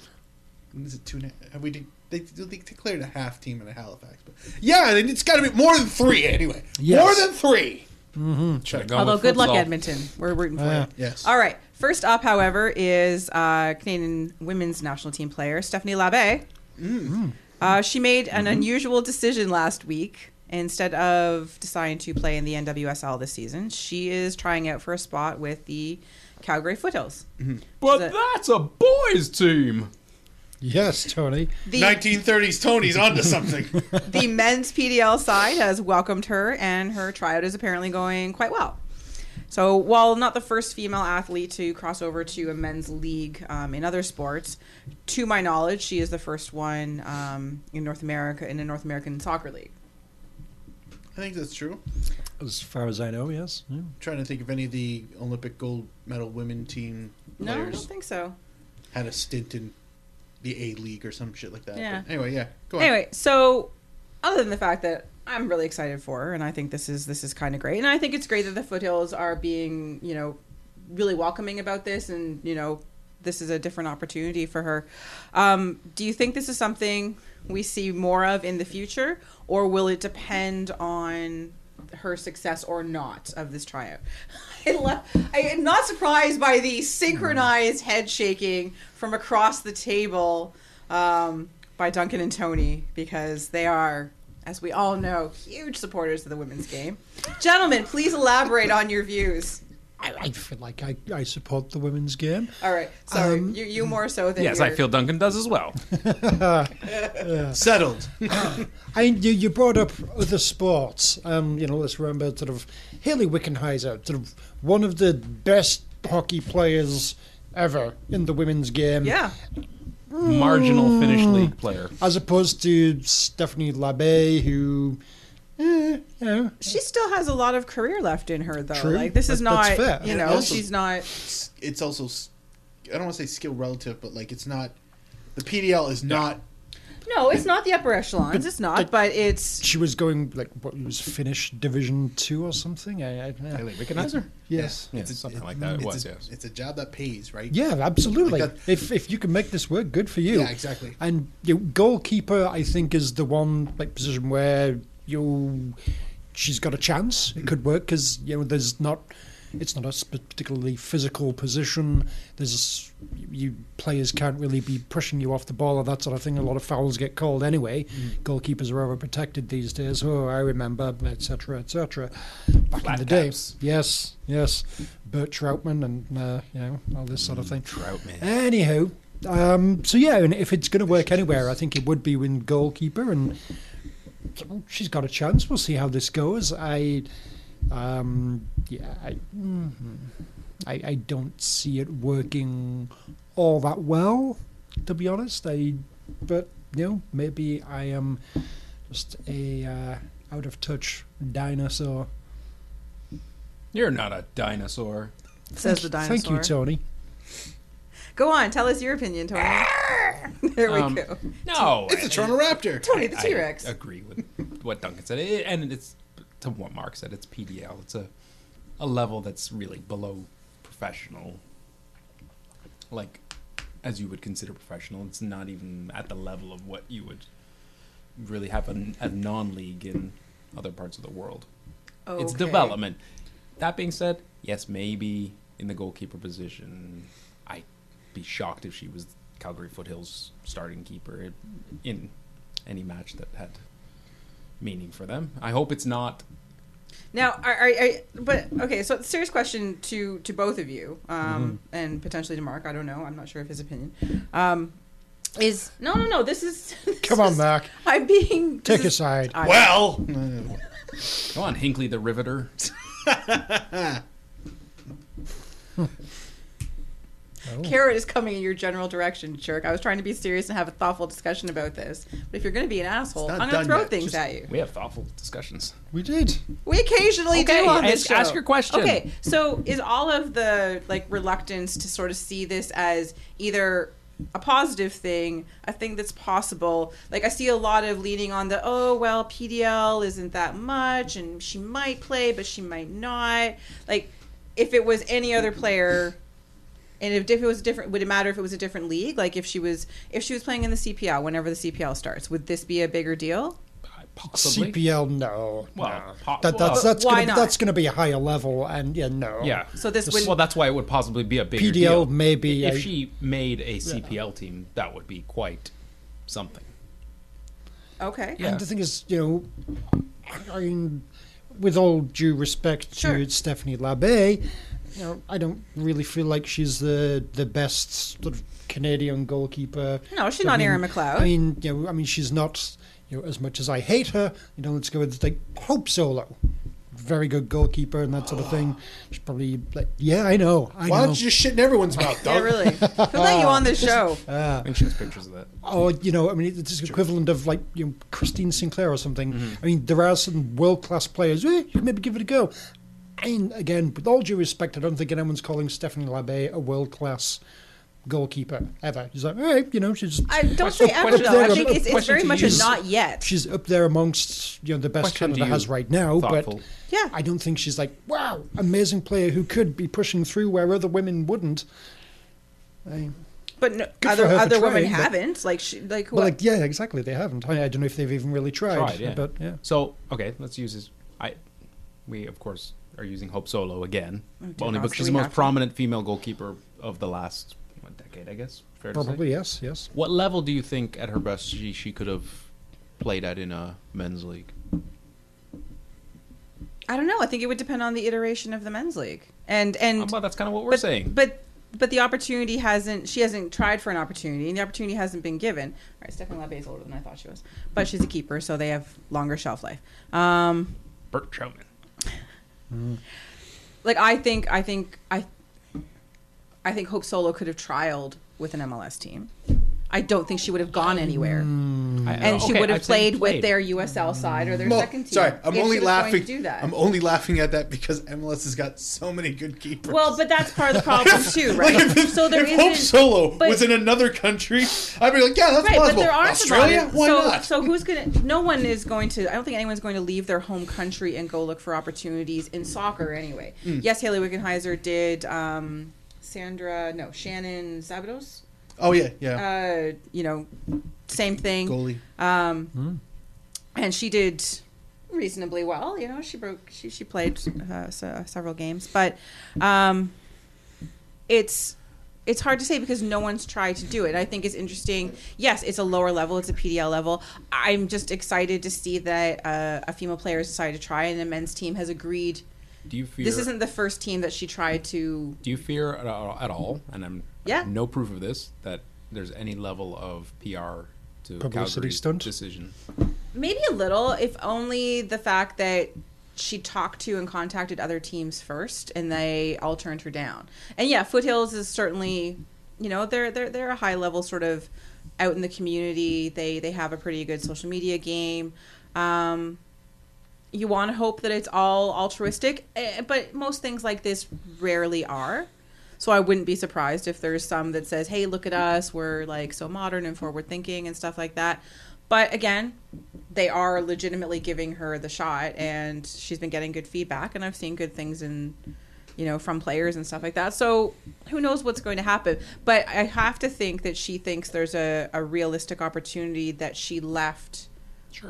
Speaker 4: Is it two? and a- Have we de- they, they declared a half team in a Halifax, but yeah, then it's got to be more than three anyway. More than three.
Speaker 1: Should've gone
Speaker 3: Although,
Speaker 1: with
Speaker 3: good luck,
Speaker 1: futsal.
Speaker 3: Edmonton. We're rooting for you.
Speaker 4: Yes.
Speaker 3: All right. First up, however, is uh, Canadian women's national team player Stephanie Labbe.
Speaker 5: Mm.
Speaker 3: Uh, she made an unusual decision last week. Instead of deciding to play in the NWSL this season, she is trying out for a spot with the Calgary Foothills.
Speaker 1: But
Speaker 3: Is it-
Speaker 1: that's a boys' team.
Speaker 5: Yes, Tony.
Speaker 3: The,
Speaker 4: 1930s Tony's onto something.
Speaker 3: the men's PDL side has welcomed her, and her tryout is apparently going quite well. So, while not the first female athlete to cross over to a men's league um, in other sports, to my knowledge, she is the first one um, in North America in a North American soccer league.
Speaker 4: I think that's true.
Speaker 5: As far as I know, yes. Yeah.
Speaker 4: I'm trying to think if any of the Olympic gold medal women team
Speaker 3: No, I
Speaker 4: players
Speaker 3: don't think so.
Speaker 4: had a stint in the A League or some shit like that.
Speaker 3: Yeah.
Speaker 4: But anyway, yeah. Go on.
Speaker 3: Anyway, so other than the fact that I'm really excited for her, and I think this is this is kind of great, and I think it's great that the foothills are being you know really welcoming about this, and you know this is a different opportunity for her. Um, do you think this is something we see more of in the future, or will it depend on? her success or not of this tryout. I, lo- I am not surprised by
Speaker 4: Mm-hmm.
Speaker 3: the synchronized head shaking from across the table um, by Duncan and Tony because they are, as we all know, huge supporters of the women's game. Gentlemen, please elaborate on your views.
Speaker 5: I, I feel like I, I support the women's game.
Speaker 3: All right, sorry,
Speaker 5: Um,
Speaker 3: you, you more so than
Speaker 1: Yes,
Speaker 3: your-
Speaker 1: I feel Duncan does as well.
Speaker 4: Settled.
Speaker 5: I mean, you, you brought up other sports. Um, you know, let's remember sort of Haley Wickenheiser, sort of one of the best hockey players ever in the women's game.
Speaker 3: Yeah,
Speaker 1: Marginal Finnish league player.
Speaker 5: As opposed to Stephanie Labbe, who, eh, you know,
Speaker 3: she still has a lot of career left in her, though.
Speaker 5: True.
Speaker 3: Like this is
Speaker 5: That-
Speaker 3: not,
Speaker 5: that's fair.
Speaker 3: you
Speaker 5: And
Speaker 3: know,
Speaker 4: also-
Speaker 3: she's not.
Speaker 4: s- it's also s- I don't want to say skill relative, but like it's not the PDL is not
Speaker 3: No, it's not the upper echelons. It's not, Ah, but it's
Speaker 5: she was going like what it was Finnish Division Two or something. I, I, yeah.
Speaker 1: Haley Wickenheiser?
Speaker 5: Yes.
Speaker 1: Yeah, something like that. It
Speaker 4: it's,
Speaker 1: was,
Speaker 4: a,
Speaker 1: yes.
Speaker 4: it's a job that pays, right?
Speaker 5: Yeah, absolutely.
Speaker 4: Like
Speaker 5: if if you can make this work, good for you.
Speaker 4: Yeah, exactly.
Speaker 5: And you know, goalkeeper, I think, is the one like position where you she's got a chance. It could work because you know there's not It's not a sp- particularly physical position. There's you players can't really be pushing you off the ball or that sort of thing. A lot of fouls get called anyway.
Speaker 4: Mm.
Speaker 5: Goalkeepers are overprotected these days. Oh, I remember, etc., etc. Back in
Speaker 1: caps.
Speaker 5: the day, yes, yes, Bert Troutman and uh, you know all this sort of thing.
Speaker 1: Troutman.
Speaker 5: Anywho, um, so yeah, and if it's going to work anywhere, I think it would be with goalkeeper, and she's got a chance. We'll see how this goes. I, um, yeah, I, mm, I, I don't see it working all that well, to be honest. I, but you know, maybe I am just a uh, out of touch dinosaur.
Speaker 1: You're not a dinosaur.
Speaker 3: Says the
Speaker 5: Thank you,
Speaker 3: dinosaur.
Speaker 5: Tony.
Speaker 3: Go on, tell us your opinion, Tony.
Speaker 5: Ah!
Speaker 3: there we
Speaker 1: Um,
Speaker 3: go.
Speaker 1: No,
Speaker 4: It's a Torontoraptor.
Speaker 3: Tony the
Speaker 1: I-
Speaker 3: T Rex.
Speaker 1: I agree with what Duncan said, It- and it's to what Mark said. It's PDL. It's a a level that's really below professional, like as you would consider professional. It's not even at the level of what you would really have an, a non-league in other parts of the world. It's
Speaker 3: Okay.
Speaker 1: development. That being said, yes, maybe in the goalkeeper position, I'd be shocked if she was Calgary Foothills starting keeper in any match that had meaning for them. I hope it's not.
Speaker 3: Now, are, are, are, but okay. So, serious question to to both of you,
Speaker 4: Mm-hmm.
Speaker 3: um, and potentially to Mark. I don't know. I'm not sure of his opinion. Um, is no, no, no. This is this
Speaker 5: Come on,
Speaker 3: is-
Speaker 5: Mark.
Speaker 3: I'm being this
Speaker 5: Take a
Speaker 3: is-
Speaker 5: side.
Speaker 3: I-
Speaker 2: Well,
Speaker 1: Come on, Hinkley the Riveter.
Speaker 4: Oh.
Speaker 3: Carrot is coming in your general direction, jerk. I was trying to be serious and have a thoughtful discussion about this. But if you're going to be an asshole,
Speaker 4: not
Speaker 3: I'm going to
Speaker 4: done
Speaker 3: throw
Speaker 4: yet,
Speaker 3: things
Speaker 4: just-
Speaker 3: at you.
Speaker 1: We have thoughtful discussions.
Speaker 5: We did.
Speaker 3: We occasionally
Speaker 1: Okay,
Speaker 3: do on this
Speaker 1: ask-
Speaker 3: show.
Speaker 1: ask your question.
Speaker 3: Okay, so is all of the like reluctance to sort of see this as either a positive thing, a thing that's possible? Like I see a lot of leaning on the oh well, PDL isn't that much, and she might play, but she might not. Like if it was any other player. And if it was different, would it matter if it was a different league? Like if she was, if she was playing in the CPL, whenever the CPL starts, would this be a bigger deal?
Speaker 1: Possibly.
Speaker 5: CPL, no.
Speaker 1: Well,
Speaker 5: no.
Speaker 1: po-
Speaker 5: that,
Speaker 1: well-
Speaker 5: that's that's
Speaker 3: Why
Speaker 5: gonna,
Speaker 3: not?
Speaker 5: that's going to be a higher level, and yeah, no.
Speaker 1: Yeah.
Speaker 3: Oh. So this
Speaker 1: Just-
Speaker 3: wouldn't-
Speaker 1: well, that's why it would possibly be a bigger
Speaker 5: PDL
Speaker 1: deal.
Speaker 5: may be
Speaker 1: if
Speaker 5: a-
Speaker 1: she made a CPL team, that would be quite something.
Speaker 3: Okay.
Speaker 1: Yeah.
Speaker 5: And the thing is, you know, I mean, with all due respect
Speaker 3: Sure.
Speaker 5: to Stephanie Labbe, you know, I don't really feel like she's the the best sort of Canadian goalkeeper.
Speaker 3: No, she's
Speaker 5: I
Speaker 3: not
Speaker 5: mean-
Speaker 3: Erin McLeod.
Speaker 5: I mean, you know, I mean, she's not. You know, as much as I hate her, you know, let's go with like Hope Solo, very good goalkeeper and that sort of thing. She's probably like, yeah, I know, I
Speaker 4: Why
Speaker 5: know.
Speaker 4: don't you just shit in everyone's mouth,
Speaker 3: Yeah,
Speaker 4: dog?
Speaker 3: really. Who let you on this show?
Speaker 9: Uh,
Speaker 5: Ah.
Speaker 1: I think Oh. she has pictures of that.
Speaker 5: or you know, I mean, it's the equivalent of like you know, Christine Sinclair or something.
Speaker 1: Mm-hmm.
Speaker 5: I mean, there are some world class players. Eh, you maybe give it a go. I mean, again, with all due respect, I don't think anyone's calling Stephanie Labbe a world class goalkeeper ever. She's like, all right, you know, she's
Speaker 3: I don't say ever
Speaker 5: question-
Speaker 3: though. I
Speaker 5: question-
Speaker 3: think it's, it's
Speaker 1: question
Speaker 3: very
Speaker 1: to
Speaker 3: much
Speaker 1: you.
Speaker 3: a not yet.
Speaker 5: she's up there amongst you know the best
Speaker 1: Question to
Speaker 5: Canada has
Speaker 1: you.
Speaker 5: right now.
Speaker 1: Thoughtful.
Speaker 5: But
Speaker 3: Yeah.
Speaker 5: I don't think she's like wow, amazing player who could be pushing through where other women wouldn't. I,
Speaker 3: but no,
Speaker 5: Good for
Speaker 3: other
Speaker 5: her for
Speaker 3: other women
Speaker 5: trying, but-
Speaker 3: haven't. Like she, like who?
Speaker 5: but like, yeah, exactly. They haven't. I, I don't know if they've even really tried.
Speaker 1: Tried, yeah.
Speaker 5: But yeah.
Speaker 1: So okay, let's use this. I we of course are using Hope Solo again,
Speaker 3: dear
Speaker 1: only
Speaker 3: gosh,
Speaker 1: because
Speaker 3: do
Speaker 1: she's
Speaker 3: we
Speaker 1: the
Speaker 3: have
Speaker 1: most
Speaker 3: to?
Speaker 1: prominent female goalkeeper of the last what, decade, I guess. Fair To say.
Speaker 5: Probably yes, yes.
Speaker 1: What level do you think at her best she, she could have played at in a men's league?
Speaker 3: I don't know. I think it would depend on the iteration of the men's league. And and
Speaker 1: Uh, Well, that's kind of what we're
Speaker 3: but,
Speaker 1: saying.
Speaker 3: But but the opportunity hasn't. She hasn't tried for an opportunity, and the opportunity hasn't been given. All right, Stephanie Labbe is older than I thought she was, but she's a keeper, so they have longer shelf life. Um,
Speaker 1: Bert Troutman.
Speaker 5: Mm.
Speaker 3: like I think I think I I think Hope Solo could have trialed with an MLS team. I don't think she would have gone anywhere.
Speaker 5: Mm.
Speaker 3: and she would have played, with their USL side or their
Speaker 4: Well,
Speaker 3: second team.
Speaker 4: sorry, I'm
Speaker 3: if
Speaker 4: only
Speaker 3: she was going
Speaker 4: laughing.
Speaker 3: To do that.
Speaker 4: I'm only laughing at that because MLS has got so many good keepers.
Speaker 3: well, but that's part of the problem too, right? so there
Speaker 4: if Hope
Speaker 3: isn't-
Speaker 4: Solo
Speaker 3: but-
Speaker 4: was in another country, I'd be like, yeah, that's
Speaker 3: Right, but
Speaker 4: possible.
Speaker 3: there aren't
Speaker 4: Australia,
Speaker 3: about it.
Speaker 4: why
Speaker 3: so,
Speaker 4: not?
Speaker 3: So who's gonna? No one is going to. I don't think anyone's going to leave their home country and go look for opportunities in soccer anyway.
Speaker 4: Hmm.
Speaker 3: Yes, Haley Wickenheiser did. Um, Sandra, no, Shannon Zabados.
Speaker 4: oh yeah, yeah,
Speaker 3: Uh, you know, same thing.
Speaker 4: goalie.
Speaker 3: and Um, she did reasonably well. You know, she broke. She she played uh, se- several games, but um, it's it's hard to say because no one's tried to do it. I think it's interesting. Yes, it's a lower level. It's a PDL level. I'm just excited to see that uh, a female player has decided to try, and the men's team has agreed.
Speaker 1: Do you fear
Speaker 3: This isn't the first team that she tried to.
Speaker 1: Do you fear at all, at all and I'm I have
Speaker 3: Yeah.
Speaker 1: no proof of this that there's any level of PR to
Speaker 5: Publicity
Speaker 1: Calgary's
Speaker 5: stunt?
Speaker 1: decision?
Speaker 3: Maybe a little, if only the fact that she talked to and contacted other teams first, and they all turned her down. And yeah, Foothills is certainly, you know, they're they're they're a high level sort of out in the community. They they have a pretty good social media game. Um, you want to hope that it's all altruistic, eh, but most things like this rarely are. So I wouldn't be surprised if there's some that says, "Hey, look at us. We're like so modern and forward thinking and stuff like that." But again, they are legitimately giving her the shot and she's been getting good feedback and I've seen good things in you know from players and stuff like that. So who knows what's going to happen? But I have to think that she thinks there's a, a realistic opportunity that she left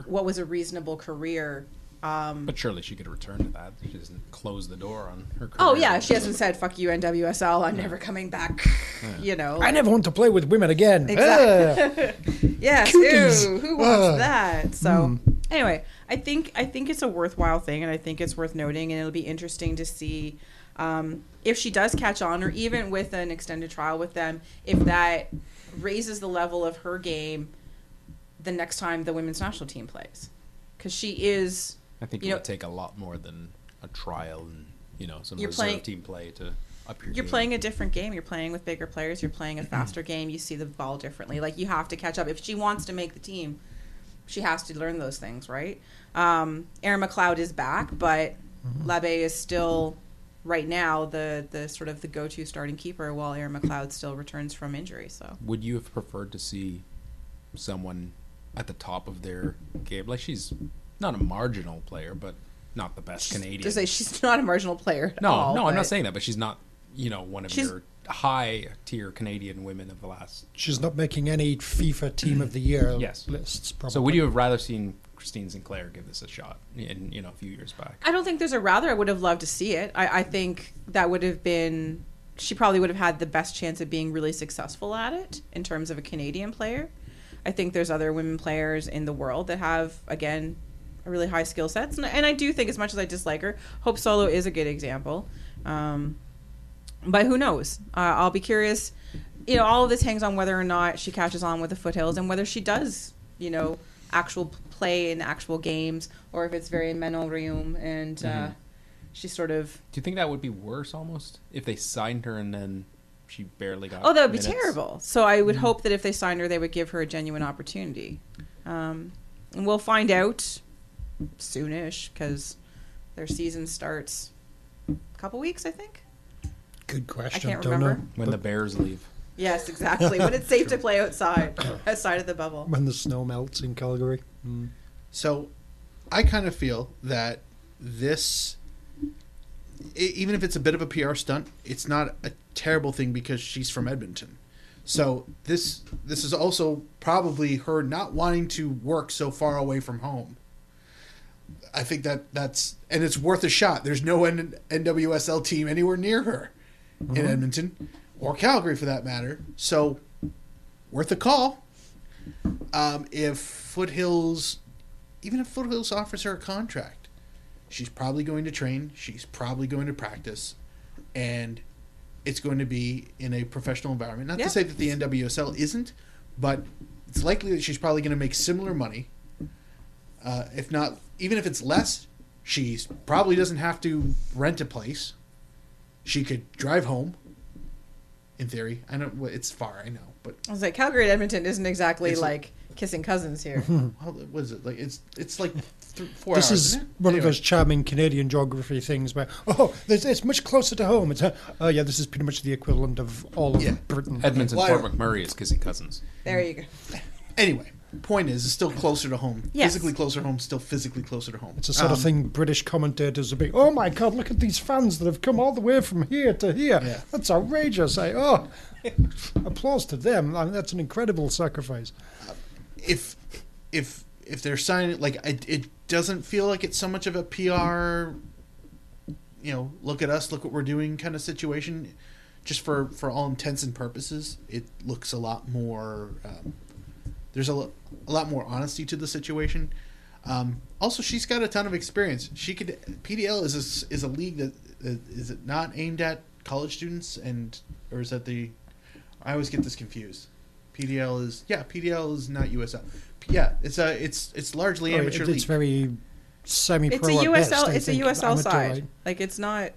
Speaker 3: what was a reasonable career. Um,
Speaker 1: But surely she could return to that. She doesn't close the door on her career.
Speaker 3: oh yeah, she hasn't said fuck you NWSL. I'm never coming back. You know,
Speaker 5: I never want to play with women again. Ah.
Speaker 3: Exactly. yes.
Speaker 5: Cooties.
Speaker 3: Ew, who wants
Speaker 5: Ugh.
Speaker 3: that? So
Speaker 5: Hmm.
Speaker 3: anyway, I think I think it's a worthwhile thing, and I think it's worth noting, and it'll be interesting to see um, if she does catch on, or even with an extended trial with them, if that raises the level of her game the next time the women's national team plays, because she is.
Speaker 1: I think
Speaker 3: you
Speaker 1: it
Speaker 3: know,
Speaker 1: would take a lot more than a trial and you know some
Speaker 3: You're
Speaker 1: reserve
Speaker 3: playing-
Speaker 1: team play to up your.
Speaker 3: you're
Speaker 1: game.
Speaker 3: playing a different game. You're playing with bigger players. You're playing a
Speaker 1: Mm-hmm.
Speaker 3: faster game. You see the ball differently. Like you have to catch up if she wants to make the team. She has to learn those things, right? Um, Aaron McLeod is back, but
Speaker 1: Mm-hmm.
Speaker 3: Labe is still right now the the sort of the go-to starting keeper, while Aaron McLeod still returns from injury. So
Speaker 1: Would you have preferred to see someone at the top of their game? Like she's not a marginal player, but not the best Canadian.
Speaker 3: to say she's not a marginal player. at
Speaker 1: no,
Speaker 3: all,
Speaker 1: no, I'm
Speaker 3: but-
Speaker 1: not saying that. But she's not, you know, one of
Speaker 3: She's-
Speaker 1: your high tier Canadian women of the last.
Speaker 5: She's not making any FIFA Team of the Year lists. Probably.
Speaker 1: So would you have rather seen Christine Sinclair give this a shot? In you know, a few years back.
Speaker 3: I don't think there's a rather. I would have loved to see it. I, I think that would have been. She probably would have had the best chance of being really successful at it in terms of a Canadian player. I think there's other women players in the world that have again a really high skill sets, and, and I do think as much as I dislike her, Hope Solo is a good example. Um, but who knows? Uh, I'll be curious. You know, all of this hangs on whether or not she catches on with the foothills and whether she does, you know, actual p- play in actual games or if it's very menorium and uh,
Speaker 1: Mhm.
Speaker 3: she sort of.
Speaker 1: Do you think that would be worse almost if they signed her and then she barely got?
Speaker 3: Oh, that would be
Speaker 1: minutes? Mm.
Speaker 3: terrible. So I would hope that if they signed her, they would give her a genuine opportunity. Um, and we'll find out soonish because their season starts a couple weeks, I think.
Speaker 5: Good question.
Speaker 3: can't
Speaker 5: Don't
Speaker 3: remember.
Speaker 5: know.
Speaker 1: When the Bears leave.
Speaker 3: Yes, exactly. when it's safe to play outside, outside of the bubble.
Speaker 5: When the snow melts in Calgary. Hmm.
Speaker 4: So, I kind of feel that this, e- even if it's a bit of a PR stunt, it's not a terrible thing because she's from Edmonton. So this this is also probably her not wanting to work so far away from home. I think that that's and it's worth a shot. There's no N- NWSL team anywhere near her
Speaker 13: Mm-hmm.
Speaker 4: in
Speaker 5: Mm-hmm.
Speaker 4: Edmonton or Calgary for that matter. So worth a call. Um, if Foothills, even if Foothills offers her a contract, she's probably going to train. She's probably going to practice, and it's going to be in a professional environment. Not
Speaker 3: Yeah.
Speaker 4: to say that the NWSL isn't, but it's likely that she's probably going to make similar money. Uh, if not, even if it's less, she probably doesn't have to rent a place. She could drive home. In theory, I don't. well, It's far, I know, but
Speaker 3: I was like, Calgary and Edmonton isn't exactly
Speaker 4: It's-
Speaker 3: like kissing cousins here.
Speaker 4: How, what is it like? It's it's like th- four
Speaker 5: this
Speaker 4: hours.
Speaker 5: is
Speaker 4: isn't it?
Speaker 5: one of
Speaker 4: Anyway,
Speaker 5: those charming Canadian geography things where, oh, there's, it's much closer to home. It's, uh, oh, yeah, this is pretty much the equivalent of all of
Speaker 4: Yeah.
Speaker 5: Britain.
Speaker 1: Edmonton
Speaker 4: Why-
Speaker 1: Fort McMurray is kissing cousins.
Speaker 3: There you go.
Speaker 4: Anyway, point is, it's still closer to home.
Speaker 3: Yes.
Speaker 4: Physically closer to home. Still physically closer to home. Um,
Speaker 5: It's the sort of thing British commentators would be, oh my God, look at these fans that have come all the way from here to here.
Speaker 4: Yeah.
Speaker 5: That's outrageous. I, oh, applause to them. I mean, that's an incredible sacrifice.
Speaker 4: If if if they're signing, like I, it doesn't feel like it's so much of a PR, you know, look at us, look what we're doing kind of situation. Just for for all intents and purposes, it looks a lot more. Um, there's a, lo- a lot more honesty to the situation. Um, also, she's got a ton of experience. She could PDL is a, s- is a league that that- is it not aimed at college students and or is that the I always get this confused. PDL is yeah, PDL is not USL. P- yeah, it's a it's it's largely
Speaker 5: Sorry,
Speaker 4: amateur
Speaker 5: Oh, it's
Speaker 4: league.
Speaker 5: very semi-pro.
Speaker 3: It's a
Speaker 5: at
Speaker 3: USL.
Speaker 5: best, I
Speaker 3: it's a
Speaker 5: think,
Speaker 3: USL
Speaker 5: amateur,
Speaker 3: side.
Speaker 5: right?
Speaker 3: Like it's not.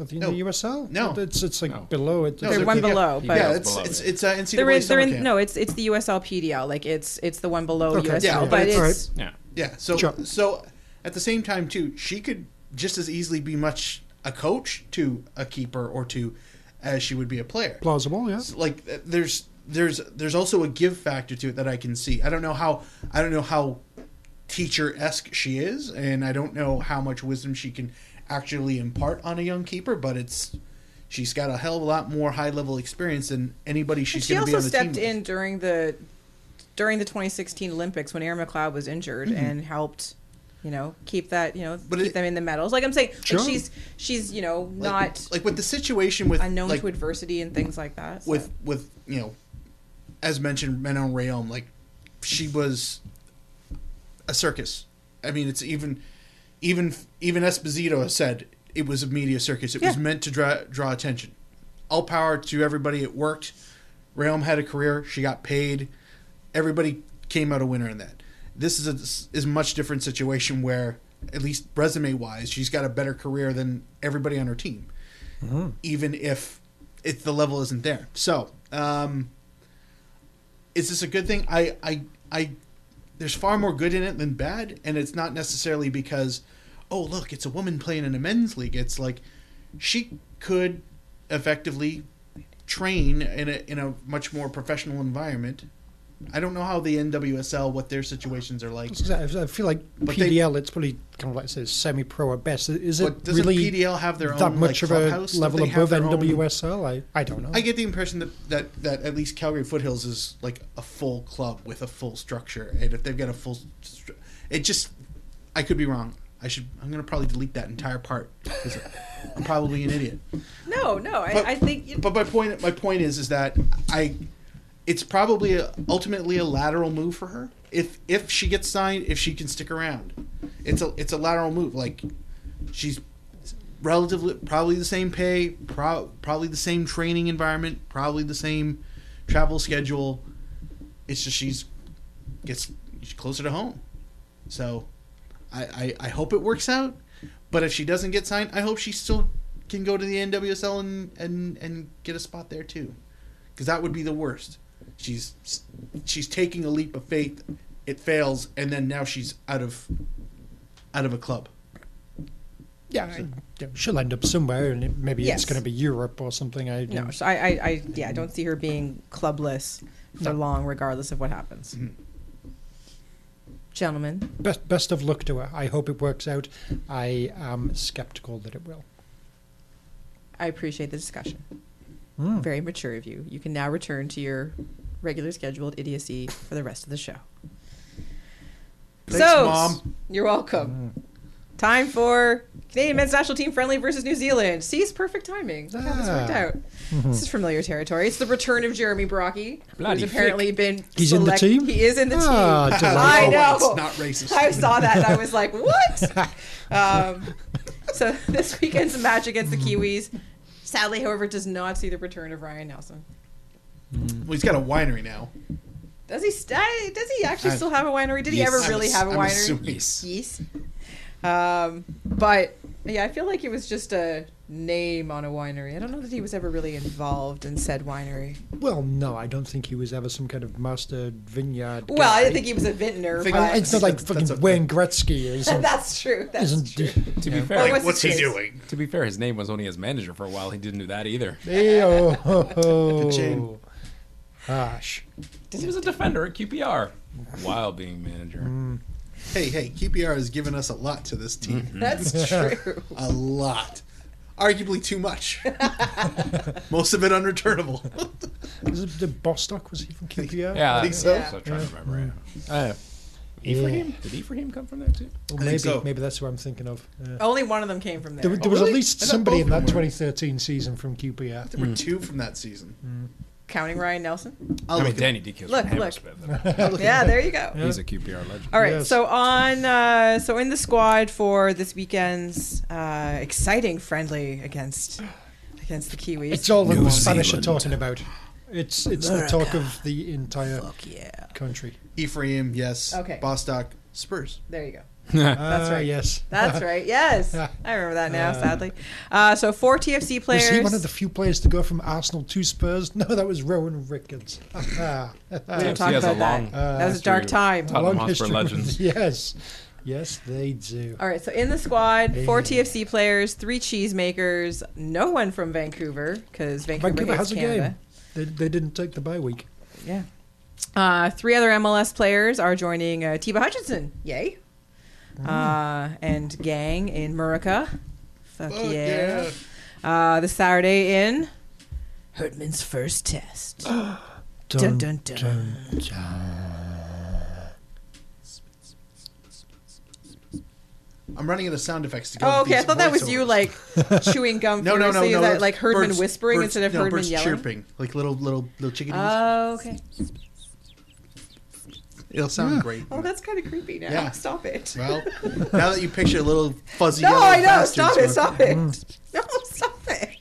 Speaker 5: I think the USL. No, it's it's like
Speaker 4: Hmm? No.
Speaker 5: below it.
Speaker 3: No, They're they're one PDL. below, but-
Speaker 4: yeah, it's it's it's uh, NCAA
Speaker 3: They're in, they're
Speaker 4: summer
Speaker 3: in,
Speaker 4: camp.
Speaker 3: no, it's it's the USL PDL. Like it's it's the one below
Speaker 4: Okay.
Speaker 3: USL,
Speaker 4: Yeah,
Speaker 3: but,
Speaker 4: but
Speaker 3: it's,
Speaker 4: it's-
Speaker 1: Yeah.
Speaker 4: Yeah. So
Speaker 5: Sure.
Speaker 4: so at the same time too, she could just as easily be much a coach to a keeper or to as she would be a player.
Speaker 5: plausible. Yeah.
Speaker 4: So, like th- there's there's there's also a give factor to it that I can see. I don't know how I don't know how teacher esque she is, and I don't know how much wisdom she can actually impart on a young keeper, but it's she's got a hell of a lot more high level experience than anybody she's
Speaker 3: she
Speaker 4: going to be
Speaker 3: also
Speaker 4: on the team.
Speaker 3: stepped
Speaker 4: with.
Speaker 3: in during the during the 2016 Olympics when Aaron McLeod was injured
Speaker 4: Mhm.
Speaker 3: and helped, you know, keep that you know keep them in the medals. Like I'm saying, like,
Speaker 4: Sure.
Speaker 3: she's she's you know
Speaker 4: Like-
Speaker 3: not
Speaker 4: like with the situation with
Speaker 3: unknown
Speaker 4: like,
Speaker 3: to adversity and things like that. so.
Speaker 4: with with you know as mentioned men on realm like she was a circus i mean it's even even even esposito has said it was a media circus it was meant to draw draw attention all power to everybody it worked realm had a career she got paid everybody came out a winner in that this is a this is a much different situation where at least resume wise she's got a better career than everybody on her team even if it, the level isn't there. So, um, is this a good thing? I, I, I, there's far more good in it than bad, and it's not necessarily because, oh look, it's a woman playing in a men's league. It's like she could effectively train in a in a much more professional environment. I don't know how the NWSL what their situations are like.
Speaker 5: I feel like
Speaker 4: But they-
Speaker 5: PDL. it's probably kind of like says semi-pro at best. Is
Speaker 4: But
Speaker 5: it
Speaker 4: doesn't
Speaker 5: really
Speaker 4: PDL have their
Speaker 5: that
Speaker 4: own, like,
Speaker 5: much of
Speaker 4: clubhouse?
Speaker 5: a
Speaker 4: Don't
Speaker 5: level
Speaker 4: they have
Speaker 5: above
Speaker 4: their own-
Speaker 5: NWSL? I, I don't know.
Speaker 4: I get the impression that, that that at least Calgary Foothills is like a full club with a full structure, and if they've got a full, stru- it just I could be wrong. I should. I'm gonna probably delete that entire part because I'm probably an idiot.
Speaker 3: no, no, I,
Speaker 4: But-
Speaker 3: I think you
Speaker 4: But my point my point is is that I it's probably a, ultimately a lateral move for her if if she gets signed if she can stick around. It's a it's a lateral move like she's relatively probably the same pay, pro, probably the same training environment, probably the same travel schedule. It's just she's gets she's closer to home. So I, I, I hope it works out. But if she doesn't get signed, I hope she still can go to the NWSL and and, and get a spot there too, because that would be the worst. She's she's taking a leap of faith, it fails, and then now she's out of out of a club.
Speaker 5: Yeah, I- yeah, she'll end up somewhere, and it, maybe
Speaker 3: Yes.
Speaker 5: it's going to be Europe or something. I
Speaker 3: no, so I, I, I yeah, I don't see her being clubless for
Speaker 5: No.
Speaker 3: long, regardless of what happens. Gentlemen,
Speaker 5: Best best of luck to her. I hope it works out. I am skeptical that it will.
Speaker 3: I appreciate the discussion.
Speaker 5: Hmm.
Speaker 3: Very mature of you. You can now return to your regular scheduled idiocy for the rest of the show.
Speaker 4: Thanks,
Speaker 3: so,
Speaker 4: Mom.
Speaker 3: you're
Speaker 5: Hmm.
Speaker 3: welcome. Time for Canadian men's national team friendly versus New Zealand. See, it's perfect timing. Look how this worked
Speaker 5: Ah.
Speaker 3: out. This is familiar territory. It's the return of Jeremy Baraki,
Speaker 5: Bloody
Speaker 3: who's apparently been
Speaker 5: He's in the team?
Speaker 3: He is in the
Speaker 5: Ah,
Speaker 3: team.
Speaker 5: delightful.
Speaker 3: I know.
Speaker 5: It's
Speaker 4: not racist.
Speaker 3: I saw that and I was like, what? um, so this weekend's match against the Kiwis. Sadly, however, does not see the return of Ryan Nelson.
Speaker 5: Mm-hmm.
Speaker 4: Well, he's got a winery now.
Speaker 3: Does he? St- I- does he actually
Speaker 4: I'm-
Speaker 3: still have a winery? Did he
Speaker 4: Yes.
Speaker 3: ever
Speaker 4: I'm
Speaker 3: really
Speaker 4: ass-
Speaker 3: have a
Speaker 4: I'm
Speaker 3: winery?
Speaker 4: assuming. Yes.
Speaker 3: Um, but yeah, I feel like it was just a name on a winery. I don't know that he was ever really involved in said winery.
Speaker 5: Well, no, I don't think he was ever some kind of master vineyard.
Speaker 3: Well, I didn't
Speaker 5: guy.
Speaker 3: think he was a vintner.
Speaker 5: Well,
Speaker 3: but-
Speaker 5: it's not like fucking Wayne Gretzky is.
Speaker 3: that's true. That's
Speaker 5: isn't
Speaker 3: true.
Speaker 1: To be
Speaker 5: Yeah.
Speaker 1: fair,
Speaker 3: Or Like, was it what's he his?
Speaker 1: doing? To be fair, his name was only his manager for a while. He didn't do that either.
Speaker 5: Ew.
Speaker 1: chain.
Speaker 5: Gosh.
Speaker 1: He was a defender at QPR while being manager.
Speaker 4: Hey, hey, QPR has given us a lot to this team.
Speaker 5: Mm-hmm.
Speaker 3: That's true.
Speaker 4: a lot. Arguably too much. Most of it unreturnable.
Speaker 5: Is it the Bostock? Was he from QPR?
Speaker 1: Yeah,
Speaker 4: I think so.
Speaker 1: I'm trying to remember.
Speaker 5: Uh,
Speaker 1: Ephraim? Did Ephraim come from there too?
Speaker 5: Well,
Speaker 1: I
Speaker 5: maybe
Speaker 1: think so.
Speaker 5: maybe that's what I'm thinking of. yeah.
Speaker 3: Only one of them came from there.
Speaker 5: There, wa- there was at least
Speaker 3: I thought
Speaker 5: somebody
Speaker 3: both
Speaker 5: in
Speaker 3: of
Speaker 5: that
Speaker 3: them were.
Speaker 5: 2013 season from QPR.
Speaker 4: There were two from that season.
Speaker 5: Hmm.
Speaker 3: Counting Ryan Nelson.
Speaker 1: I'll I mean, look it Danny up. DeKeel's
Speaker 3: Look,
Speaker 1: from
Speaker 3: look.
Speaker 1: Hammersmith. I'll look it
Speaker 3: yeah,
Speaker 1: up.
Speaker 3: there you go.
Speaker 1: He's a QPR legend.
Speaker 3: All right,
Speaker 1: Yes.
Speaker 3: so on, uh, so in the squad for this weekend's uh, exciting friendly against against the Kiwis.
Speaker 5: It's all that the Spanish are talking about. It's it's the talk
Speaker 3: America.
Speaker 5: of the entire country.
Speaker 4: Ephraim, yes.
Speaker 3: Okay.
Speaker 4: Bostock, Spurs.
Speaker 3: There you go.
Speaker 5: That's
Speaker 3: right.
Speaker 5: Ah, Yes.
Speaker 3: That's right. Yes, I remember that now. sadly, uh, so four TFC players.
Speaker 5: Was he one of the few players to go from Arsenal to Spurs? No, that was Rowan Ricketts. we
Speaker 3: TFC talk has a about that. long That was a dark history time. with Tottenham Hotspur legends.
Speaker 5: Yes, yes, they do.
Speaker 3: All right, so in the squad, four
Speaker 5: Hey.
Speaker 3: TFC players, three cheesemakers, no one from Vancouver because Vancouver,
Speaker 5: Vancouver
Speaker 3: hates
Speaker 5: has a game.
Speaker 3: Canada.
Speaker 5: They, they didn't take the bye week.
Speaker 3: Yeah. Uh, three other MLS players are joining uh, Tiba Hutchinson. Yay.
Speaker 1: Ah.
Speaker 3: Uh, and gang in Murica. Fuck,
Speaker 10: Fuck
Speaker 3: yeah. Uh, the Saturday in Herdman's first test. dun, dun, dun.
Speaker 4: I'm running out of sound effects to go.
Speaker 3: Oh,
Speaker 4: with
Speaker 3: okay. I
Speaker 4: these
Speaker 3: thought that was you
Speaker 4: voiceovers.
Speaker 3: like chewing gum.
Speaker 4: No, no, no,
Speaker 3: furiously. Is
Speaker 4: no.
Speaker 3: that
Speaker 4: it's
Speaker 3: like Herdman
Speaker 4: birds-
Speaker 3: whispering
Speaker 4: birds-
Speaker 3: instead of
Speaker 4: no,
Speaker 3: Herdman
Speaker 4: birds
Speaker 3: yelling.
Speaker 4: chirping, like little little little chickadees.
Speaker 3: Oh, okay.
Speaker 4: It'll sound
Speaker 3: Yeah.
Speaker 4: great.
Speaker 3: Oh, that's kind of creepy now.
Speaker 4: Yeah.
Speaker 3: Stop it.
Speaker 4: Well, now that you picture a little fuzzy.
Speaker 3: No,
Speaker 4: yellow
Speaker 3: I know.
Speaker 4: bastard
Speaker 3: Stop it.
Speaker 4: smoking-
Speaker 3: Stop it.
Speaker 5: Mm.
Speaker 3: No, stop it.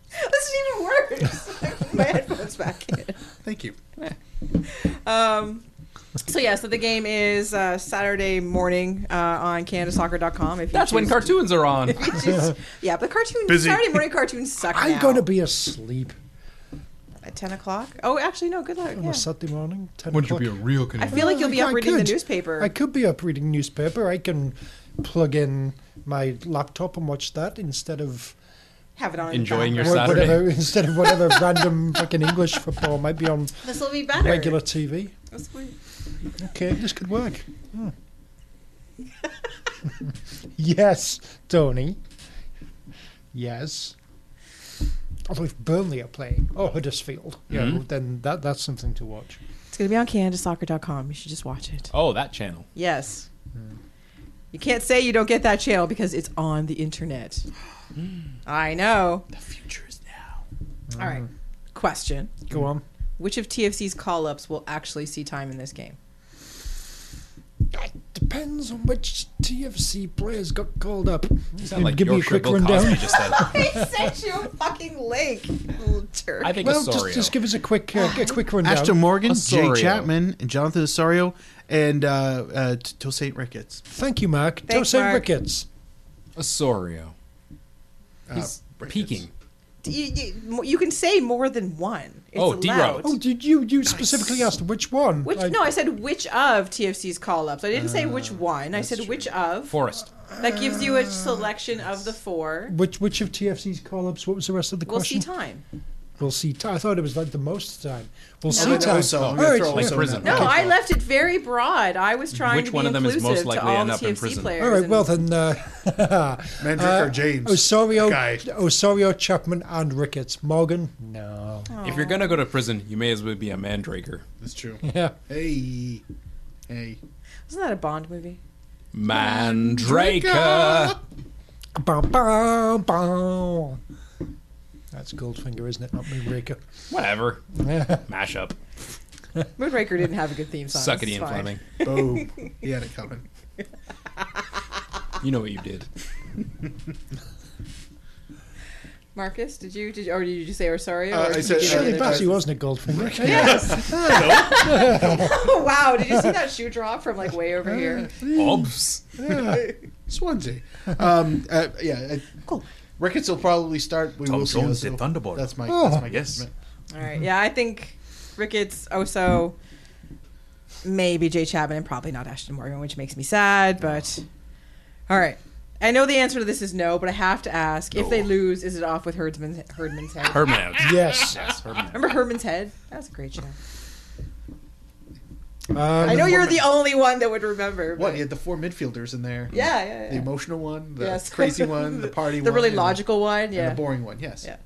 Speaker 3: This is even worse. I put My headphones back in.
Speaker 4: Thank you.
Speaker 3: Um, so yeah, so the game is uh, Saturday morning uh, on CanadaSoccer.com. If you
Speaker 1: That's when
Speaker 3: choose-
Speaker 1: cartoons are on.
Speaker 3: If you choose- yeah, but cartoon
Speaker 1: Busy.
Speaker 3: Saturday morning cartoons suck
Speaker 5: I'm
Speaker 3: now.
Speaker 5: going to be asleep
Speaker 3: at ten o'clock. Oh, actually, no. Good luck.
Speaker 5: on
Speaker 3: Yeah.
Speaker 5: a Saturday morning. 10
Speaker 1: Wouldn't you
Speaker 5: o'clock.
Speaker 1: be a real
Speaker 3: I feel like you'll be
Speaker 5: I
Speaker 3: up reading the
Speaker 5: could.
Speaker 3: newspaper.
Speaker 5: I could be up reading newspaper. I can plug in my laptop and watch that instead of
Speaker 3: Have it on. in the
Speaker 1: Enjoying your
Speaker 3: background.
Speaker 1: Saturday.
Speaker 5: whatever instead of whatever random fucking English football might be on
Speaker 3: This will be better.
Speaker 5: regular TV.
Speaker 3: This will be-
Speaker 5: Okay, this could work. Hmm. yes, Tony. Yes. Although if Burnley are playing or Huddersfield, you know,
Speaker 1: Mhm.
Speaker 5: then that that's something to watch.
Speaker 3: It's going to be on CanadaSoccer.com. You should just watch it.
Speaker 1: Oh, that channel.
Speaker 3: Yes.
Speaker 5: Hmm.
Speaker 3: You can't say you don't get that channel because it's on the internet.
Speaker 5: Hmm.
Speaker 3: I know. The future is now. All right. Question.
Speaker 5: Hmm. Go on.
Speaker 3: Which of TFC's call ups will actually see time in this game?
Speaker 5: Depends on which TFC players got called up.
Speaker 1: sound like Yorkshire Bill Cosby just said.
Speaker 3: I sent you a fucking link, little jerk.
Speaker 1: I think
Speaker 4: Well,
Speaker 5: Well, just,
Speaker 4: Osorio.
Speaker 5: just give us a quick uh, a quick rundown.
Speaker 4: Ashton Morgan,
Speaker 5: Osorio.
Speaker 4: Jay Chapman, and Jonathan Osorio, and uh, uh, T- Till Saint Ricketts.
Speaker 5: Thank you, Mark.
Speaker 4: Thanks,
Speaker 5: Jose
Speaker 4: Mark.
Speaker 5: Ricketts.
Speaker 1: Osorio.
Speaker 4: uh,
Speaker 1: He's peaking.
Speaker 3: you, you- you can say more than one. It's
Speaker 1: Oh,
Speaker 3: allowed.
Speaker 1: D-Rod.
Speaker 5: Oh, did you you specifically asked which one?
Speaker 3: Which
Speaker 5: I-
Speaker 3: no, I said which of TFC's call ups. I didn't say which
Speaker 5: Uh,
Speaker 3: one. I said which of.
Speaker 1: Forrest.
Speaker 3: That gives you a selection of the four.
Speaker 5: Which which of TFC's call-ups? What was the rest of the
Speaker 3: We'll see
Speaker 5: question?
Speaker 3: time.
Speaker 5: We'll see. T- I thought it was like the most time. We'll
Speaker 3: No,
Speaker 5: see
Speaker 3: no,
Speaker 5: time.
Speaker 1: so-
Speaker 5: All
Speaker 1: I'm gonna
Speaker 5: right,
Speaker 1: throw
Speaker 5: yeah.
Speaker 1: like Oh, prison.
Speaker 3: No, I left it very broad. I was trying
Speaker 1: Which
Speaker 3: to be
Speaker 1: one of them is
Speaker 3: inclusive
Speaker 1: most
Speaker 3: to
Speaker 1: likely
Speaker 3: all
Speaker 1: end up
Speaker 3: TFC
Speaker 1: in prison?
Speaker 3: players.
Speaker 5: All right.
Speaker 3: and-
Speaker 5: Well then, uh,
Speaker 4: Mandrick or
Speaker 5: uh,
Speaker 4: James?
Speaker 5: Osorio,
Speaker 1: Guy.
Speaker 5: Osorio, Chapman, and Ricketts. Morgan, no.
Speaker 1: If you're gonna go to prison, you may as well be a mandraker.
Speaker 4: That's true.
Speaker 5: Yeah.
Speaker 4: Hey, hey,
Speaker 3: Wasn't that a Bond movie?
Speaker 1: Mandraker.
Speaker 5: Bum, bum, um, bum. That's Goldfinger, isn't it? Not Moonraker.
Speaker 1: Whatever. Mashup.
Speaker 3: Moonraker didn't have a good theme song.
Speaker 1: Suck it,
Speaker 3: It's
Speaker 1: Ian
Speaker 3: fine.
Speaker 1: Fleming.
Speaker 4: Boom. He had it coming.
Speaker 1: You know what you did.
Speaker 3: Marcus, did you, did you, or did you just say Osorio?
Speaker 4: Uh,
Speaker 3: or
Speaker 4: I
Speaker 3: did
Speaker 4: said,
Speaker 3: you give
Speaker 5: Shirley
Speaker 3: another-
Speaker 5: Bassey wasn't a Goldfinger.
Speaker 3: Yes.
Speaker 5: No.
Speaker 3: oh, wow. Did you see that shoe drop from like way over here?
Speaker 5: Uh,
Speaker 1: Obs.
Speaker 4: Yeah. Swansea. Um, uh, yeah. Cool. Ricketts will probably start. We
Speaker 1: Tom
Speaker 4: will see.
Speaker 1: Jones
Speaker 4: also-
Speaker 1: did Thunderbolt.
Speaker 4: That's my.
Speaker 1: Oh.
Speaker 4: That's my
Speaker 1: Yes.
Speaker 4: guess.
Speaker 3: All right. Yeah, I think Ricketts, Oso, maybe Jay Chapman, and probably not Ashton Morgan, which makes me sad. But all right. I know the answer to this is no, but I have to ask: if they lose, is it off with Herdman's, Herdman's head?
Speaker 1: Herdman out.
Speaker 5: Yes.
Speaker 1: Yes, Herdman out.
Speaker 3: Remember Herdman's head? That was a great show.
Speaker 5: Uh,
Speaker 3: I know you're the only one that would remember.
Speaker 4: Um, What? He had the four midfielders in there.
Speaker 3: Yeah, yeah, yeah.
Speaker 4: The emotional one, the
Speaker 3: Yes.
Speaker 4: crazy one, the party
Speaker 3: The
Speaker 4: one,
Speaker 3: really
Speaker 4: and- Mm-hmm.
Speaker 3: logical one, yeah.
Speaker 4: and the boring one. Yes.
Speaker 3: Yeah.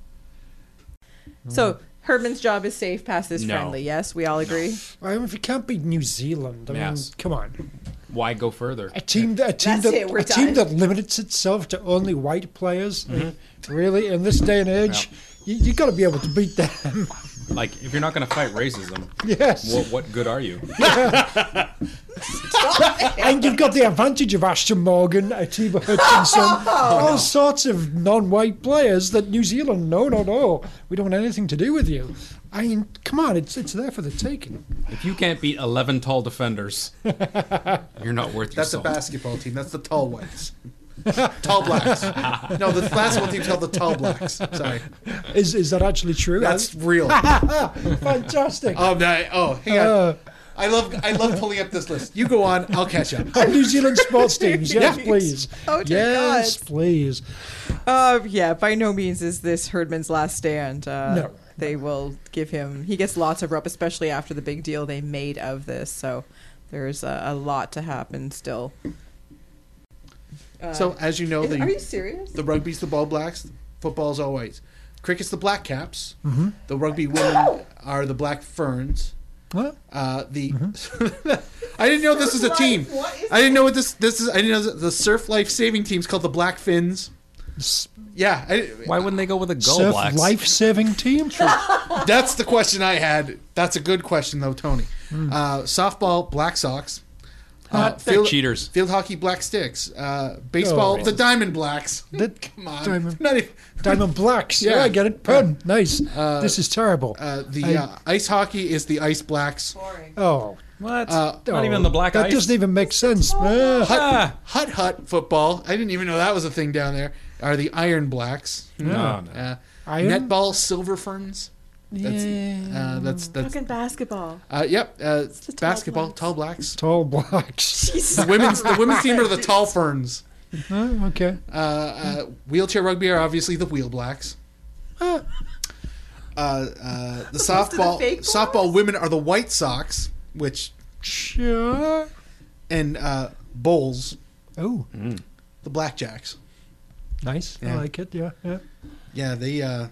Speaker 3: So Herman's job is safe past this
Speaker 1: No.
Speaker 3: friendly. Yes, we all agree.
Speaker 5: I mean, if you can't beat New Zealand, I
Speaker 1: Yes.
Speaker 5: mean, come on.
Speaker 1: Why go further?
Speaker 5: A team that a team
Speaker 3: That's
Speaker 5: that
Speaker 3: it, we're
Speaker 5: a
Speaker 3: done.
Speaker 5: team that limits itself to only white players,
Speaker 4: Mm-hmm.
Speaker 5: really, in this day and age, you, you got to be able to beat them.
Speaker 1: Like, if you're not going to fight racism,
Speaker 5: Yes.
Speaker 1: what, what good are you?
Speaker 5: and you've got the advantage of Ashton Morgan, Atiba Hutchinson,
Speaker 3: Oh.
Speaker 5: all sorts of non-white players that New Zealand, no, no, no, we don't want anything to do with you. I mean, come on, it's it's there for the taking.
Speaker 1: If you can't beat 11 tall defenders, you're not worth your
Speaker 4: That's a
Speaker 1: salt.
Speaker 4: basketball team. That's the tall whites. tall blacks. No, the basketball team's called the tall blacks. Sorry.
Speaker 5: Is is that actually true?
Speaker 4: That's real.
Speaker 5: fantastic.
Speaker 4: Oh, no, oh hang on.
Speaker 5: Uh,
Speaker 4: I love I love pulling up this list. You go on, I'll catch up.
Speaker 5: New Zealand sports teams, yes, please.
Speaker 3: Oh, dear
Speaker 5: yes,
Speaker 3: God.
Speaker 5: please.
Speaker 3: Uh, yeah, by no means is this Herdman's last stand. Uh,
Speaker 5: No.
Speaker 3: They will give him. He gets lots of rub, especially after the big deal they made of this. So there's a, a lot to happen still. Uh,
Speaker 4: So as you know,
Speaker 3: is- are you
Speaker 4: the
Speaker 3: serious?
Speaker 4: the rugby's the ball blacks, football's all whites. Cricket's the black caps.
Speaker 5: Mm-hmm.
Speaker 4: The rugby women are the black ferns.
Speaker 5: What? Mm-hmm.
Speaker 4: Uh, the I didn't know this was a team. I didn't know what this this is. I didn't know that the surf life saving team's called the Black Fins.
Speaker 5: S-
Speaker 4: Yeah, I,
Speaker 1: Why wouldn't they go with a gull
Speaker 5: Surf
Speaker 1: blacks?
Speaker 5: life-saving team.
Speaker 4: that's the question I had. That's a good question though, Tony.
Speaker 5: Hmm.
Speaker 4: Uh, softball, Black Sox. Uh,
Speaker 1: they're cheaters.
Speaker 4: Field hockey, Black Sticks. Uh,
Speaker 5: Oh.
Speaker 4: baseball, the Diamond Blacks.
Speaker 5: The-
Speaker 4: Come on,
Speaker 5: Diamond-
Speaker 4: Not even-
Speaker 5: Diamond Blacks. Yeah,
Speaker 4: Yeah.
Speaker 5: I get it. Pun. Nice. this is terrible.
Speaker 4: Uh,
Speaker 5: I-
Speaker 4: the uh, ice hockey is the Ice Blacks.
Speaker 5: oh,
Speaker 1: What?
Speaker 4: Uh, Oh,
Speaker 1: not
Speaker 5: oh,
Speaker 1: even the black
Speaker 5: That
Speaker 1: ice.
Speaker 5: doesn't even make sense. Ah.
Speaker 4: Hut,
Speaker 1: Ah.
Speaker 4: hut Hut football. I didn't even know that was a thing down there. Are the Iron Blacks?
Speaker 1: No, no.
Speaker 4: Uh,
Speaker 5: Iron?
Speaker 4: Netball Silver Ferns. That's, uh, that's
Speaker 5: Mm,
Speaker 4: that's
Speaker 3: Fucking basketball.
Speaker 4: uh, yep. Uh,
Speaker 3: the tall
Speaker 4: basketball,
Speaker 3: blacks.
Speaker 4: tall blacks.
Speaker 5: Tall blacks.
Speaker 4: The women's the women's team are the tall ferns.
Speaker 5: Oh, okay.
Speaker 4: Uh, uh, wheelchair rugby are obviously the wheel blacks. Uh, uh, the softball
Speaker 3: fake blacks?
Speaker 4: softball women are the White Sox, which
Speaker 5: Sure.
Speaker 4: and uh, bowls
Speaker 5: Oh,
Speaker 4: the Blackjacks.
Speaker 5: nice.
Speaker 4: Yeah.
Speaker 5: I like it. Yeah. yeah.
Speaker 4: Yeah, they uh, they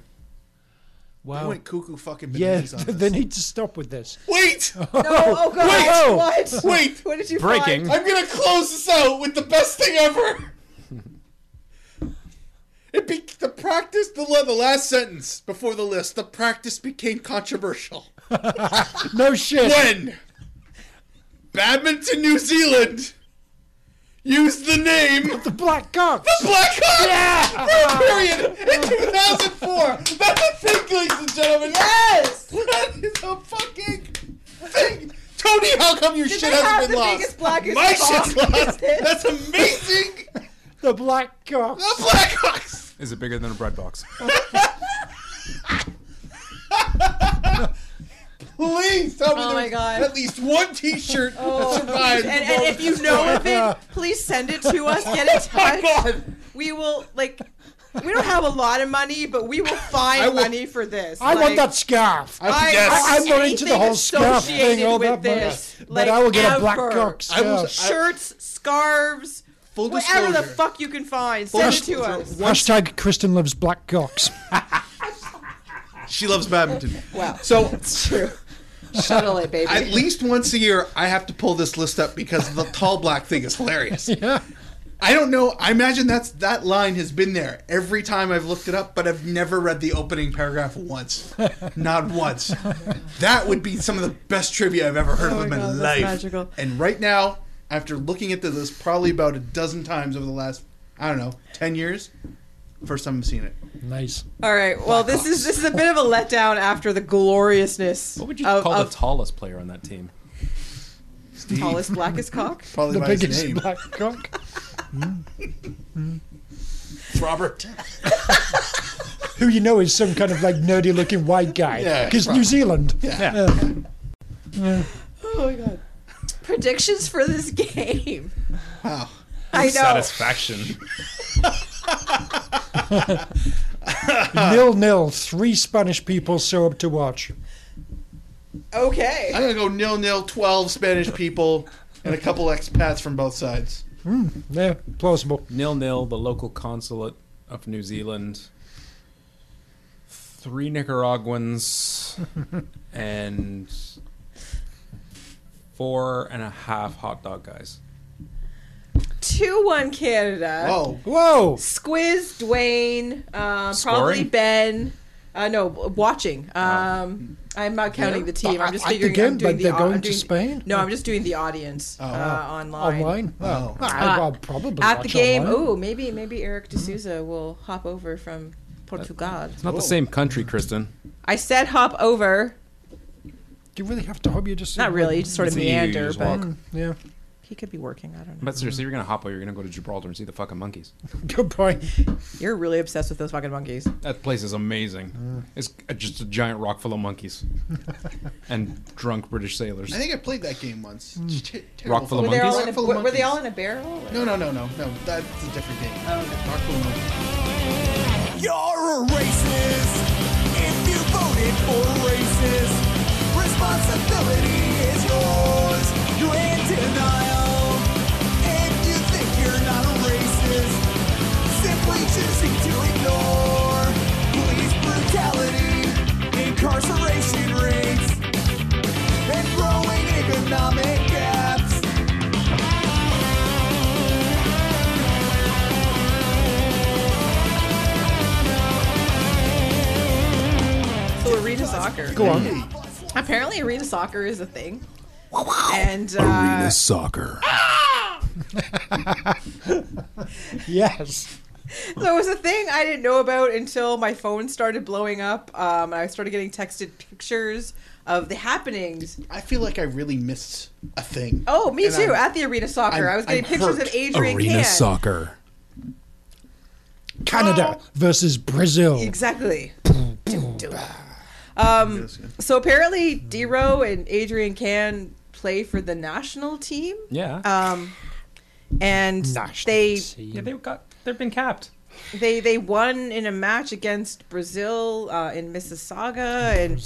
Speaker 5: Wow.
Speaker 4: went cuckoo fucking
Speaker 5: Yeah,
Speaker 4: bananas on
Speaker 5: they
Speaker 4: this.
Speaker 5: need to stop with this.
Speaker 4: Wait,
Speaker 3: No, oh god!
Speaker 5: Whoa.
Speaker 3: What?
Speaker 4: wait!
Speaker 3: What did you
Speaker 1: Breaking.
Speaker 3: Find?
Speaker 4: I'm gonna close this out with the best thing ever. It be the practice the la- the last sentence before the list. The practice became controversial.
Speaker 5: No shit.
Speaker 4: when Badminton New Zealand used the name
Speaker 5: The black cocks.
Speaker 4: Black Hawk for a period in 2004. That's a thing, ladies and gentlemen.
Speaker 3: Yes.
Speaker 4: That is a fucking thing. Tony, how come your
Speaker 3: Did
Speaker 4: shit
Speaker 3: they have
Speaker 4: hasn't
Speaker 3: the
Speaker 4: been
Speaker 3: biggest
Speaker 4: lost?
Speaker 3: blackest
Speaker 4: My
Speaker 3: cock?
Speaker 4: shit's lost. That's amazing. The
Speaker 5: The black cocks.
Speaker 4: Blackhawks.
Speaker 1: Is it bigger than a bread box?
Speaker 4: Please tell me
Speaker 3: Oh
Speaker 4: there
Speaker 3: my
Speaker 4: was
Speaker 3: God.
Speaker 4: at least one T-shirt that survived.
Speaker 3: Oh. And, and if you know of it, please send it to us. Get in
Speaker 4: Oh my
Speaker 3: touch.
Speaker 4: God.
Speaker 3: We will like. We don't have a lot of money, but we will find
Speaker 4: I will-
Speaker 3: money for this.
Speaker 5: I want
Speaker 3: Like-
Speaker 5: that scarf. I,
Speaker 3: I,
Speaker 4: Yes.
Speaker 5: I'm not into the
Speaker 3: anything
Speaker 5: whole scarf
Speaker 3: associated
Speaker 5: thing all
Speaker 3: with
Speaker 5: that
Speaker 3: this,
Speaker 5: much,
Speaker 3: like,
Speaker 5: but I will get a black
Speaker 3: ever.
Speaker 5: cock
Speaker 4: I will-
Speaker 5: scarf.
Speaker 3: Shirts, scarves,
Speaker 4: Full
Speaker 3: whatever the
Speaker 4: disclosure.
Speaker 3: fuck you can find, send it to
Speaker 4: disclosure.
Speaker 3: us.
Speaker 5: Hashtag Kristen loves black cocks.
Speaker 4: She loves badminton.
Speaker 3: Wow,
Speaker 4: So
Speaker 3: it's true. Shuttle it, baby.
Speaker 4: at least once a year, I have to pull this list up because the tall black thing is hilarious.
Speaker 5: yeah.
Speaker 4: I don't know. I imagine that's that line has been there every time I've looked it up, but I've never read the opening paragraph once, not once. That would be some of the best trivia I've ever heard
Speaker 3: Oh
Speaker 4: of in
Speaker 3: my
Speaker 4: my
Speaker 3: God, that's
Speaker 4: life.
Speaker 3: magical.
Speaker 4: And right now, after looking at the list probably about a dozen times over the last, I don't know, ten years, first time I've seen it.
Speaker 5: Nice.
Speaker 3: All right. Well, this is this is a bit of a letdown after the gloriousness
Speaker 1: What would you
Speaker 3: of,
Speaker 1: call
Speaker 3: of
Speaker 1: the tallest player on that team?
Speaker 3: tallest blackest cock.
Speaker 4: Probably
Speaker 5: The
Speaker 4: by his
Speaker 5: biggest
Speaker 4: name,
Speaker 5: black cock.
Speaker 3: Uh,
Speaker 4: Robert.
Speaker 5: Who you know is some kind of like nerdy looking white guy.
Speaker 4: Yeah,
Speaker 5: Because New Zealand. Uh,
Speaker 3: Oh my god. Predictions for this game.
Speaker 4: Wow.
Speaker 3: I know.
Speaker 1: Satisfaction.
Speaker 5: nil nil. Three Spanish people show up to watch.
Speaker 3: Okay.
Speaker 4: I'm gonna go nil nil twelve Spanish people and a couple expats from both sides.
Speaker 5: Hmm, Yeah, plausible.
Speaker 1: Nil nil. The local consulate of New Zealand. three Nicaraguans and four and a half hot dog guys.
Speaker 3: Two one Canada.
Speaker 1: Whoa.
Speaker 5: Whoa.
Speaker 3: Squiz, Dwayne, um, probably
Speaker 1: Scoring? Oh.
Speaker 3: Ben. Uh, no, b- watching. Um, I'm not counting the team. I'm just
Speaker 5: I- I-
Speaker 3: figuring.
Speaker 5: again,
Speaker 3: I'm doing
Speaker 5: like
Speaker 3: the
Speaker 5: they're
Speaker 3: au-
Speaker 5: going
Speaker 3: I'm
Speaker 5: to
Speaker 3: doing-
Speaker 5: Spain?
Speaker 3: No, I'm just doing the audience
Speaker 5: Oh.
Speaker 3: uh, online.
Speaker 5: Online? Oh.
Speaker 3: Uh,
Speaker 5: I- I'll probably
Speaker 3: at the
Speaker 5: watch
Speaker 3: game.
Speaker 5: online. Hmm?
Speaker 3: Oh, maybe maybe Eric D'Souza will hop over from Portugal.
Speaker 1: It's not
Speaker 5: Oh.
Speaker 1: the same country, Kristen.
Speaker 3: I said hop over.
Speaker 5: Do you really have to hop? You just
Speaker 3: not really. You just sort of
Speaker 1: It's easier, you
Speaker 3: meander,
Speaker 1: just
Speaker 3: but
Speaker 1: walk.
Speaker 5: yeah.
Speaker 3: He could be working. I don't know.
Speaker 1: But seriously, if you're gonna hop or you're gonna go to Gibraltar and see the fucking monkeys.
Speaker 5: Good point.
Speaker 3: You're really obsessed with those fucking monkeys.
Speaker 1: That place is amazing.
Speaker 4: Mm.
Speaker 1: It's just a giant rock full of monkeys and drunk British sailors.
Speaker 4: I think I played that game once. T- terrible
Speaker 1: Hmm. Rock full of
Speaker 4: fun.
Speaker 1: Were they all monkeys? in a-
Speaker 4: Rock full of
Speaker 3: were- were they
Speaker 4: monkeys.
Speaker 3: all in a barrel? Oh,
Speaker 4: No, no, no, no, no. That's a different game. Rock full of monkeys.
Speaker 13: You're a racist if you voted for racist. Responsibility is yours. You're in denial. And you think you're not a racist. Simply choosing to ignore police brutality, incarceration rates, and growing economic gaps.
Speaker 3: So arena soccer.
Speaker 13: Go on.
Speaker 3: Apparently, arena soccer is a thing. And uh,
Speaker 9: Arena soccer.
Speaker 5: yes.
Speaker 3: so it was a thing I didn't know about until my phone started blowing up. Um, I started getting texted pictures of the happenings.
Speaker 4: I feel like I really missed a thing.
Speaker 3: Oh, me
Speaker 4: And
Speaker 3: too.
Speaker 4: I'm-
Speaker 3: at the arena soccer,
Speaker 4: I'm-
Speaker 3: i was getting
Speaker 4: I'm
Speaker 3: pictures
Speaker 4: hurt.
Speaker 3: of Adrian
Speaker 5: Arena
Speaker 3: Can.
Speaker 5: soccer.
Speaker 3: Oh.
Speaker 5: Canada versus Brazil.
Speaker 3: Exactly. Um, so apparently, Dero and Adrian Can play for the national team.
Speaker 1: Yeah.
Speaker 3: Um, and they
Speaker 1: yeah they got they've been capped.
Speaker 3: they they won in a match against Brazil uh, in Mississauga, and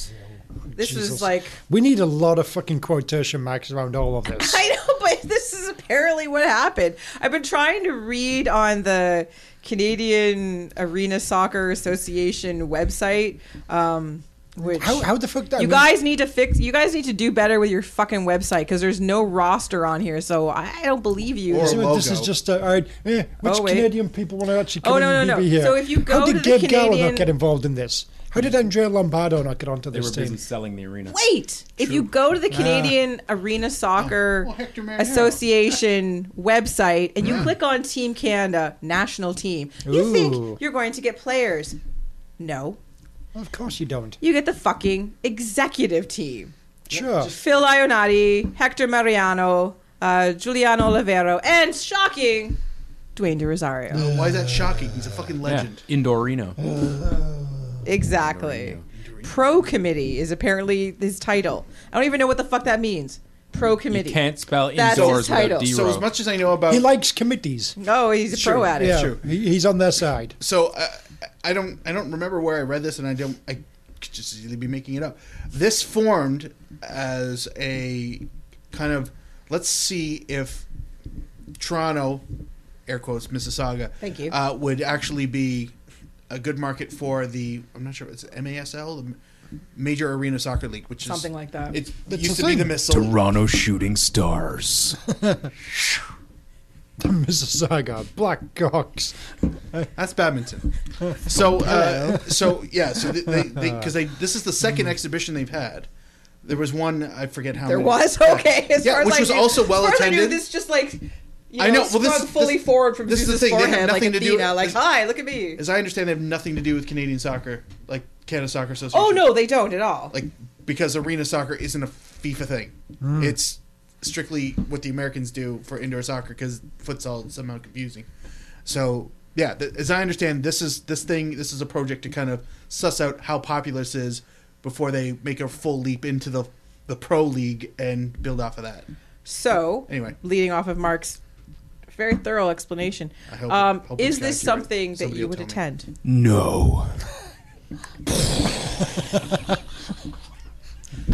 Speaker 3: this
Speaker 5: Jesus.
Speaker 3: was like
Speaker 5: We need a lot of fucking quotation marks around all of this.
Speaker 3: I know, but this is apparently what happened. I've been trying to read on the Canadian Arena Soccer Association website. Um, which
Speaker 5: How- how the fuck that-
Speaker 3: you
Speaker 5: I mean-
Speaker 3: guys need to fix you guys need to do better with your fucking website because there's no roster on here so I, I don't believe you
Speaker 5: So This is just a, all right, eh, which
Speaker 3: Oh, wait.
Speaker 5: Canadian people want to actually come
Speaker 3: Oh, no,
Speaker 5: and
Speaker 3: no,
Speaker 5: be
Speaker 3: no.
Speaker 5: here?
Speaker 3: So if you
Speaker 5: How
Speaker 3: go
Speaker 5: did
Speaker 3: to the
Speaker 5: Gabe Gallagher
Speaker 3: Canadian-
Speaker 5: not get involved in this? How did Andrea Lombardo not get onto
Speaker 1: They were
Speaker 5: this
Speaker 1: busy
Speaker 5: team?
Speaker 1: selling the arena. Ah.
Speaker 3: Wait, if you go to the Canadian Arena Soccer
Speaker 5: Oh.
Speaker 4: Marinaro.
Speaker 3: Association website and you click on Team Canada national team, you
Speaker 5: Ooh.
Speaker 3: think you're going to get players. No,
Speaker 5: Of course you don't.
Speaker 3: you get the fucking executive team.
Speaker 5: Sure.
Speaker 3: Phil Ionati, Hector Mariano, uh, Giuliano Olivero, and shocking, Dwayne De Rosario.
Speaker 4: Why is that shocking? He's a fucking
Speaker 1: Yeah,
Speaker 4: legend. Uh,
Speaker 1: Indorino.
Speaker 3: Exactly. Pro committee is apparently his title. I don't even know what the fuck that means. Pro committee.
Speaker 1: You can't spell
Speaker 3: That's his
Speaker 1: indoors
Speaker 3: title.
Speaker 1: without D
Speaker 4: So as much as I know about,
Speaker 5: He likes committees.
Speaker 3: No, Oh, he's a pro at it.
Speaker 5: Yeah,
Speaker 4: Sure.
Speaker 5: he- he's on their side.
Speaker 4: so uh, I don't I don't remember where I read this, and I don't I could just easily be making it up. This formed as a kind of let's see if Toronto, air quotes Mississauga,
Speaker 3: Thank you.
Speaker 4: uh, would actually be a good market for the I'm not sure if it's MASL, the Major Arena Soccer League, which
Speaker 3: Something
Speaker 4: is
Speaker 3: like that.
Speaker 4: It
Speaker 5: That's
Speaker 4: used to
Speaker 5: the
Speaker 4: be
Speaker 5: thing.
Speaker 4: the missile.
Speaker 9: Toronto Shooting Stars.
Speaker 5: The Mississauga, Blackhawks.
Speaker 4: That's badminton. So, uh, so yeah, so they because they, because they, this is the second exhibition they've had. There was one I forget how
Speaker 3: Hmm. There
Speaker 4: many.
Speaker 3: was
Speaker 4: Yeah.
Speaker 3: okay. As
Speaker 4: yeah,
Speaker 3: far as
Speaker 4: which
Speaker 3: I
Speaker 4: was
Speaker 3: knew-
Speaker 4: also
Speaker 3: as
Speaker 4: well
Speaker 3: far as I knew,
Speaker 4: attended.
Speaker 3: This just like you know,
Speaker 4: I know, well, this-
Speaker 3: sprung fully
Speaker 4: this-
Speaker 3: forward from
Speaker 4: this is the
Speaker 3: Zeus's
Speaker 4: thing, they have
Speaker 3: forehead like
Speaker 4: nothing
Speaker 3: a
Speaker 4: to do-
Speaker 3: Athena, like
Speaker 4: this-
Speaker 3: hi, look at me.
Speaker 4: As I understand, they have nothing to do with Canadian soccer, like Canada Soccer Association.
Speaker 3: Oh no, they don't at all.
Speaker 4: like because arena soccer isn't a FIFA thing. It's strictly what the Americans do for indoor soccer because futsal is somehow confusing. So yeah, th- as I understand, this is this thing. This is a project to kind of suss out how popular this is before they make a full leap into the the pro league and build off of that.
Speaker 3: So
Speaker 4: Anyway.
Speaker 3: leading off of Mark's very thorough explanation,
Speaker 4: I hope-
Speaker 3: um,
Speaker 4: hope
Speaker 3: is
Speaker 4: it's
Speaker 3: this
Speaker 4: accurate.
Speaker 3: something that
Speaker 4: Somebody
Speaker 3: you
Speaker 4: will
Speaker 3: would
Speaker 4: tell me.
Speaker 3: attend?
Speaker 9: No.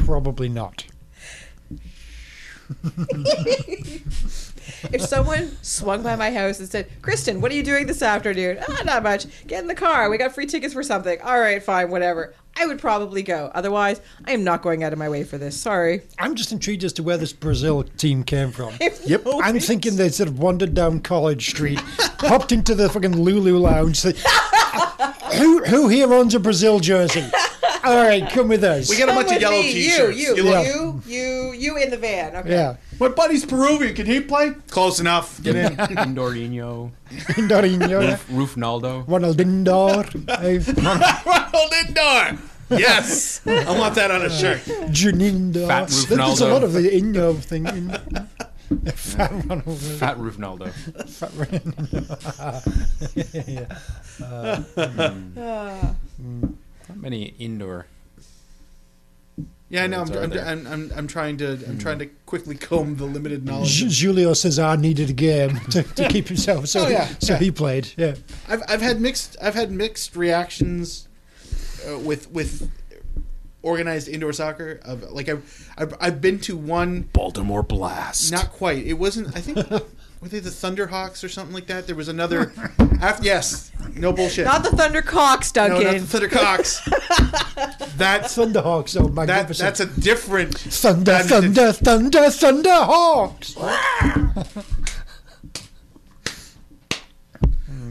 Speaker 5: Probably not.
Speaker 3: if someone swung by my house and said, Kristen, what are you doing this afternoon? Ah, not much. Get in the car. We got free tickets for something. All right, fine, whatever. I would probably go. Otherwise, I am not going out of my way for this. Sorry.
Speaker 5: I'm just intrigued as to where this Brazil team came from. yep. I'm thinking they sort of wandered down College Street, popped into the fucking Lulu Lounge. said, who, who here owns a Brazil jersey? All right, come with us.
Speaker 4: We got a bunch of yellow t-shirts.
Speaker 3: You, you,
Speaker 4: You look-
Speaker 3: you, you, you in the van. Okay.
Speaker 5: Yeah.
Speaker 4: My buddy's Peruvian. Can he play? Close enough. Get in.
Speaker 1: Dorino.
Speaker 5: Dorino.
Speaker 1: Roof, Roof Naldo.
Speaker 5: Ronaldinho. eh,
Speaker 2: Ronald Indor. Yes, I want that on a shirt.
Speaker 5: Juninho.
Speaker 1: Fat Roof
Speaker 5: There's a
Speaker 1: Naldo.
Speaker 5: lot of the Inho thing. In, fat Ronaldo.
Speaker 1: Fat Roof Naldo.
Speaker 5: Fat Ronaldo. yeah. Uh,
Speaker 1: Mm.
Speaker 3: Ah.
Speaker 4: Mm.
Speaker 1: Not many indoor.
Speaker 4: Yeah, I know. I'm,
Speaker 1: Words are
Speaker 4: I'm,
Speaker 1: there.
Speaker 4: I'm, I'm, I'm trying to I'm trying to quickly comb the limited
Speaker 5: Mm.
Speaker 4: knowledge.
Speaker 5: Ju- Julio Cesar needed a game to, to keep himself, so
Speaker 4: Oh, yeah,
Speaker 5: so
Speaker 4: yeah.
Speaker 5: he played. Yeah,
Speaker 4: I've, I've had mixed I've had mixed reactions uh, with with organized indoor soccer. Of like I've, I've I've been to one
Speaker 9: Baltimore Blast.
Speaker 4: Not quite. It wasn't. I think were they the Thunderhawks or something like that? There was another. af yes, no bullshit.
Speaker 3: Not the Thundercocks, Duncan.
Speaker 4: No, not the Thundercocks. that's
Speaker 5: Thunderhawks. Oh,
Speaker 4: that,
Speaker 5: magnificent!
Speaker 4: that's a different
Speaker 5: thunder,
Speaker 4: that is a-
Speaker 5: thunder, thunder, Thunderhawks.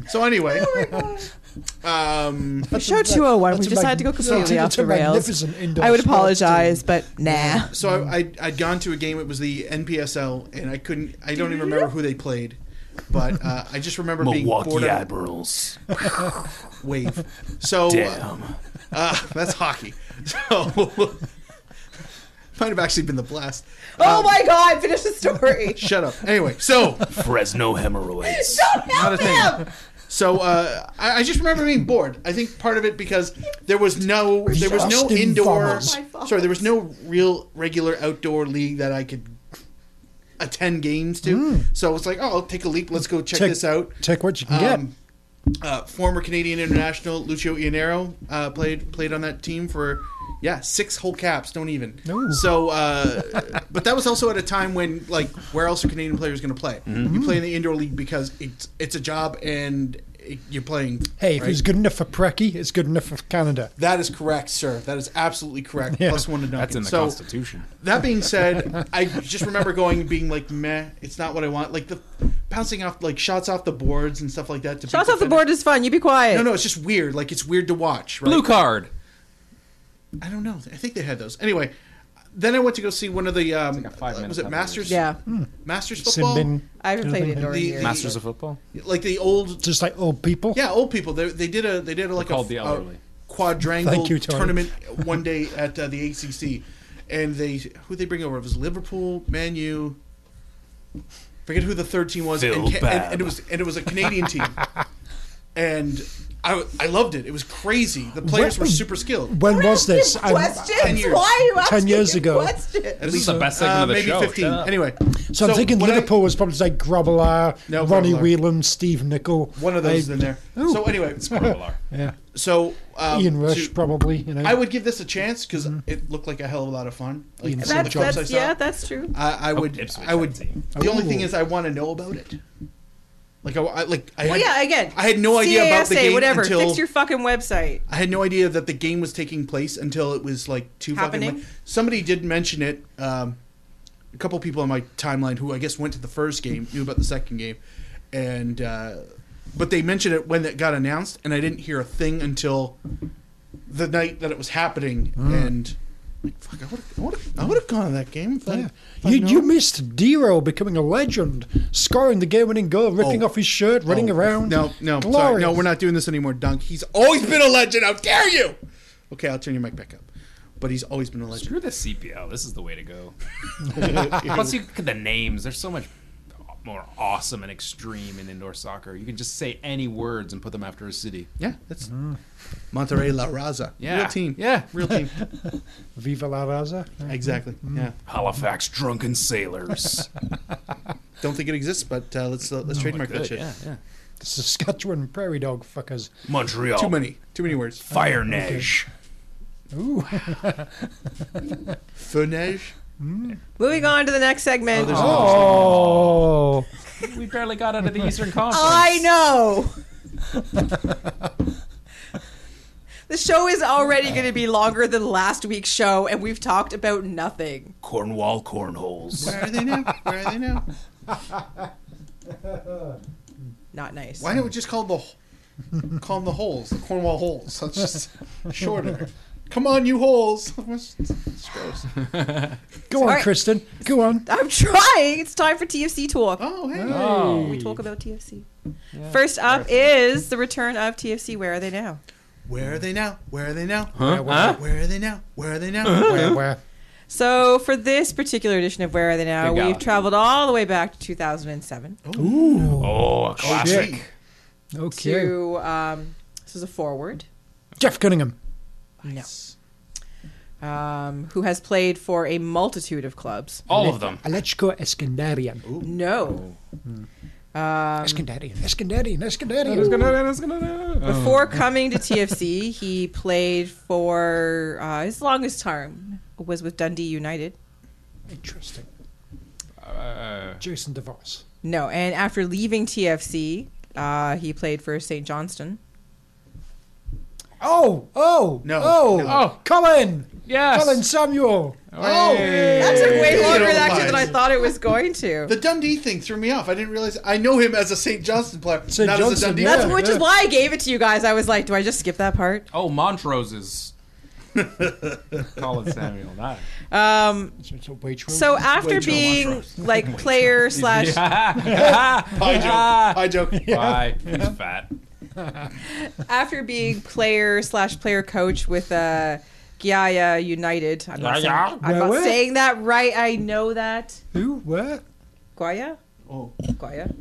Speaker 4: So anyway, um,
Speaker 3: Show 201. We decided to go completely off the rails. I would apologize, but nah.
Speaker 4: So I, I I'd gone to a game. It was the NPSL, and I couldn't. I don't even remember who they played, but uh, I just remember
Speaker 11: Milwaukee
Speaker 4: being bored. out-
Speaker 11: Admirals.
Speaker 4: wave. So uh,
Speaker 11: Damn.
Speaker 4: uh, that's hockey. So might have actually been the blast.
Speaker 3: Oh
Speaker 4: Um,
Speaker 3: my God! Finish the story.
Speaker 4: Shut up. Anyway, so
Speaker 11: Fresno hemorrhoids.
Speaker 3: Don't help him.
Speaker 4: So uh, I, I just remember being bored. I think part of it because there was no there was no
Speaker 5: Just in
Speaker 4: indoor
Speaker 5: vomits.
Speaker 4: sorry there was no real regular outdoor league that I could attend games to. So it's like oh I'll take a leap. Let's go check
Speaker 5: Check-
Speaker 4: this out.
Speaker 5: Check what you can
Speaker 4: Um, Uh, former Canadian international Lucio Iannero uh, played played on that team for yeah six whole caps. Don't even.
Speaker 5: No.
Speaker 4: So, uh, but that was also at a time when like where else are Canadian players going to play? You play in the indoor league because it's it's a job and it, you're playing.
Speaker 5: get. Hey, if
Speaker 4: right?
Speaker 5: it's good enough for Preki, it's good enough for Canada.
Speaker 4: that is correct, sir. That is absolutely correct.
Speaker 5: Yeah.
Speaker 4: Plus one to Duncan.
Speaker 1: That's in the
Speaker 4: so,
Speaker 1: Constitution.
Speaker 4: That being said, I just remember going and being like, meh, it's not what I want. Like the bouncing off like shots off the boards and stuff like that. To beat
Speaker 3: Shots off the
Speaker 4: defenders.
Speaker 3: board is fun. You be quiet.
Speaker 4: No, no, it's just weird. Like it's weird to watch. Right?
Speaker 1: Blue card.
Speaker 4: I don't know. I think they had those. Anyway, then I went to go see one of the um,
Speaker 1: like a five-minute
Speaker 4: was it Masters?
Speaker 3: Yeah.
Speaker 4: Masters football.
Speaker 5: Simbin.
Speaker 3: I haven't played indoor in
Speaker 4: The-
Speaker 3: years.
Speaker 1: Masters of football.
Speaker 4: Like the old,
Speaker 5: Just like old people.
Speaker 4: yeah, old people. They, they did a they did a, like a,
Speaker 1: called the elderly.
Speaker 4: a quadrangle
Speaker 5: Thank you, Tony.
Speaker 4: tournament one day at uh, the ACC, and they who they bring over it was Liverpool, Man U. Forget who the third team was,
Speaker 11: Phil
Speaker 4: and, ca- and,
Speaker 11: Babb.
Speaker 4: and it was and it was a Canadian team, and I I loved it. It was crazy. The players were
Speaker 5: What-
Speaker 4: super skilled.
Speaker 5: When was this? I'm-
Speaker 3: Questions?
Speaker 4: ten years.
Speaker 3: Why are you asking
Speaker 5: 10 years
Speaker 3: me
Speaker 5: ago.
Speaker 3: questions?
Speaker 1: This is the best segment
Speaker 4: Uh,
Speaker 1: of the
Speaker 4: maybe
Speaker 1: show.
Speaker 4: 15.
Speaker 1: Shut up.
Speaker 4: Anyway.
Speaker 5: so, I'm thinking
Speaker 4: when I-
Speaker 5: Liverpool was probably like Grobbelaar,
Speaker 4: No,
Speaker 5: Ronnie
Speaker 4: Grobbelaar.
Speaker 5: Whelan, Steve Nichol.
Speaker 4: one of those
Speaker 5: I-
Speaker 4: in there. So anyway,
Speaker 5: Yeah.
Speaker 4: so um,
Speaker 5: Ian Rush,
Speaker 4: to-
Speaker 5: probably. You know. Mm-hmm.
Speaker 4: I would give this a chance because it looked like a hell of a lot of fun. Like,
Speaker 5: Ian
Speaker 4: some of the
Speaker 3: That's,
Speaker 4: clips I
Speaker 3: that's,
Speaker 4: saw,
Speaker 3: yeah, that's true.
Speaker 4: I, I would.
Speaker 1: Ipswich
Speaker 4: I would.
Speaker 1: had team.
Speaker 4: The only thing
Speaker 5: Ooh.
Speaker 4: is, I want to know about it. Like I, I like I.
Speaker 3: Well,
Speaker 4: had,
Speaker 3: yeah, again.
Speaker 4: I had no idea about the
Speaker 3: CASA,
Speaker 4: game
Speaker 3: whatever.
Speaker 4: until
Speaker 3: Fix your fucking website.
Speaker 4: I had no idea that the game was taking place until it was like two fucking.
Speaker 3: Happening?
Speaker 4: late. Somebody did mention it. Um, a couple people on my timeline who I guess went to the first game knew about the second game, and uh, but they mentioned it when it got announced, and I didn't hear a thing until the night that it was happening.
Speaker 1: Mm.
Speaker 4: And like, fuck, I would have, I would have, I would have gone to that game. If I-
Speaker 5: Yeah.
Speaker 4: if I
Speaker 5: You,
Speaker 4: known.
Speaker 5: you missed Dero becoming a legend, scoring the game-winning goal, ripping
Speaker 4: Oh.
Speaker 5: off his shirt, running
Speaker 4: Oh,
Speaker 5: around.
Speaker 4: No, no,
Speaker 5: Glorious.
Speaker 4: sorry, no, we're not doing this anymore, Dunk. He's always been a legend. How dare you? Okay, I'll turn your mic back up. But he's always been a legend.
Speaker 1: Screw the CPL. This is the way to go. Plus, you look at the names. They're so much more awesome and extreme in indoor soccer. You can just say any words and put them after a city.
Speaker 4: Yeah, that's
Speaker 5: Mm.
Speaker 4: Monterrey La Raza.
Speaker 1: Yeah.
Speaker 4: Real team.
Speaker 1: Yeah.
Speaker 4: Real team.
Speaker 5: Viva la Raza. Mm-hmm.
Speaker 4: exactly. Yeah.
Speaker 1: Mm.
Speaker 11: Halifax drunken sailors.
Speaker 4: Don't think it exists, but uh, let's uh,
Speaker 5: Oh
Speaker 4: let's trademark that
Speaker 1: Oh, Good,
Speaker 4: shit.
Speaker 1: yeah, yeah.
Speaker 5: Saskatchewan prairie dog fuckers. Oh,
Speaker 11: Montreal.
Speaker 4: Too many. Too many words.
Speaker 11: Fire Neige.
Speaker 5: Ooh.
Speaker 4: Fenege.
Speaker 3: Moving on to the next segment.
Speaker 5: Oh.
Speaker 1: we barely got out of the Eastern Conference.
Speaker 3: I know. the show is already going to be longer than last week's show, and we've talked about nothing.
Speaker 11: Cornwall cornholes.
Speaker 4: Where are they now? Where are they now?
Speaker 3: Not nice.
Speaker 4: Why don't we just call the call them the holes, the Cornwall holes? That's just shorter. Come on, you holes. It's gross.
Speaker 5: Go on,
Speaker 3: Sorry.
Speaker 5: Kristen. Go on.
Speaker 3: I'm trying. It's time for TFC talk.
Speaker 4: Oh, hey.
Speaker 5: Oh.
Speaker 3: We talk about TFC. First up is the return of TFC. Where are they now?
Speaker 4: Where are they now? Where are they now?
Speaker 1: Huh?
Speaker 4: Where, where,
Speaker 1: Huh?
Speaker 4: where are they now? Where are they now?
Speaker 5: Where, where?
Speaker 3: So for this particular edition of Where Are They Now,
Speaker 1: Good God.
Speaker 3: we've traveled all the way back to 2007
Speaker 5: Ooh.
Speaker 1: Oh, a classic.
Speaker 5: Shit. Okay.
Speaker 3: to um, this is a forward.
Speaker 5: Jeff Cunningham.
Speaker 3: No. Um, who has played for a multitude of clubs?
Speaker 1: All of them.
Speaker 5: Alechko Eskandarian.
Speaker 3: No. Um,
Speaker 5: Eskandarian. Eskandarian. Eskandarian.
Speaker 3: Before coming to TFC, he played for uh, his longest term was with Dundee United.
Speaker 5: Interesting.
Speaker 1: Uh,
Speaker 5: Jason DeVos.
Speaker 3: No, and after leaving TFC, uh, he played for St. Johnston.
Speaker 5: Oh, oh,
Speaker 4: No,
Speaker 5: oh,
Speaker 4: no.
Speaker 5: oh, Colin,
Speaker 1: yes.
Speaker 5: Colin Samuel. Oh,
Speaker 3: That took way longer
Speaker 4: don't
Speaker 3: actually than I
Speaker 4: mind.
Speaker 3: thought it was going to.
Speaker 4: The Dundee thing threw me off. I didn't realize. I know him as a St. Johnston player,
Speaker 5: St.
Speaker 4: not as a
Speaker 5: Johnston,
Speaker 4: Dundee
Speaker 5: yeah.
Speaker 3: That's
Speaker 4: player.
Speaker 3: which is why I gave it to you guys. I was like, do I just skip that part?
Speaker 1: Oh, Montrose is Colin Samuel. That.
Speaker 3: Um,
Speaker 5: So it's a wage roll.
Speaker 3: so after being like player slash
Speaker 4: I joke. I joke.
Speaker 1: Bye. He's fat.
Speaker 3: after being player slash player coach with uh, Giaya United. I'm not, saying,
Speaker 1: Giaya?
Speaker 3: I'm not
Speaker 5: Where?
Speaker 3: saying that right. I know that.
Speaker 5: who? Where?
Speaker 3: Guaya?
Speaker 4: Oh,
Speaker 3: Guaya?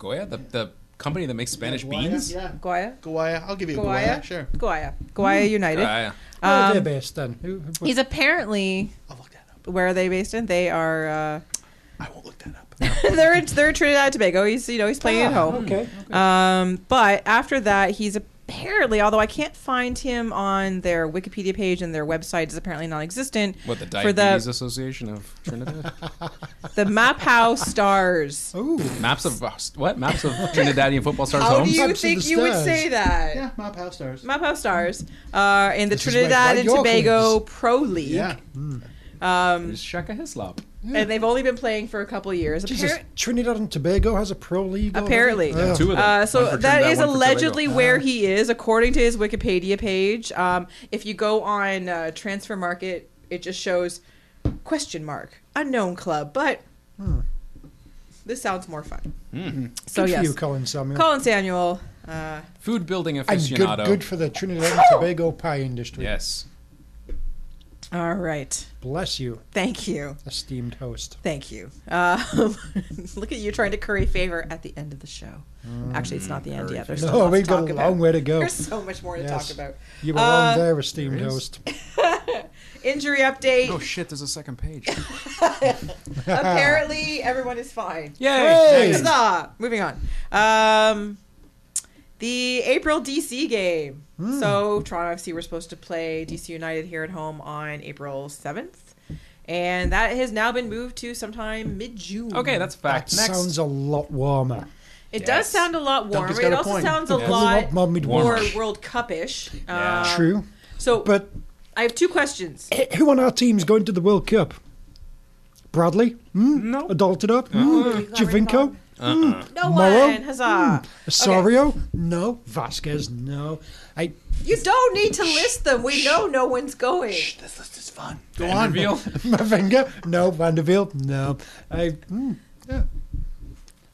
Speaker 1: Goya, the, the company that makes Spanish beans.
Speaker 4: Yeah,
Speaker 3: Guaya?
Speaker 4: Gawaya. I'll give you
Speaker 3: Guaya?
Speaker 4: Gawaya. Sure.
Speaker 3: Guaya. Guaya United.
Speaker 1: Goya.
Speaker 5: oh, they're
Speaker 3: Um,
Speaker 5: based then. Who, who-
Speaker 3: he's apparently.
Speaker 4: I'll look that up.
Speaker 3: Where are they based in? They are. Uh,
Speaker 4: I won't look that up. Ah,
Speaker 3: they're in, they're in Trinidad and Tobago. He's you know he's playing at home.
Speaker 5: okay.
Speaker 3: Um, but after that, he's apparently, although I can't find him on their Wikipedia page and their website is apparently non-existent.
Speaker 1: What, the
Speaker 3: for
Speaker 1: Diabetes
Speaker 3: the
Speaker 1: Association of Trinidad?
Speaker 3: the Map House Stars?
Speaker 5: Ooh,
Speaker 1: Maps of what? Maps of Trinidadian football stars
Speaker 3: How do
Speaker 1: homes.
Speaker 3: you
Speaker 5: Maps of
Speaker 3: think
Speaker 5: the
Speaker 3: you would
Speaker 5: Stars.
Speaker 3: say that?
Speaker 4: Yeah, my Power Stars.
Speaker 3: Map House Stars are in the
Speaker 5: This is where
Speaker 3: Trinidad
Speaker 5: Dwight
Speaker 3: and
Speaker 5: York
Speaker 3: Tobago
Speaker 5: is.
Speaker 3: Pro League,
Speaker 4: Yeah.
Speaker 3: um,
Speaker 1: There's Shaka Hislop.
Speaker 3: and they've only been playing for a couple of years.
Speaker 5: Jesus.
Speaker 3: Appar-
Speaker 5: Trinidad and Tobago has a pro league. already?
Speaker 3: Apparently.
Speaker 5: Oh.
Speaker 1: Two of them.
Speaker 3: Uh,
Speaker 1: One
Speaker 3: so
Speaker 1: for
Speaker 3: that
Speaker 1: Trinidad,
Speaker 3: is
Speaker 1: one for Tobago.
Speaker 3: allegedly where he is, according to his Wikipedia page. Um, if you go on uh, Transfer Market, it just shows question mark unknown club, but this sounds more fun. Uh, So
Speaker 5: good
Speaker 3: yes,
Speaker 5: for you, Colin Samuel.
Speaker 3: Colin Samuel. Uh,
Speaker 1: Food building
Speaker 5: and
Speaker 1: aficionado.
Speaker 5: good, good for the Trinidad and Tobago pie industry.
Speaker 1: Yes.
Speaker 3: all right,
Speaker 5: Bless you,
Speaker 3: thank you,
Speaker 5: esteemed host.
Speaker 3: thank you. Um, look at you trying to curry favor at the end of the show. Actually, it's not the end yet. There's still
Speaker 5: No,
Speaker 3: lots
Speaker 5: we've
Speaker 3: to
Speaker 5: got
Speaker 3: talk
Speaker 5: a
Speaker 3: about.
Speaker 5: long way to go.
Speaker 3: There's so much more to
Speaker 5: Yes.
Speaker 3: talk about.
Speaker 5: You were
Speaker 3: Uh,
Speaker 5: on there, esteemed
Speaker 1: there is.
Speaker 5: host.
Speaker 3: Injury update.
Speaker 1: Oh shit! There's a second page.
Speaker 3: Apparently, everyone is fine.
Speaker 5: Hey!
Speaker 3: Huzzah! Moving on. Um, the April DC game.
Speaker 1: Hmm.
Speaker 3: So Toronto FC were supposed to play DC United here at home on April seventh, and that has now been moved to sometime mid-June.
Speaker 1: Okay, that's a fact.
Speaker 5: That sounds a lot warmer.
Speaker 3: It does
Speaker 1: Yes.
Speaker 3: sound a lot warmer.
Speaker 4: got
Speaker 3: It
Speaker 4: a
Speaker 3: also
Speaker 4: point.
Speaker 3: sounds a
Speaker 5: Yes.
Speaker 3: lot
Speaker 5: Warm- warm-
Speaker 3: more
Speaker 5: warm.
Speaker 3: World Cupish.
Speaker 1: Yeah.
Speaker 3: Um,
Speaker 5: True,
Speaker 3: So,
Speaker 5: but
Speaker 3: I have two questions.
Speaker 5: Eh, who on our team's going to the World Cup? Bradley? Hmm?
Speaker 1: No.
Speaker 5: Adulted up? Hmm? Javinko?
Speaker 4: Uh-uh.
Speaker 3: No
Speaker 5: Morrow?
Speaker 3: one. Huzzah!
Speaker 5: Osorio? No. Vasquez? No. I
Speaker 3: You don't need to list them. We know no one's going.
Speaker 4: This list is fun.
Speaker 1: Go on. Reveal.
Speaker 5: my finger? No. Vanderbilt? No. I hmm, yeah.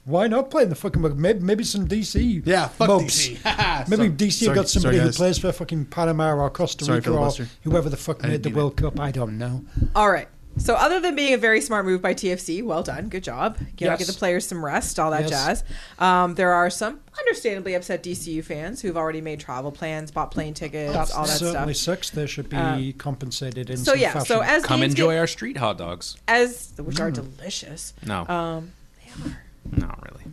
Speaker 5: Why not play in the fucking World- maybe, maybe some DC?
Speaker 4: Yeah, fuck
Speaker 5: mobs.
Speaker 4: DC.
Speaker 5: Maybe DC
Speaker 4: sorry-
Speaker 5: got somebody
Speaker 4: sorry,
Speaker 5: who
Speaker 4: guys.
Speaker 5: plays for fucking Panama or Costa
Speaker 4: Sorry,
Speaker 5: Rica or
Speaker 4: filibuster.
Speaker 5: whoever the fuck
Speaker 4: I didn't
Speaker 5: made the
Speaker 4: mean it.
Speaker 5: World Cup. I don't know.
Speaker 3: All right. So, other than being a very smart move by TFC, well done, good job. You know,
Speaker 5: Yes.
Speaker 3: Give the players some rest, all that
Speaker 5: Yes.
Speaker 3: jazz. Um, there are some understandably upset DCU fans who've already made travel plans, bought plane tickets, all that
Speaker 5: certainly
Speaker 3: stuff. Um,
Speaker 5: sucks. They should be compensated in
Speaker 3: So
Speaker 5: some
Speaker 3: yeah,
Speaker 5: fashion.
Speaker 3: so as
Speaker 1: Come
Speaker 3: games
Speaker 1: enjoy
Speaker 3: get,
Speaker 1: our street hot dogs.
Speaker 5: Mm.
Speaker 3: as which are delicious.
Speaker 1: No.
Speaker 3: Um, they are.
Speaker 1: Not really.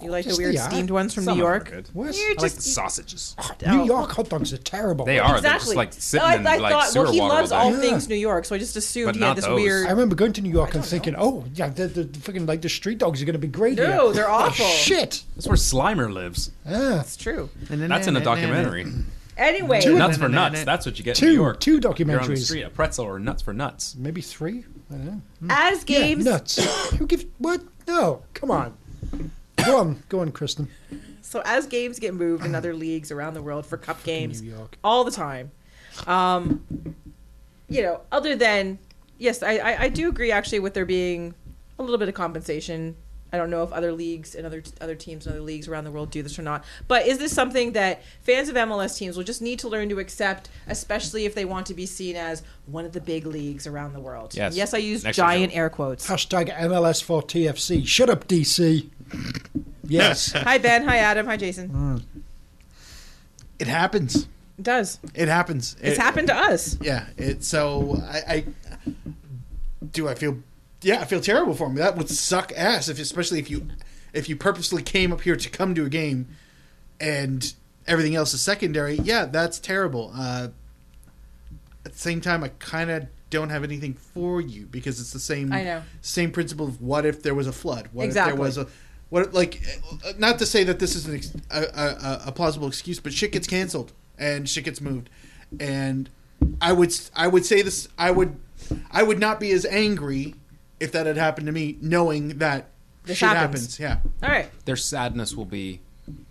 Speaker 3: You like the
Speaker 5: Yes,
Speaker 3: weird
Speaker 5: they are.
Speaker 3: steamed ones from
Speaker 5: Some
Speaker 3: New
Speaker 5: of
Speaker 3: York?
Speaker 5: them are good. What?
Speaker 3: You're
Speaker 5: I like
Speaker 3: just-
Speaker 5: the
Speaker 1: sausages.
Speaker 5: New
Speaker 3: oh,
Speaker 5: York hot dogs are terrible.
Speaker 1: They are. They're just, like, sitting in, like, sewer
Speaker 3: well, he
Speaker 1: water all
Speaker 3: loves all
Speaker 1: day.
Speaker 3: things New York, so I just assumed he had this
Speaker 5: I
Speaker 3: weird.
Speaker 5: remember going to New York and thinking, "Oh, yeah, the, the, the fucking like the street dogs are going to be great here."
Speaker 3: No, they're
Speaker 5: Oh,
Speaker 3: awful.
Speaker 5: shit. Ah,
Speaker 1: That's where Slimer lives.
Speaker 5: Yeah.
Speaker 3: It's true.
Speaker 1: That's in a documentary.
Speaker 3: Anyway,
Speaker 1: Nuts for nuts. That's what you get
Speaker 5: Two-
Speaker 1: in New York.
Speaker 5: two
Speaker 1: You're on the
Speaker 5: documentaries.
Speaker 1: street, a pretzel or nuts for nuts.
Speaker 5: Maybe three. I don't know.
Speaker 3: as
Speaker 5: Yeah,
Speaker 3: games
Speaker 5: nuts. Who give what? No, come on. Go on, go on, Kristen.
Speaker 3: So as games get moved in other leagues around the world for cup games,
Speaker 5: New York.
Speaker 3: all the time, um, you know, other than yes, I, I, I do agree actually with there being a little bit of compensation. I don't know if other leagues and other other teams and other leagues around the world do this or not. But is this something that fans of MLS teams will just need to learn to accept, especially if they want to be seen as one of the big leagues around the world?
Speaker 5: Yes.
Speaker 3: Yes, I use
Speaker 5: Next
Speaker 3: giant air quotes.
Speaker 5: Hashtag MLS4TFC. Shut up, DC. Yes.
Speaker 3: hi Ben. Hi Adam. Hi Jason.
Speaker 5: Mm.
Speaker 4: It happens.
Speaker 3: It does.
Speaker 4: It happens.
Speaker 3: It's happened to us.
Speaker 4: Yeah. It so I, I do I feel yeah, I feel terrible for him. That would suck ass if especially if you if you purposely came up here to come to a game and everything else is secondary. Yeah, that's terrible. Uh at the same time I kind of don't have anything for you because it's the same
Speaker 3: I know.
Speaker 4: same principle of what if there was a flood? What if
Speaker 3: Exactly.
Speaker 4: there was a what like uh, not to say that this is an ex- a, a, a plausible excuse, but shit gets canceled and shit gets moved, and I would s- I would say this I would I would not be as angry if that had happened to me, knowing that
Speaker 3: This
Speaker 4: shit
Speaker 3: happens.
Speaker 4: happens. Yeah.
Speaker 3: All right.
Speaker 1: Their sadness will be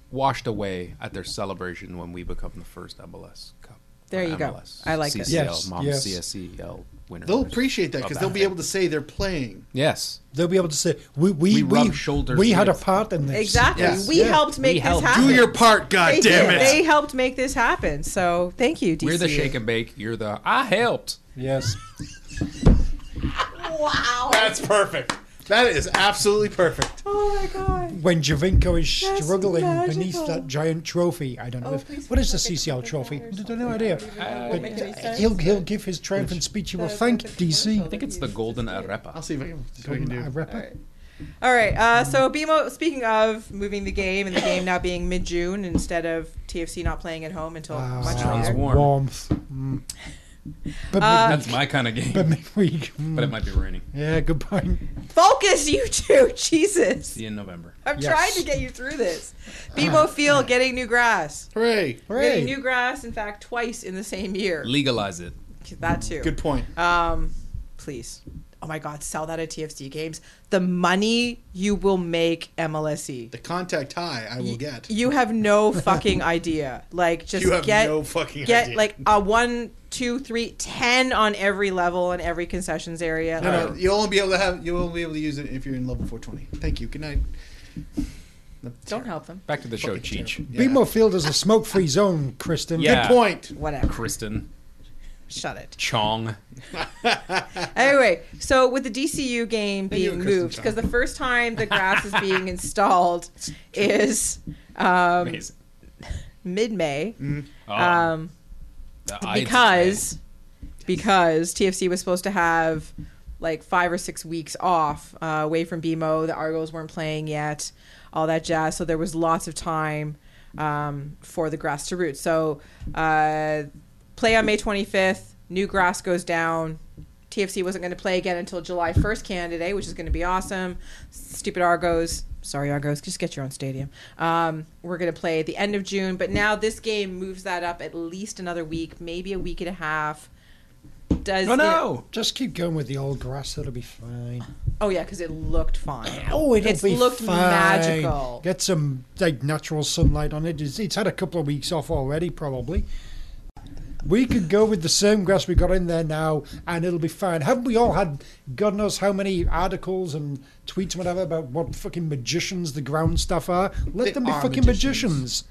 Speaker 1: washed away at their celebration when we become the first MLS Cup.
Speaker 3: There you go.
Speaker 1: MLS,
Speaker 3: I like
Speaker 1: CCL,
Speaker 3: this.
Speaker 4: Yes,
Speaker 1: Mom E
Speaker 4: yes.
Speaker 1: CSCL winner.
Speaker 4: They'll appreciate that because
Speaker 1: Love
Speaker 4: they'll
Speaker 1: that.
Speaker 4: be able to say they're playing.
Speaker 1: Yes.
Speaker 5: They'll be able to say we we
Speaker 1: We
Speaker 5: we,
Speaker 1: rub shoulders
Speaker 5: we had a
Speaker 1: with-
Speaker 5: part in this.
Speaker 3: Exactly.
Speaker 1: Yes.
Speaker 3: We
Speaker 1: Yeah.
Speaker 3: helped make
Speaker 1: We
Speaker 3: this
Speaker 1: helped.
Speaker 3: happen.
Speaker 1: Do your part,
Speaker 3: They
Speaker 1: goddammit.
Speaker 3: did. They helped make this happen. So thank you, DC.
Speaker 1: We're the shake and bake. You're the I helped.
Speaker 5: Yes.
Speaker 3: Wow.
Speaker 4: That's perfect. That is absolutely perfect.
Speaker 3: Oh my god.
Speaker 5: When Javinko is
Speaker 4: That's
Speaker 5: struggling
Speaker 4: magical.
Speaker 5: beneath that giant trophy, I don't
Speaker 1: Oh,
Speaker 5: know if what is the CCL trophy? I don't know idea.
Speaker 1: Would make any
Speaker 5: But
Speaker 1: sense.
Speaker 5: he'll he'll give his triumphant speech. He will thank DC. I
Speaker 1: think it's the golden arepa. I'll
Speaker 4: see if I can,
Speaker 5: see what I can do.
Speaker 3: All right. Uh, so BMO. Speaking of moving the game and the game now being mid-June instead of TFC not playing at home until much later.
Speaker 1: warm.
Speaker 5: Warmth. Mm. But
Speaker 3: Uh,
Speaker 1: That's my kind of game.
Speaker 5: But midweek.
Speaker 1: But it might be raining.
Speaker 5: Yeah, good point.
Speaker 3: Focus, you two. Jesus.
Speaker 1: See you in November.
Speaker 3: I'm
Speaker 1: Yes.
Speaker 3: trying to get you through this. BMO Field getting new grass.
Speaker 4: Hooray!
Speaker 3: Getting new grass. In fact, twice in the same year.
Speaker 1: Legalize it.
Speaker 3: That too.
Speaker 4: Good point.
Speaker 3: Um, please. Oh my God, sell that at TFC games. The money you will make MLSE.
Speaker 4: The contact high I will get.
Speaker 3: E. You have no fucking idea. Like just
Speaker 4: You have
Speaker 3: get
Speaker 4: no fucking
Speaker 3: get
Speaker 4: idea.
Speaker 3: like a one, two, three, ten on every level in every concessions area.
Speaker 4: No, no,
Speaker 3: Like,
Speaker 4: you'll only be able to have you'll only be able to use it if you're in level 420. Thank you. Good night.
Speaker 3: Don't help them.
Speaker 1: Back to the show, Cheech.
Speaker 5: Bemo Field is a smoke-free zone, Kristen.
Speaker 1: Yeah.
Speaker 3: Whatever.
Speaker 1: Kristen.
Speaker 3: Shut it.
Speaker 1: Chong.
Speaker 3: Anyway, so with the DCU game
Speaker 1: Thank you,
Speaker 3: being
Speaker 1: Kristen
Speaker 3: moved,
Speaker 1: Chung.
Speaker 3: because the first time the grass is being installed is um,
Speaker 1: Amazing.
Speaker 3: mid May.
Speaker 1: Mm. Oh.
Speaker 3: Um,
Speaker 1: The Ides of
Speaker 3: because because TFC was supposed to have like five or six weeks off uh, away from BMO. The Argos weren't playing yet, all that jazz. So there was lots of time um, for the grass to root. So uh, play on May 25th. New grass goes down. TFC wasn't going to play again until July 1st, Canada Day, which is going to be awesome. Stupid Argos. Sorry, Argos. Just get your own stadium. Um, we're going to play at the end of June. But now this game moves that up at least another week, maybe a week and a half. Does
Speaker 5: Oh,
Speaker 3: you know-
Speaker 5: Just keep going with the old grass. It'll be fine.
Speaker 3: oh, yeah, because it looked fine.
Speaker 5: Oh, it'll
Speaker 3: it's
Speaker 5: be
Speaker 3: looked
Speaker 5: fine.
Speaker 3: magical.
Speaker 5: Get some like natural sunlight on it. It's, it's had a couple of weeks off already, probably. We could go with the same grass we got in there now, and it'll be fine. Haven't we all had God knows how many articles and tweets, and whatever, about what fucking magicians the ground staff are? Let
Speaker 4: They
Speaker 5: them be
Speaker 4: are
Speaker 5: fucking magicians.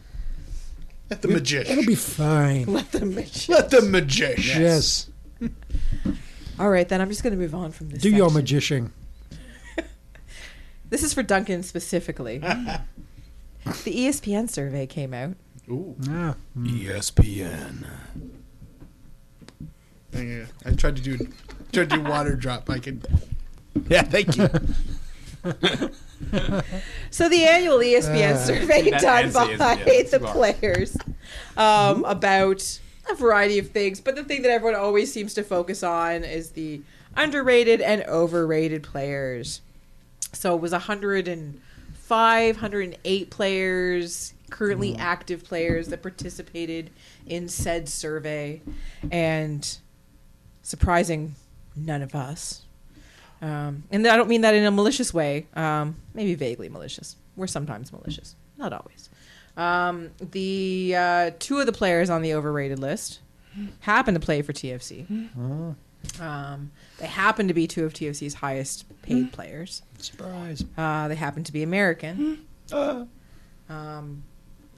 Speaker 4: Let the
Speaker 5: We-
Speaker 4: magician.
Speaker 5: It'll be fine.
Speaker 3: Let the magician.
Speaker 4: Let the magician.
Speaker 5: Yes.
Speaker 3: All right, then I'm just going to move on from this.
Speaker 5: Do your
Speaker 3: section.
Speaker 5: magician.
Speaker 3: This is for Duncan specifically. the E ESPN survey came out.
Speaker 4: Ooh.
Speaker 5: Yeah. Hmm.
Speaker 1: E ESPN.
Speaker 4: Yeah, I tried to do tried to do water drop. I can.
Speaker 6: Yeah, thank you.
Speaker 3: So the annual E ESPN
Speaker 10: Uh,
Speaker 3: survey
Speaker 10: that
Speaker 3: done
Speaker 10: ends
Speaker 3: by
Speaker 10: the E ESPN.
Speaker 3: the
Speaker 10: Wow.
Speaker 3: players um, about a variety of things, but the thing that everyone always seems to focus on is the underrated and overrated players. So it was 105, 108 players, currently
Speaker 10: Mm.
Speaker 3: active players that participated in said survey, and surprising, none of us um, and I don't mean that in a malicious way. Um, maybe vaguely malicious. We're sometimes malicious, not always. Um, the uh, two of the players on the overrated list happen to play for TFC. Um, they happen to be two of TFC's highest paid players.
Speaker 5: Mm-hmm. Surprise.
Speaker 3: Uh, they happen to be American. Um,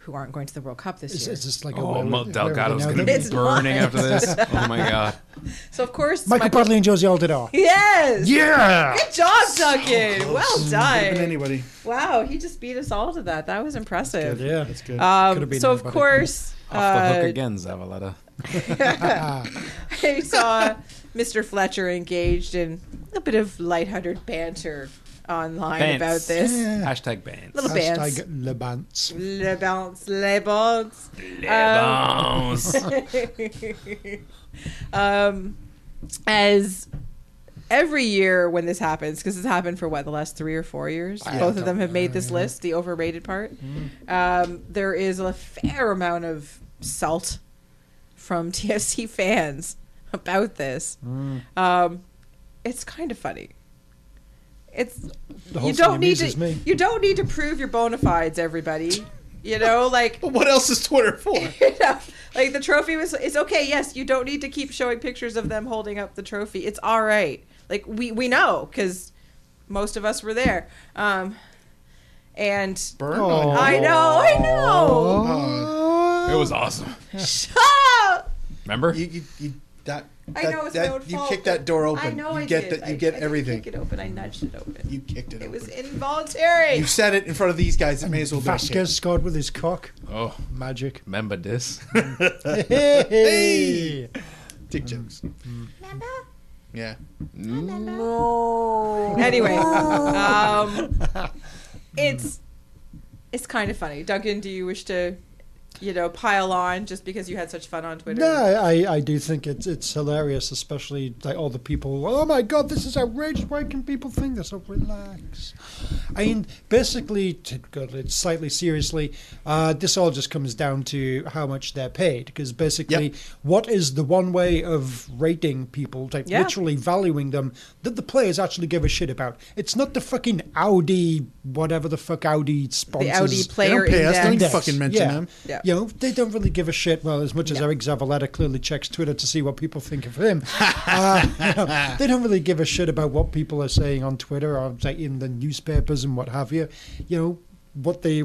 Speaker 3: who aren't going to the World Cup this
Speaker 5: Mm-hmm. It's-
Speaker 3: year?
Speaker 5: it's just like a-
Speaker 1: Oh,
Speaker 5: where-
Speaker 1: Mo
Speaker 5: where
Speaker 1: Delgado's
Speaker 5: are we now?
Speaker 1: gonna be
Speaker 5: It's
Speaker 1: burning
Speaker 5: live.
Speaker 1: after this. Oh my god.
Speaker 3: So of course,
Speaker 5: Michael
Speaker 3: Michael-
Speaker 5: Bradley and Josie Altidore.
Speaker 3: Yes.
Speaker 5: Yeah!
Speaker 3: Good job, Duncan. well done.
Speaker 4: anybody.
Speaker 3: Wow, he just beat us all to that. That was impressive.
Speaker 1: good, yeah. That's good. Could've
Speaker 3: Um,
Speaker 1: been
Speaker 3: so of
Speaker 1: anybody.
Speaker 3: course,
Speaker 1: Off the
Speaker 3: uh,
Speaker 1: hook again, Zavaleta.
Speaker 3: I saw Mr. Fletcher engaged in a bit of lighthearted banter online
Speaker 1: Bants.
Speaker 3: about this.
Speaker 1: Hashtag bans.
Speaker 3: Little bants.
Speaker 5: Hashtag Le Bants.
Speaker 3: Le bounce, le bounce.
Speaker 1: Le
Speaker 3: Um, um, as every year when this happens, because it's happened for what, the last three or four years?
Speaker 10: Yeah.
Speaker 3: Both of them have made this
Speaker 10: Yeah.
Speaker 3: list, the overrated part. Um, there is a fair amount of salt from TFC fans about this. Um, it's kind of funny. It's
Speaker 5: The
Speaker 3: you
Speaker 5: whole
Speaker 3: don't
Speaker 5: thing
Speaker 3: need to
Speaker 5: amuses me.
Speaker 3: you don't need to prove your bona fides, everybody. You know, like
Speaker 4: what else is Twitter for?
Speaker 3: you know, like the trophy was it's okay. Yes, you don't need to keep showing pictures of them holding up the trophy. It's all right. Like we we know because most of us were there. Um, and
Speaker 1: Burn?
Speaker 4: Oh.
Speaker 3: I know, I know.
Speaker 5: Oh.
Speaker 1: It was awesome.
Speaker 3: Shut up!
Speaker 1: Remember?
Speaker 4: You, you, you, that,
Speaker 3: I
Speaker 4: that-
Speaker 3: know it's
Speaker 4: that-
Speaker 3: my own
Speaker 4: You
Speaker 3: fault,
Speaker 4: kicked that
Speaker 3: but
Speaker 4: door
Speaker 3: I
Speaker 4: open.
Speaker 3: know
Speaker 4: you
Speaker 3: I
Speaker 4: get
Speaker 3: did.
Speaker 4: that. You
Speaker 3: I-
Speaker 4: get
Speaker 3: I didn't
Speaker 4: everything.
Speaker 3: kick it open. I nudged it open.
Speaker 4: You kicked it,
Speaker 3: It
Speaker 4: open.
Speaker 3: was involuntary.
Speaker 4: You said it in front of these guys. It may as well be. a kick.
Speaker 5: Vasquez scored with his cock.
Speaker 1: Oh.
Speaker 5: Magic.
Speaker 1: Remember this?
Speaker 5: Hey!
Speaker 4: Dick jokes.
Speaker 5: Hmm.
Speaker 4: Yeah.
Speaker 3: No. Anyway, um, it's it's kind of funny. Duncan, do you wish to, you know, pile on just because you had such fun on Twitter?
Speaker 5: No, I, I- I do think it's it's hilarious, especially like all the people. Oh my God, this is outrageous! Why can people think this? Oh, relax. I mean, basically, to go to it slightly seriously, uh, this all just comes down to how much they're paid. Because basically, what is the one way of rating people, like
Speaker 10: Yeah.
Speaker 5: literally valuing them, that the players actually give a shit about? It's not the fucking Audi, whatever the fuck Audi sponsors.
Speaker 3: Audi They don't player pay us, don't index. fucking mention
Speaker 5: Yeah.
Speaker 3: them. Yeah.
Speaker 5: You know, they don't really give a shit. Well, as much as
Speaker 3: No.
Speaker 5: Eric Zavaleta clearly checks Twitter to see what people think of him, uh, you know, they don't really give a shit about what people are saying on Twitter or say, in the newspapers and what have you. You know, what they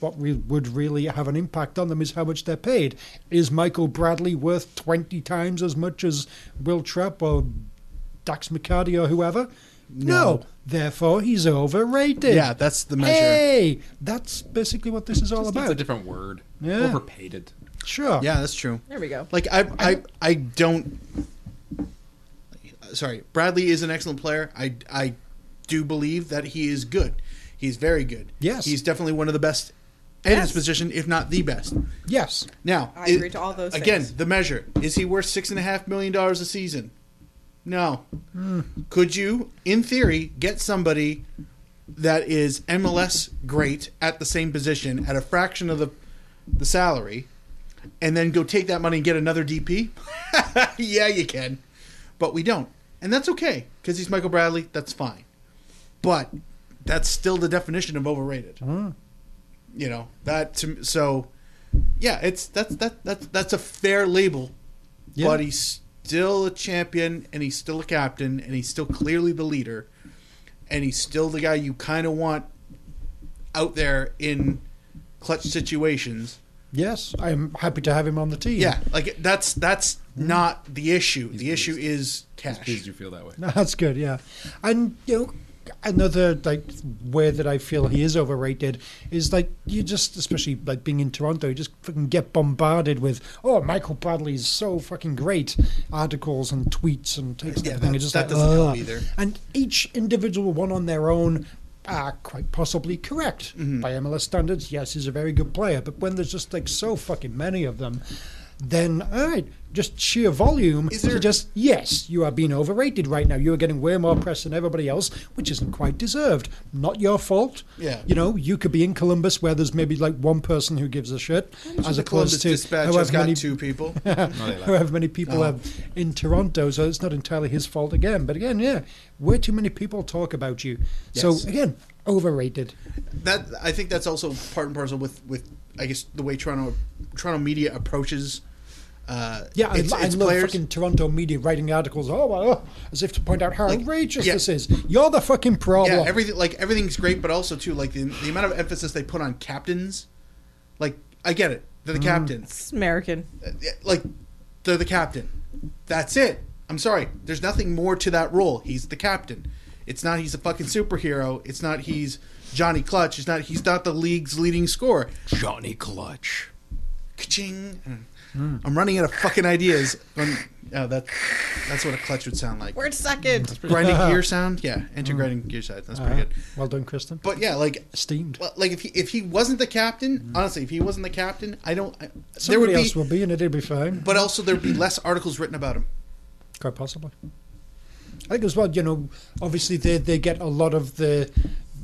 Speaker 5: what we would really have an impact on them is how much they're paid. Is Michael Bradley worth twenty times as much as Will Trapp or Dax McCarty or whoever? No. Therefore, he's overrated.
Speaker 4: Yeah, that's the measure.
Speaker 5: Hey, that's basically what this is all
Speaker 1: Just
Speaker 5: about.
Speaker 1: needs a different word.
Speaker 5: Yeah.
Speaker 1: Overpaid it.
Speaker 5: Sure.
Speaker 4: Yeah, that's true.
Speaker 3: There we go.
Speaker 4: Like I, I, I don't. Sorry, Bradley is an excellent player. I, I do believe that he is good. He's very good. Yes, he's definitely one of the best in his position, if not the best.
Speaker 5: Yes.
Speaker 4: Now
Speaker 3: I agree to all those
Speaker 4: Again,
Speaker 3: things.
Speaker 4: the measure is he worth six and a half million dollars a season? No. Could you, in theory, get somebody that is MLS great at the same position at a fraction of the the salary, and then go take that money and get another DP? yeah, you can, but we don't, and that's okay because he's Michael Bradley. That's fine, but that's still the definition of overrated.
Speaker 1: Uh-huh.
Speaker 4: You know that. To, m- so, yeah, it's that's that that's that's a fair label,
Speaker 5: Yeah.
Speaker 4: but he's still a champion and he's still a captain and he's still clearly the leader and he's still the guy you kind of want out there in clutch situations.
Speaker 5: Yes, I'm happy to have him on the team.
Speaker 4: Yeah, like that's that's
Speaker 1: Mm-hmm.
Speaker 4: not the issue. the issue is cash.
Speaker 1: pleased you feel that way.
Speaker 5: No, that's good. Yeah, and you know, another like way that I feel he is overrated is like you just, especially like being in Toronto, you just fucking get bombarded with oh Michael Bradley is so fucking great articles and tweets and takes and
Speaker 4: Yeah,
Speaker 5: everything.
Speaker 4: that-
Speaker 5: It's just
Speaker 4: that
Speaker 5: like,
Speaker 4: doesn't help
Speaker 5: ugh.
Speaker 4: either.
Speaker 5: And each individual one on their own are quite possibly correct
Speaker 4: Mm-hmm.
Speaker 5: by MLS standards. Yes, he's a very good player, but when there's just like so fucking many of them, then all right, just sheer volume is just yes, you are being overrated right now. You are getting way more press than everybody else, which isn't quite deserved. Not your fault.
Speaker 4: Yeah.
Speaker 5: you know, you could be in Columbus where there's maybe like one person who gives a shit,
Speaker 4: So
Speaker 5: as
Speaker 4: the
Speaker 5: opposed
Speaker 4: Columbus
Speaker 5: to
Speaker 4: Dispatch
Speaker 5: however
Speaker 4: has got
Speaker 5: many
Speaker 4: two people. Uh-huh.
Speaker 5: however many people
Speaker 4: No.
Speaker 5: have in Toronto, so it's not entirely his fault again. But again, yeah, way too many people talk about you.
Speaker 4: Yes.
Speaker 5: So again, overrated.
Speaker 4: that I think that's also part and parcel with with I guess the way Toronto Toronto media approaches. Uh,
Speaker 5: Yeah, I,
Speaker 4: its-
Speaker 5: I
Speaker 4: its
Speaker 5: love
Speaker 4: players.
Speaker 5: fucking Toronto media writing articles. Oh, well, oh, as if to point out how outrageous
Speaker 4: yeah.
Speaker 5: this is. You're the fucking problem.
Speaker 4: Yeah, everything like everything's great, but also too like the, the amount of emphasis they put on captains. Like I get it, they're the captain.
Speaker 3: It's American.
Speaker 4: Like they're the captain. That's it. I'm sorry. There's nothing more to that role. He's the captain. It's not he's a fucking superhero. It's not he's Johnny Clutch. It's not he's not the league's leading scorer. Johnny Clutch. Ka-ching. I'm running out of fucking ideas. When, oh, that, that's what a clutch would sound like.
Speaker 3: Word second.
Speaker 4: grinding gear sound. Yeah, enter grinding gear sound. That's pretty
Speaker 5: Uh,
Speaker 4: good.
Speaker 5: Well done, Kristen.
Speaker 4: But yeah, like
Speaker 5: esteemed.
Speaker 4: Like if he if he wasn't the captain, honestly, if he wasn't the captain, I don't. I, there would
Speaker 5: Somebody
Speaker 4: be,
Speaker 5: else will be, and it'll be fine.
Speaker 4: but also there'd be less articles written about him.
Speaker 5: Quite possibly. I think as well, you know, obviously they, they get a lot of the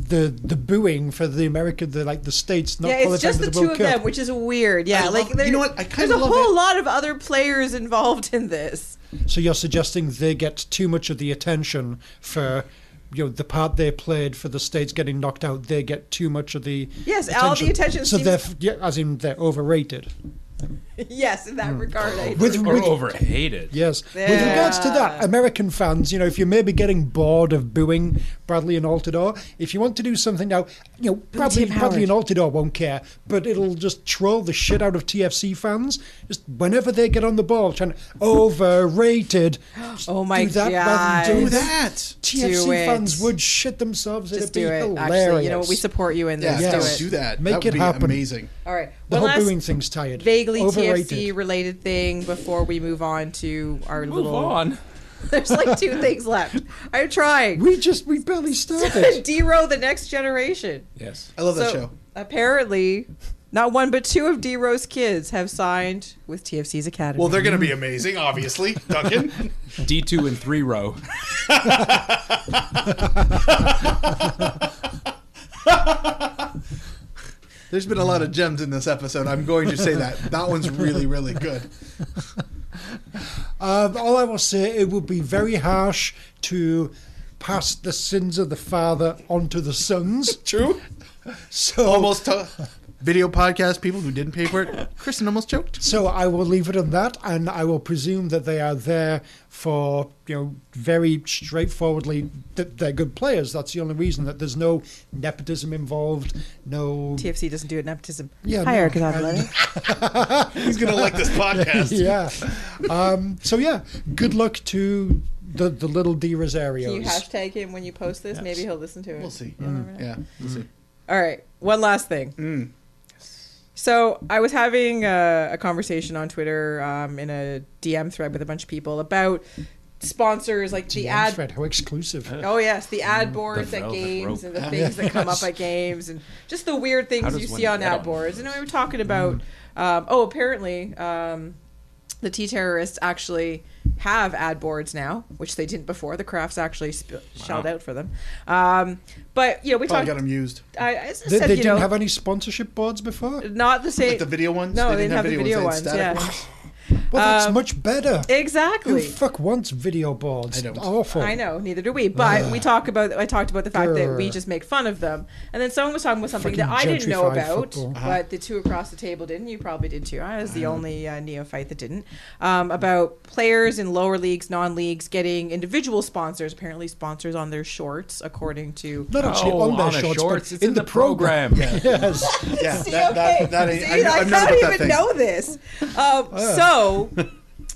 Speaker 5: the the booing for the American, the like the states not
Speaker 3: yeah, it's
Speaker 5: qualifying
Speaker 3: just
Speaker 5: for
Speaker 3: the,
Speaker 5: the,
Speaker 3: two
Speaker 5: World
Speaker 3: of
Speaker 5: Cup.
Speaker 3: them, which is weird. Yeah,
Speaker 5: I
Speaker 3: like
Speaker 5: love-
Speaker 3: there-
Speaker 5: you know what? I kinda
Speaker 3: there's a
Speaker 5: love
Speaker 3: whole lot of other players involved in this.
Speaker 5: So you're suggesting they get too much of the attention for you know the part they played for the states getting knocked out. They get too much of the
Speaker 3: Yes, all the attention
Speaker 5: So
Speaker 3: seems-
Speaker 5: they're f- yeah, as in they're overrated.
Speaker 3: yes, in that regard, I
Speaker 5: Hmm. Oh, With-
Speaker 1: or
Speaker 5: with-
Speaker 1: overhated.
Speaker 5: Yes. With regards to that, American fans, you know, if you're maybe getting bored of booing Bradley and Altidore, if you want to do something now, you know, Bradley,
Speaker 3: Tim
Speaker 5: Bradley and Altidore won't care, but it'll just troll the shit out of TFC fans. Just whenever they get on the ball, trying to overrated. Just
Speaker 3: Oh my
Speaker 5: do that rather than
Speaker 3: God.
Speaker 5: do
Speaker 3: Do
Speaker 4: that.
Speaker 5: TFC
Speaker 3: Do it.
Speaker 5: fans would shit themselves.
Speaker 3: Just
Speaker 5: It'd be
Speaker 3: do it.
Speaker 5: hilarious.
Speaker 3: Actually, you know what? We support you in this.
Speaker 5: Yeah,
Speaker 3: do
Speaker 5: yes.
Speaker 3: it.
Speaker 5: Do that. Make That would it be happen. amazing.
Speaker 3: All right.
Speaker 5: The
Speaker 3: One
Speaker 5: whole
Speaker 3: last
Speaker 5: booing thing's tired.
Speaker 3: vaguely
Speaker 5: Overrated.
Speaker 3: TFC related thing before we move on to our
Speaker 5: Move
Speaker 3: little.
Speaker 5: on.
Speaker 3: There's like two things left. I'm trying.
Speaker 5: We just we barely started.
Speaker 3: Dero the next generation.
Speaker 1: Yes.
Speaker 4: I love that
Speaker 3: So,
Speaker 4: show.
Speaker 3: Apparently, not one but two of Dero's kids have signed with TFC's academy.
Speaker 4: Well, they're going to be amazing, obviously, Duncan.
Speaker 1: D two and three row.
Speaker 4: There's been a lot of gems in this episode. I'm going to say that that one's really, really good.
Speaker 5: Um, all I will say, it would be very harsh to pass the sins of the father onto the sons.
Speaker 4: True.
Speaker 5: So
Speaker 4: almost to- video podcast people who didn't pay for it. Kristen almost choked.
Speaker 5: So I will leave it on that, and I will presume that they are there for you know very straightforwardly that they're good players. That's the only reason that there's no nepotism involved. No
Speaker 3: TFC doesn't do it nepotism.
Speaker 5: Yeah,
Speaker 3: Hierarchy
Speaker 5: no,
Speaker 3: of athletic.
Speaker 4: He's gonna like this podcast.
Speaker 5: yeah. Um, so yeah, good luck to the the little D Rosario.
Speaker 3: Can you hashtag him when you post this? Maybe he'll listen to it. We'll
Speaker 4: see.
Speaker 13: Mm.
Speaker 5: Yeah, Mm.
Speaker 4: we'll see.
Speaker 3: All right. One last thing. So I was having a, a conversation on Twitter um, in a DM thread with a bunch of people about sponsors, like the ad.
Speaker 5: Fred, how exclusive. Mm.
Speaker 3: Oh yes, the ad boards
Speaker 5: The
Speaker 3: at
Speaker 5: velvet
Speaker 3: games and the
Speaker 5: rope.
Speaker 3: things that come up
Speaker 5: Yes.
Speaker 3: at games and just the weird
Speaker 5: How
Speaker 3: things
Speaker 5: does
Speaker 3: you
Speaker 5: one
Speaker 3: see on
Speaker 5: get
Speaker 3: ad
Speaker 5: on
Speaker 3: boards. And we were talking
Speaker 5: Mm.
Speaker 3: about um, oh, apparently um, the T terrorists actually have ad boards now, which they didn't before. The crafts actually sp- shelled out for them. Um, but you know, we
Speaker 4: Probably
Speaker 3: talked.
Speaker 4: got them used.
Speaker 3: I, I just
Speaker 5: They,
Speaker 3: said,
Speaker 5: they
Speaker 3: you
Speaker 5: didn't
Speaker 3: know,
Speaker 5: have any sponsorship boards before.
Speaker 3: not the same.
Speaker 4: Like the video ones?
Speaker 3: No,
Speaker 4: They
Speaker 3: they didn't, have, the video
Speaker 4: they had
Speaker 3: ones.
Speaker 4: static
Speaker 3: yeah.
Speaker 4: ones?
Speaker 5: Well, that's
Speaker 3: Um,
Speaker 5: much better.
Speaker 3: Exactly.
Speaker 5: Who fuck wants video boards? I don't. Awful.
Speaker 3: I know, neither do we. But we talk about. I talked about the fact that we
Speaker 5: Grr.
Speaker 3: just make fun of them, and then someone was talking about something that I
Speaker 5: Fucking
Speaker 3: didn't know
Speaker 5: gentrified
Speaker 3: about,
Speaker 5: football. Uh-huh.
Speaker 3: but the two across the table didn't. You probably did too. I was the
Speaker 4: Uh-huh.
Speaker 3: only uh, neophyte that didn't. Um, about players in lower leagues, non leagues, getting individual sponsors. Apparently, sponsors on their shorts, according to
Speaker 5: Not actually
Speaker 1: Oh,
Speaker 5: on their
Speaker 1: on the
Speaker 5: shorts,
Speaker 1: shorts,
Speaker 5: but
Speaker 1: it's
Speaker 5: in,
Speaker 1: in
Speaker 5: the
Speaker 1: the
Speaker 5: program.
Speaker 1: program.
Speaker 5: yes.
Speaker 4: Yeah,
Speaker 3: See,
Speaker 4: that, that,
Speaker 3: okay.
Speaker 4: that ain't,
Speaker 3: See,
Speaker 4: I,
Speaker 3: I
Speaker 4: I've known
Speaker 3: don't
Speaker 4: about that
Speaker 3: even
Speaker 4: thing.
Speaker 3: know this. Um,
Speaker 4: Yeah.
Speaker 3: So,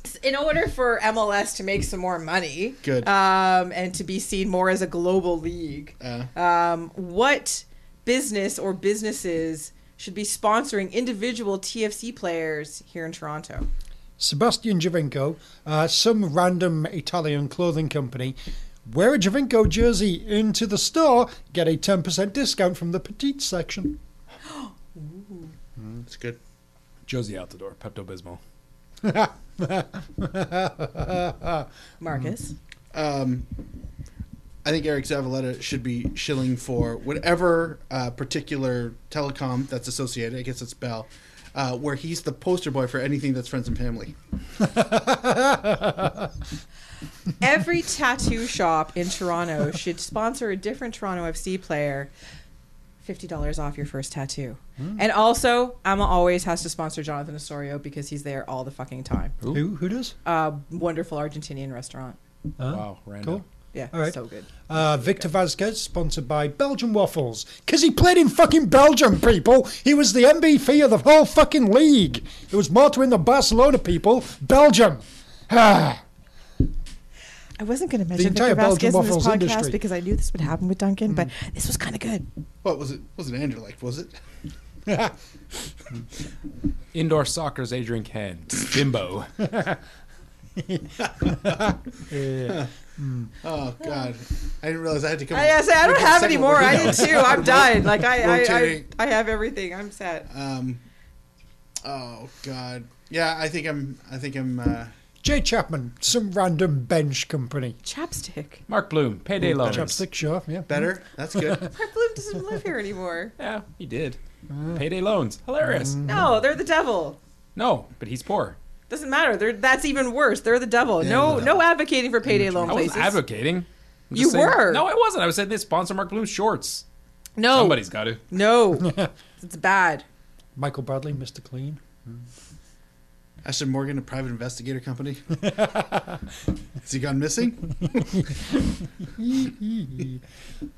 Speaker 3: s- in order for MLS to make some more money,
Speaker 4: Good.
Speaker 3: um, and to be seen more as a global league,
Speaker 4: Uh.
Speaker 3: um, what business or businesses should be sponsoring individual TFC players here in Toronto?
Speaker 5: Sebastian Javinko, uh, some random Italian clothing company, Wear a Javinko jersey into the store, get a 10% discount from the petite section.
Speaker 1: Mm, It's good. Josie out the door. Pepto Bismol.
Speaker 3: Marcus.
Speaker 4: Um, I think Eric Zavaleta should be shilling for whatever uh, particular telecom that's associated. I guess it's Bell, uh, where he's the poster boy for anything that's friends and family.
Speaker 3: Every tattoo shop in Toronto should sponsor a different Toronto FC player. $50 off your first tattoo.
Speaker 5: Hmm.
Speaker 3: And also, Amma always has to sponsor Jonathan Osorio because he's there all the fucking time.
Speaker 5: Who, who does?
Speaker 3: Uh, wonderful Argentinian restaurant.
Speaker 5: Huh?
Speaker 1: Wow, random.
Speaker 5: Cool.
Speaker 3: Yeah, so good.
Speaker 5: Uh, Victor Vasquez, sponsored by Belgian Waffles. Because he played in fucking Belgium, people. He was the MVP of the whole fucking league. There was more to him than Barcelona, people. Belgium. Ah.
Speaker 3: I wasn't going to mention
Speaker 5: entire
Speaker 3: Victor Vasquez
Speaker 5: Belgian
Speaker 3: in this
Speaker 5: waffles
Speaker 3: podcast
Speaker 5: industry. Hmm.
Speaker 3: because I knew this would happen with Duncan, but this was kind of good.
Speaker 4: What was it? Wasn't Anderlecht, was it?
Speaker 1: Indoor soccer's Adrian Ken. Bimbo.
Speaker 4: Oh God! I didn't realize I had to come.
Speaker 3: I, I, say, I don't
Speaker 4: make a
Speaker 3: have any
Speaker 4: second
Speaker 3: more. I did
Speaker 4: window.
Speaker 3: too. I'm done. Like I, I, I,
Speaker 4: Rotating.
Speaker 3: I have everything. I'm set.
Speaker 4: Um, oh God! Yeah, I think I'm. I think I'm. Uh,
Speaker 5: Jay Chapman, some random bench company.
Speaker 3: Chapstick.
Speaker 1: Mark Bloom, payday loans.
Speaker 5: Chapstick, sure. Yeah.
Speaker 4: Better? That's good.
Speaker 3: Mark Bloom doesn't live here anymore.
Speaker 1: Yeah. He did. Payday loans. Hilarious.
Speaker 3: No, they're the devil.
Speaker 1: No, but he's poor.
Speaker 3: Doesn't matter. They're, that's even worse. They're the devil.
Speaker 1: Yeah,
Speaker 3: no,
Speaker 1: they're the
Speaker 3: no advocating for payday loan
Speaker 1: I wasn't
Speaker 3: places.
Speaker 1: advocating. I'm
Speaker 3: You
Speaker 1: just saying-
Speaker 3: were.
Speaker 1: No, I wasn't. I was saying they sponsor Mark Bloom's shorts.
Speaker 3: No.
Speaker 1: Somebody's got to.
Speaker 3: no, it's bad.
Speaker 5: Michael Bradley, Mr. Clean.
Speaker 4: Hmm. Ashton Morgan, a private investigator company. Has he gone missing?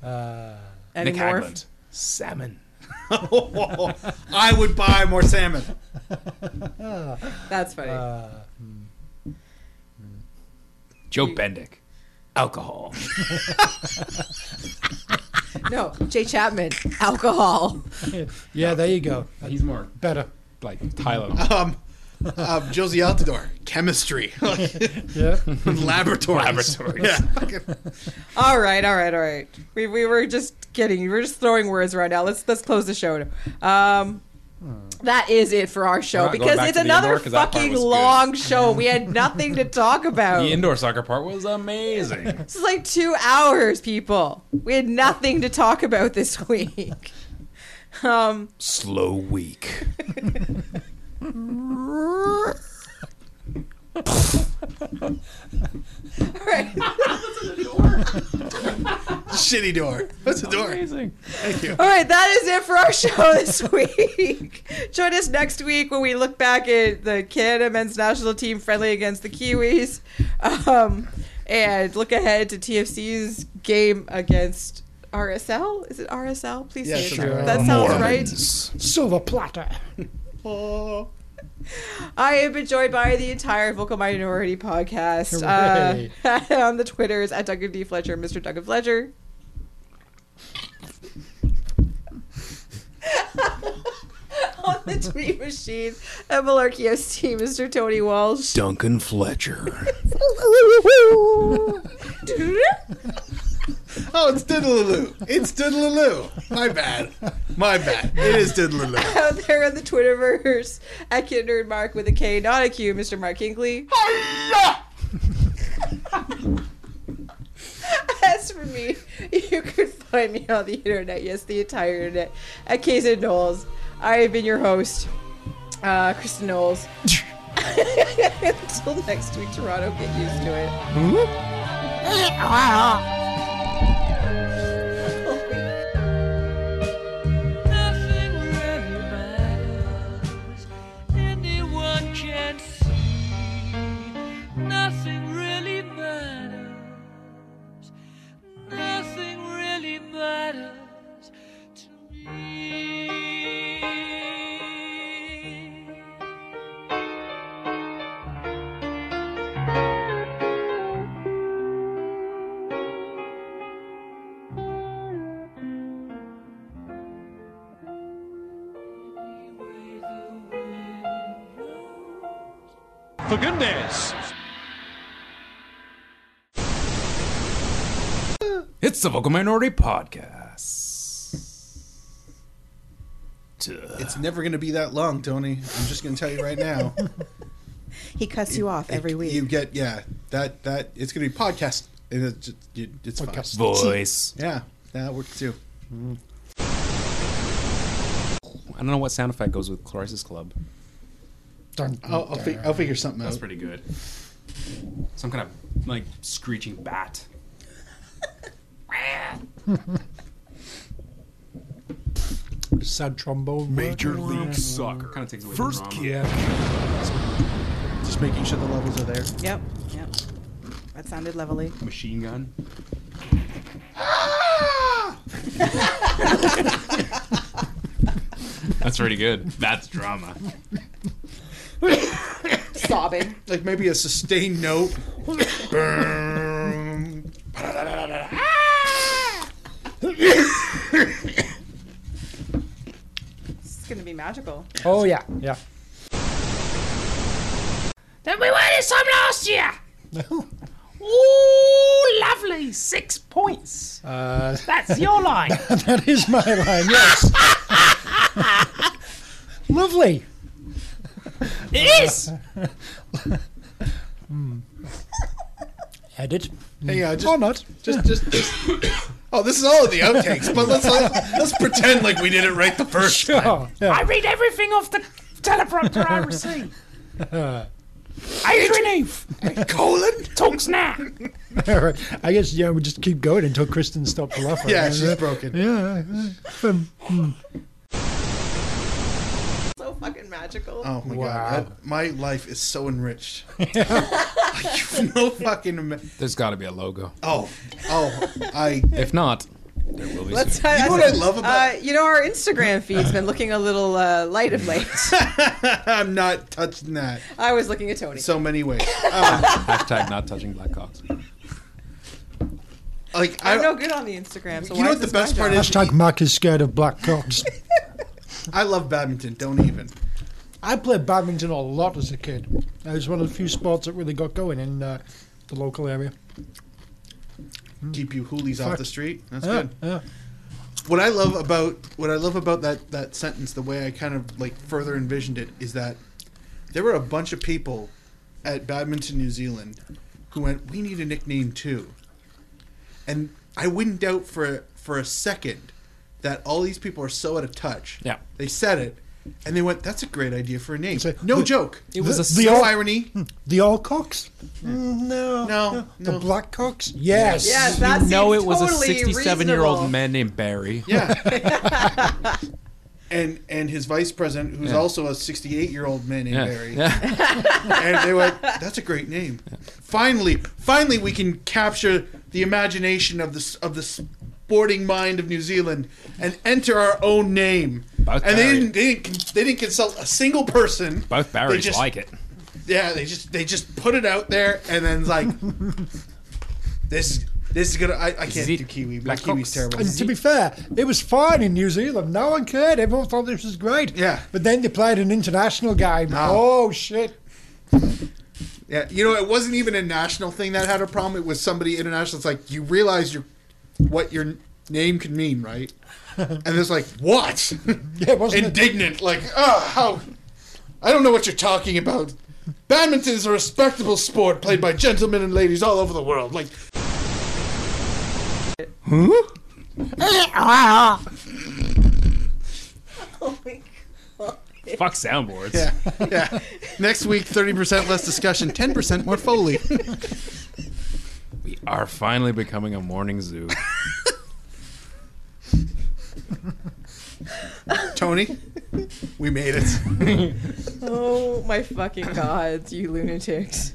Speaker 5: uh,
Speaker 1: Nick Hagland. Salmon.
Speaker 4: I would buy more salmon.
Speaker 3: That's funny.
Speaker 1: Joe Bendick. Alcohol.
Speaker 3: No, Jay Chapman, alcohol.
Speaker 5: yeah, there you go.
Speaker 1: He's more
Speaker 5: better.
Speaker 1: Like Tyler.
Speaker 4: Um, um, Josie Altador, chemistry.
Speaker 5: yeah.
Speaker 4: Laboratories.
Speaker 1: Laboratories.
Speaker 4: Yeah.
Speaker 3: All right, all right, all right. We, we were just kidding. We were just throwing words right now. Let's let's close the show. Um, that is it for our
Speaker 1: We're
Speaker 3: show
Speaker 1: not going
Speaker 3: because
Speaker 1: back
Speaker 3: it's
Speaker 1: to the
Speaker 3: another
Speaker 1: indoor 'cause that part
Speaker 3: fucking
Speaker 1: was good.
Speaker 3: long show. We had nothing to talk about.
Speaker 1: The indoor soccer part was amazing.
Speaker 3: This is like two hours, people. We had nothing to talk about this week. Um,
Speaker 11: Slow week.
Speaker 4: Shitty door. That's a door.
Speaker 1: Amazing.
Speaker 4: Thank you.
Speaker 3: All right, that is it for our show this week. Join us next week when we look back at the Canada men's national team friendly against the Kiwis um, and look ahead to TFC's game against RSL. Is it RSL? Please
Speaker 5: Yeah,
Speaker 3: say it's
Speaker 5: sure.
Speaker 3: not- that sounds
Speaker 5: Silver platter.
Speaker 4: right.
Speaker 3: Oh. I have been joined by the entire Vocal Minority podcast uh,
Speaker 5: Hooray.
Speaker 3: on the Twitters at Duncan D. Fletcher, Mr. Duncan Fletcher. on the tweet machine at Malarkey FC, Mr. Tony Walsh.
Speaker 11: Duncan Fletcher.
Speaker 4: Oh, it's Diddlaloo. It's Diddlaloo. My bad. My bad. It is Diddlaloo.
Speaker 3: out there on the Twitterverse at Kid Nerd Mark with a K, not a Q, Mr. Mark Hinkley. As for me, you can find me on the internet, yes, the entire internet, at KZ Knowles. I have been your host, uh, Kristen Knowles. Until next week, Toronto, get used to it.
Speaker 4: Hmm?
Speaker 13: Nothing really matters. Anyone can see. Nothing really matters. Nothing really matters to me.
Speaker 7: For goodness.
Speaker 9: It's the Vocal Minority Podcast.
Speaker 4: It's never going to be that long, Tony. I'm just going to tell you right now.
Speaker 3: He cuts you off every week.
Speaker 4: You get yeah. That that it's going to be podcast. and It's just, you- it's fine.
Speaker 9: Podcast. Voice.
Speaker 4: Yeah, that works too.
Speaker 1: I don't know what sound effect goes with Clarice's Club.
Speaker 4: I'll, I'll, fi- I'll figure something
Speaker 1: That's
Speaker 4: out.
Speaker 1: pretty good. Some kind of like screeching bat.
Speaker 5: Sad trombone.
Speaker 1: Major
Speaker 5: work.
Speaker 1: League Soccer. Kinda takes away the
Speaker 5: First
Speaker 1: drama.
Speaker 5: kid.
Speaker 4: Just making sure the levels are there.
Speaker 3: Yep, yep. That sounded levelly.
Speaker 1: Machine gun. That's pretty good. That's drama.
Speaker 3: Sobbing.
Speaker 4: Like maybe a sustained note. Boom.
Speaker 3: This is gonna be magical.
Speaker 5: Oh yeah, yeah.
Speaker 10: Then we wanted some last year. Ooh, lovely. Six points.
Speaker 5: Uh,
Speaker 10: That's your line.
Speaker 5: that is my line. Yes. Lovely.
Speaker 10: It is.
Speaker 5: Edit.
Speaker 4: Hang on, uh, just,
Speaker 5: or not.
Speaker 4: Just, just, just. Oh, this is all of the outtakes, but let's let, let's pretend like we did it right the first time.
Speaker 10: I read everything off the teleprompter I receive. Adrian Eve.
Speaker 4: Colon?
Speaker 10: Talks now.
Speaker 5: All right. I guess yeah, we just keep going until Kristen stops laughing.
Speaker 4: Yeah, she's broken.
Speaker 5: Yeah. Um, hmm.
Speaker 3: So fucking magical.
Speaker 4: Oh my
Speaker 5: Wow.
Speaker 4: god, that- my life is so enriched. You've no fucking. ima-
Speaker 1: There's got to be a logo.
Speaker 4: Oh, oh, I.
Speaker 1: If not, there will be.
Speaker 3: Let's.
Speaker 1: soon.
Speaker 4: You know what I love
Speaker 3: Uh,
Speaker 4: about-
Speaker 3: you know, our Instagram feed's been looking a little uh, light of late.
Speaker 4: I'm not touching that.
Speaker 3: I was looking at Tony.
Speaker 4: So many ways.
Speaker 1: Hashtag not touching black cocks.
Speaker 4: Like I
Speaker 3: I'm no
Speaker 4: don't.
Speaker 3: good on the Instagram. So
Speaker 4: You know
Speaker 3: why
Speaker 4: what
Speaker 3: is
Speaker 4: the
Speaker 3: this my
Speaker 4: best part
Speaker 3: job?
Speaker 4: is?
Speaker 5: Hashtag Mark is scared of black cocks.
Speaker 4: I love badminton. Don't even.
Speaker 5: I played badminton a lot as a kid. It was one of the few sports that really got going in uh, the local area.
Speaker 4: keep you hoolies off
Speaker 5: Fuck.
Speaker 4: the street. That's
Speaker 5: Yeah,
Speaker 4: good.
Speaker 5: yeah.
Speaker 4: What I love about what I love about that that sentence, the way I kind of like further envisioned it, is that there were a bunch of people at Badminton New Zealand who went, "We need a nickname too," and I wouldn't doubt for for a second that all these people are so out of touch.
Speaker 1: Yeah.
Speaker 4: they said it, and they went, "That's a great idea for a name."
Speaker 5: It's like-
Speaker 4: no
Speaker 5: the-
Speaker 4: joke.
Speaker 1: It was a
Speaker 5: the
Speaker 4: no
Speaker 5: all, Hmm.
Speaker 4: irony. Hmm.
Speaker 5: the all cocks. Mm, No,
Speaker 4: No,
Speaker 5: the
Speaker 4: no.
Speaker 5: black cocks. Yes.
Speaker 3: Yes, that
Speaker 1: No,
Speaker 3: seems
Speaker 1: it was
Speaker 3: totally
Speaker 1: a 67 year
Speaker 3: reasonable.
Speaker 1: old man named Barry.
Speaker 4: Yeah. and and his vice president, who's
Speaker 1: Yeah.
Speaker 4: also a 68 year old man named
Speaker 1: Yeah.
Speaker 4: Barry.
Speaker 1: Yeah.
Speaker 4: And they went, that's a great name. Finally, finally, we can capture the imagination of the s- of the sporting mind of New Zealand and enter our own name.
Speaker 1: Both
Speaker 4: and they
Speaker 1: Barry-
Speaker 4: didn't, they didn't con- they didn't consult a single person.
Speaker 1: Both
Speaker 4: They
Speaker 1: Barrys
Speaker 4: just-
Speaker 1: like it.
Speaker 4: Yeah, they just they just put it out there and then it's like this this is gonna I, I can't
Speaker 1: Zit.
Speaker 4: do kiwi. My
Speaker 1: Black
Speaker 4: kiwi's
Speaker 1: Hawks.
Speaker 4: terrible.
Speaker 5: And to be fair, it was fine in New Zealand. No one cared. Everyone thought this was great.
Speaker 4: Yeah. Ah.
Speaker 5: But then they played an international game.
Speaker 4: No.
Speaker 5: Oh shit!
Speaker 4: Yeah, you know, it wasn't even a national thing that had a problem. It was somebody international. It's like you realize your what your name can mean, right? And it's like what?
Speaker 5: Yeah, wasn't it?
Speaker 4: Indignant, like oh how? I don't know what you're talking about. Badminton is a respectable sport played by gentlemen and ladies all over the world. Like
Speaker 3: Oh my God.
Speaker 1: Fuck soundboards.
Speaker 4: yeah, yeah. Next week, thirty percent less discussion, ten percent more foley.
Speaker 1: We are finally becoming a morning zoo.
Speaker 4: Tony, we made it.
Speaker 3: Oh my fucking gods, you lunatics.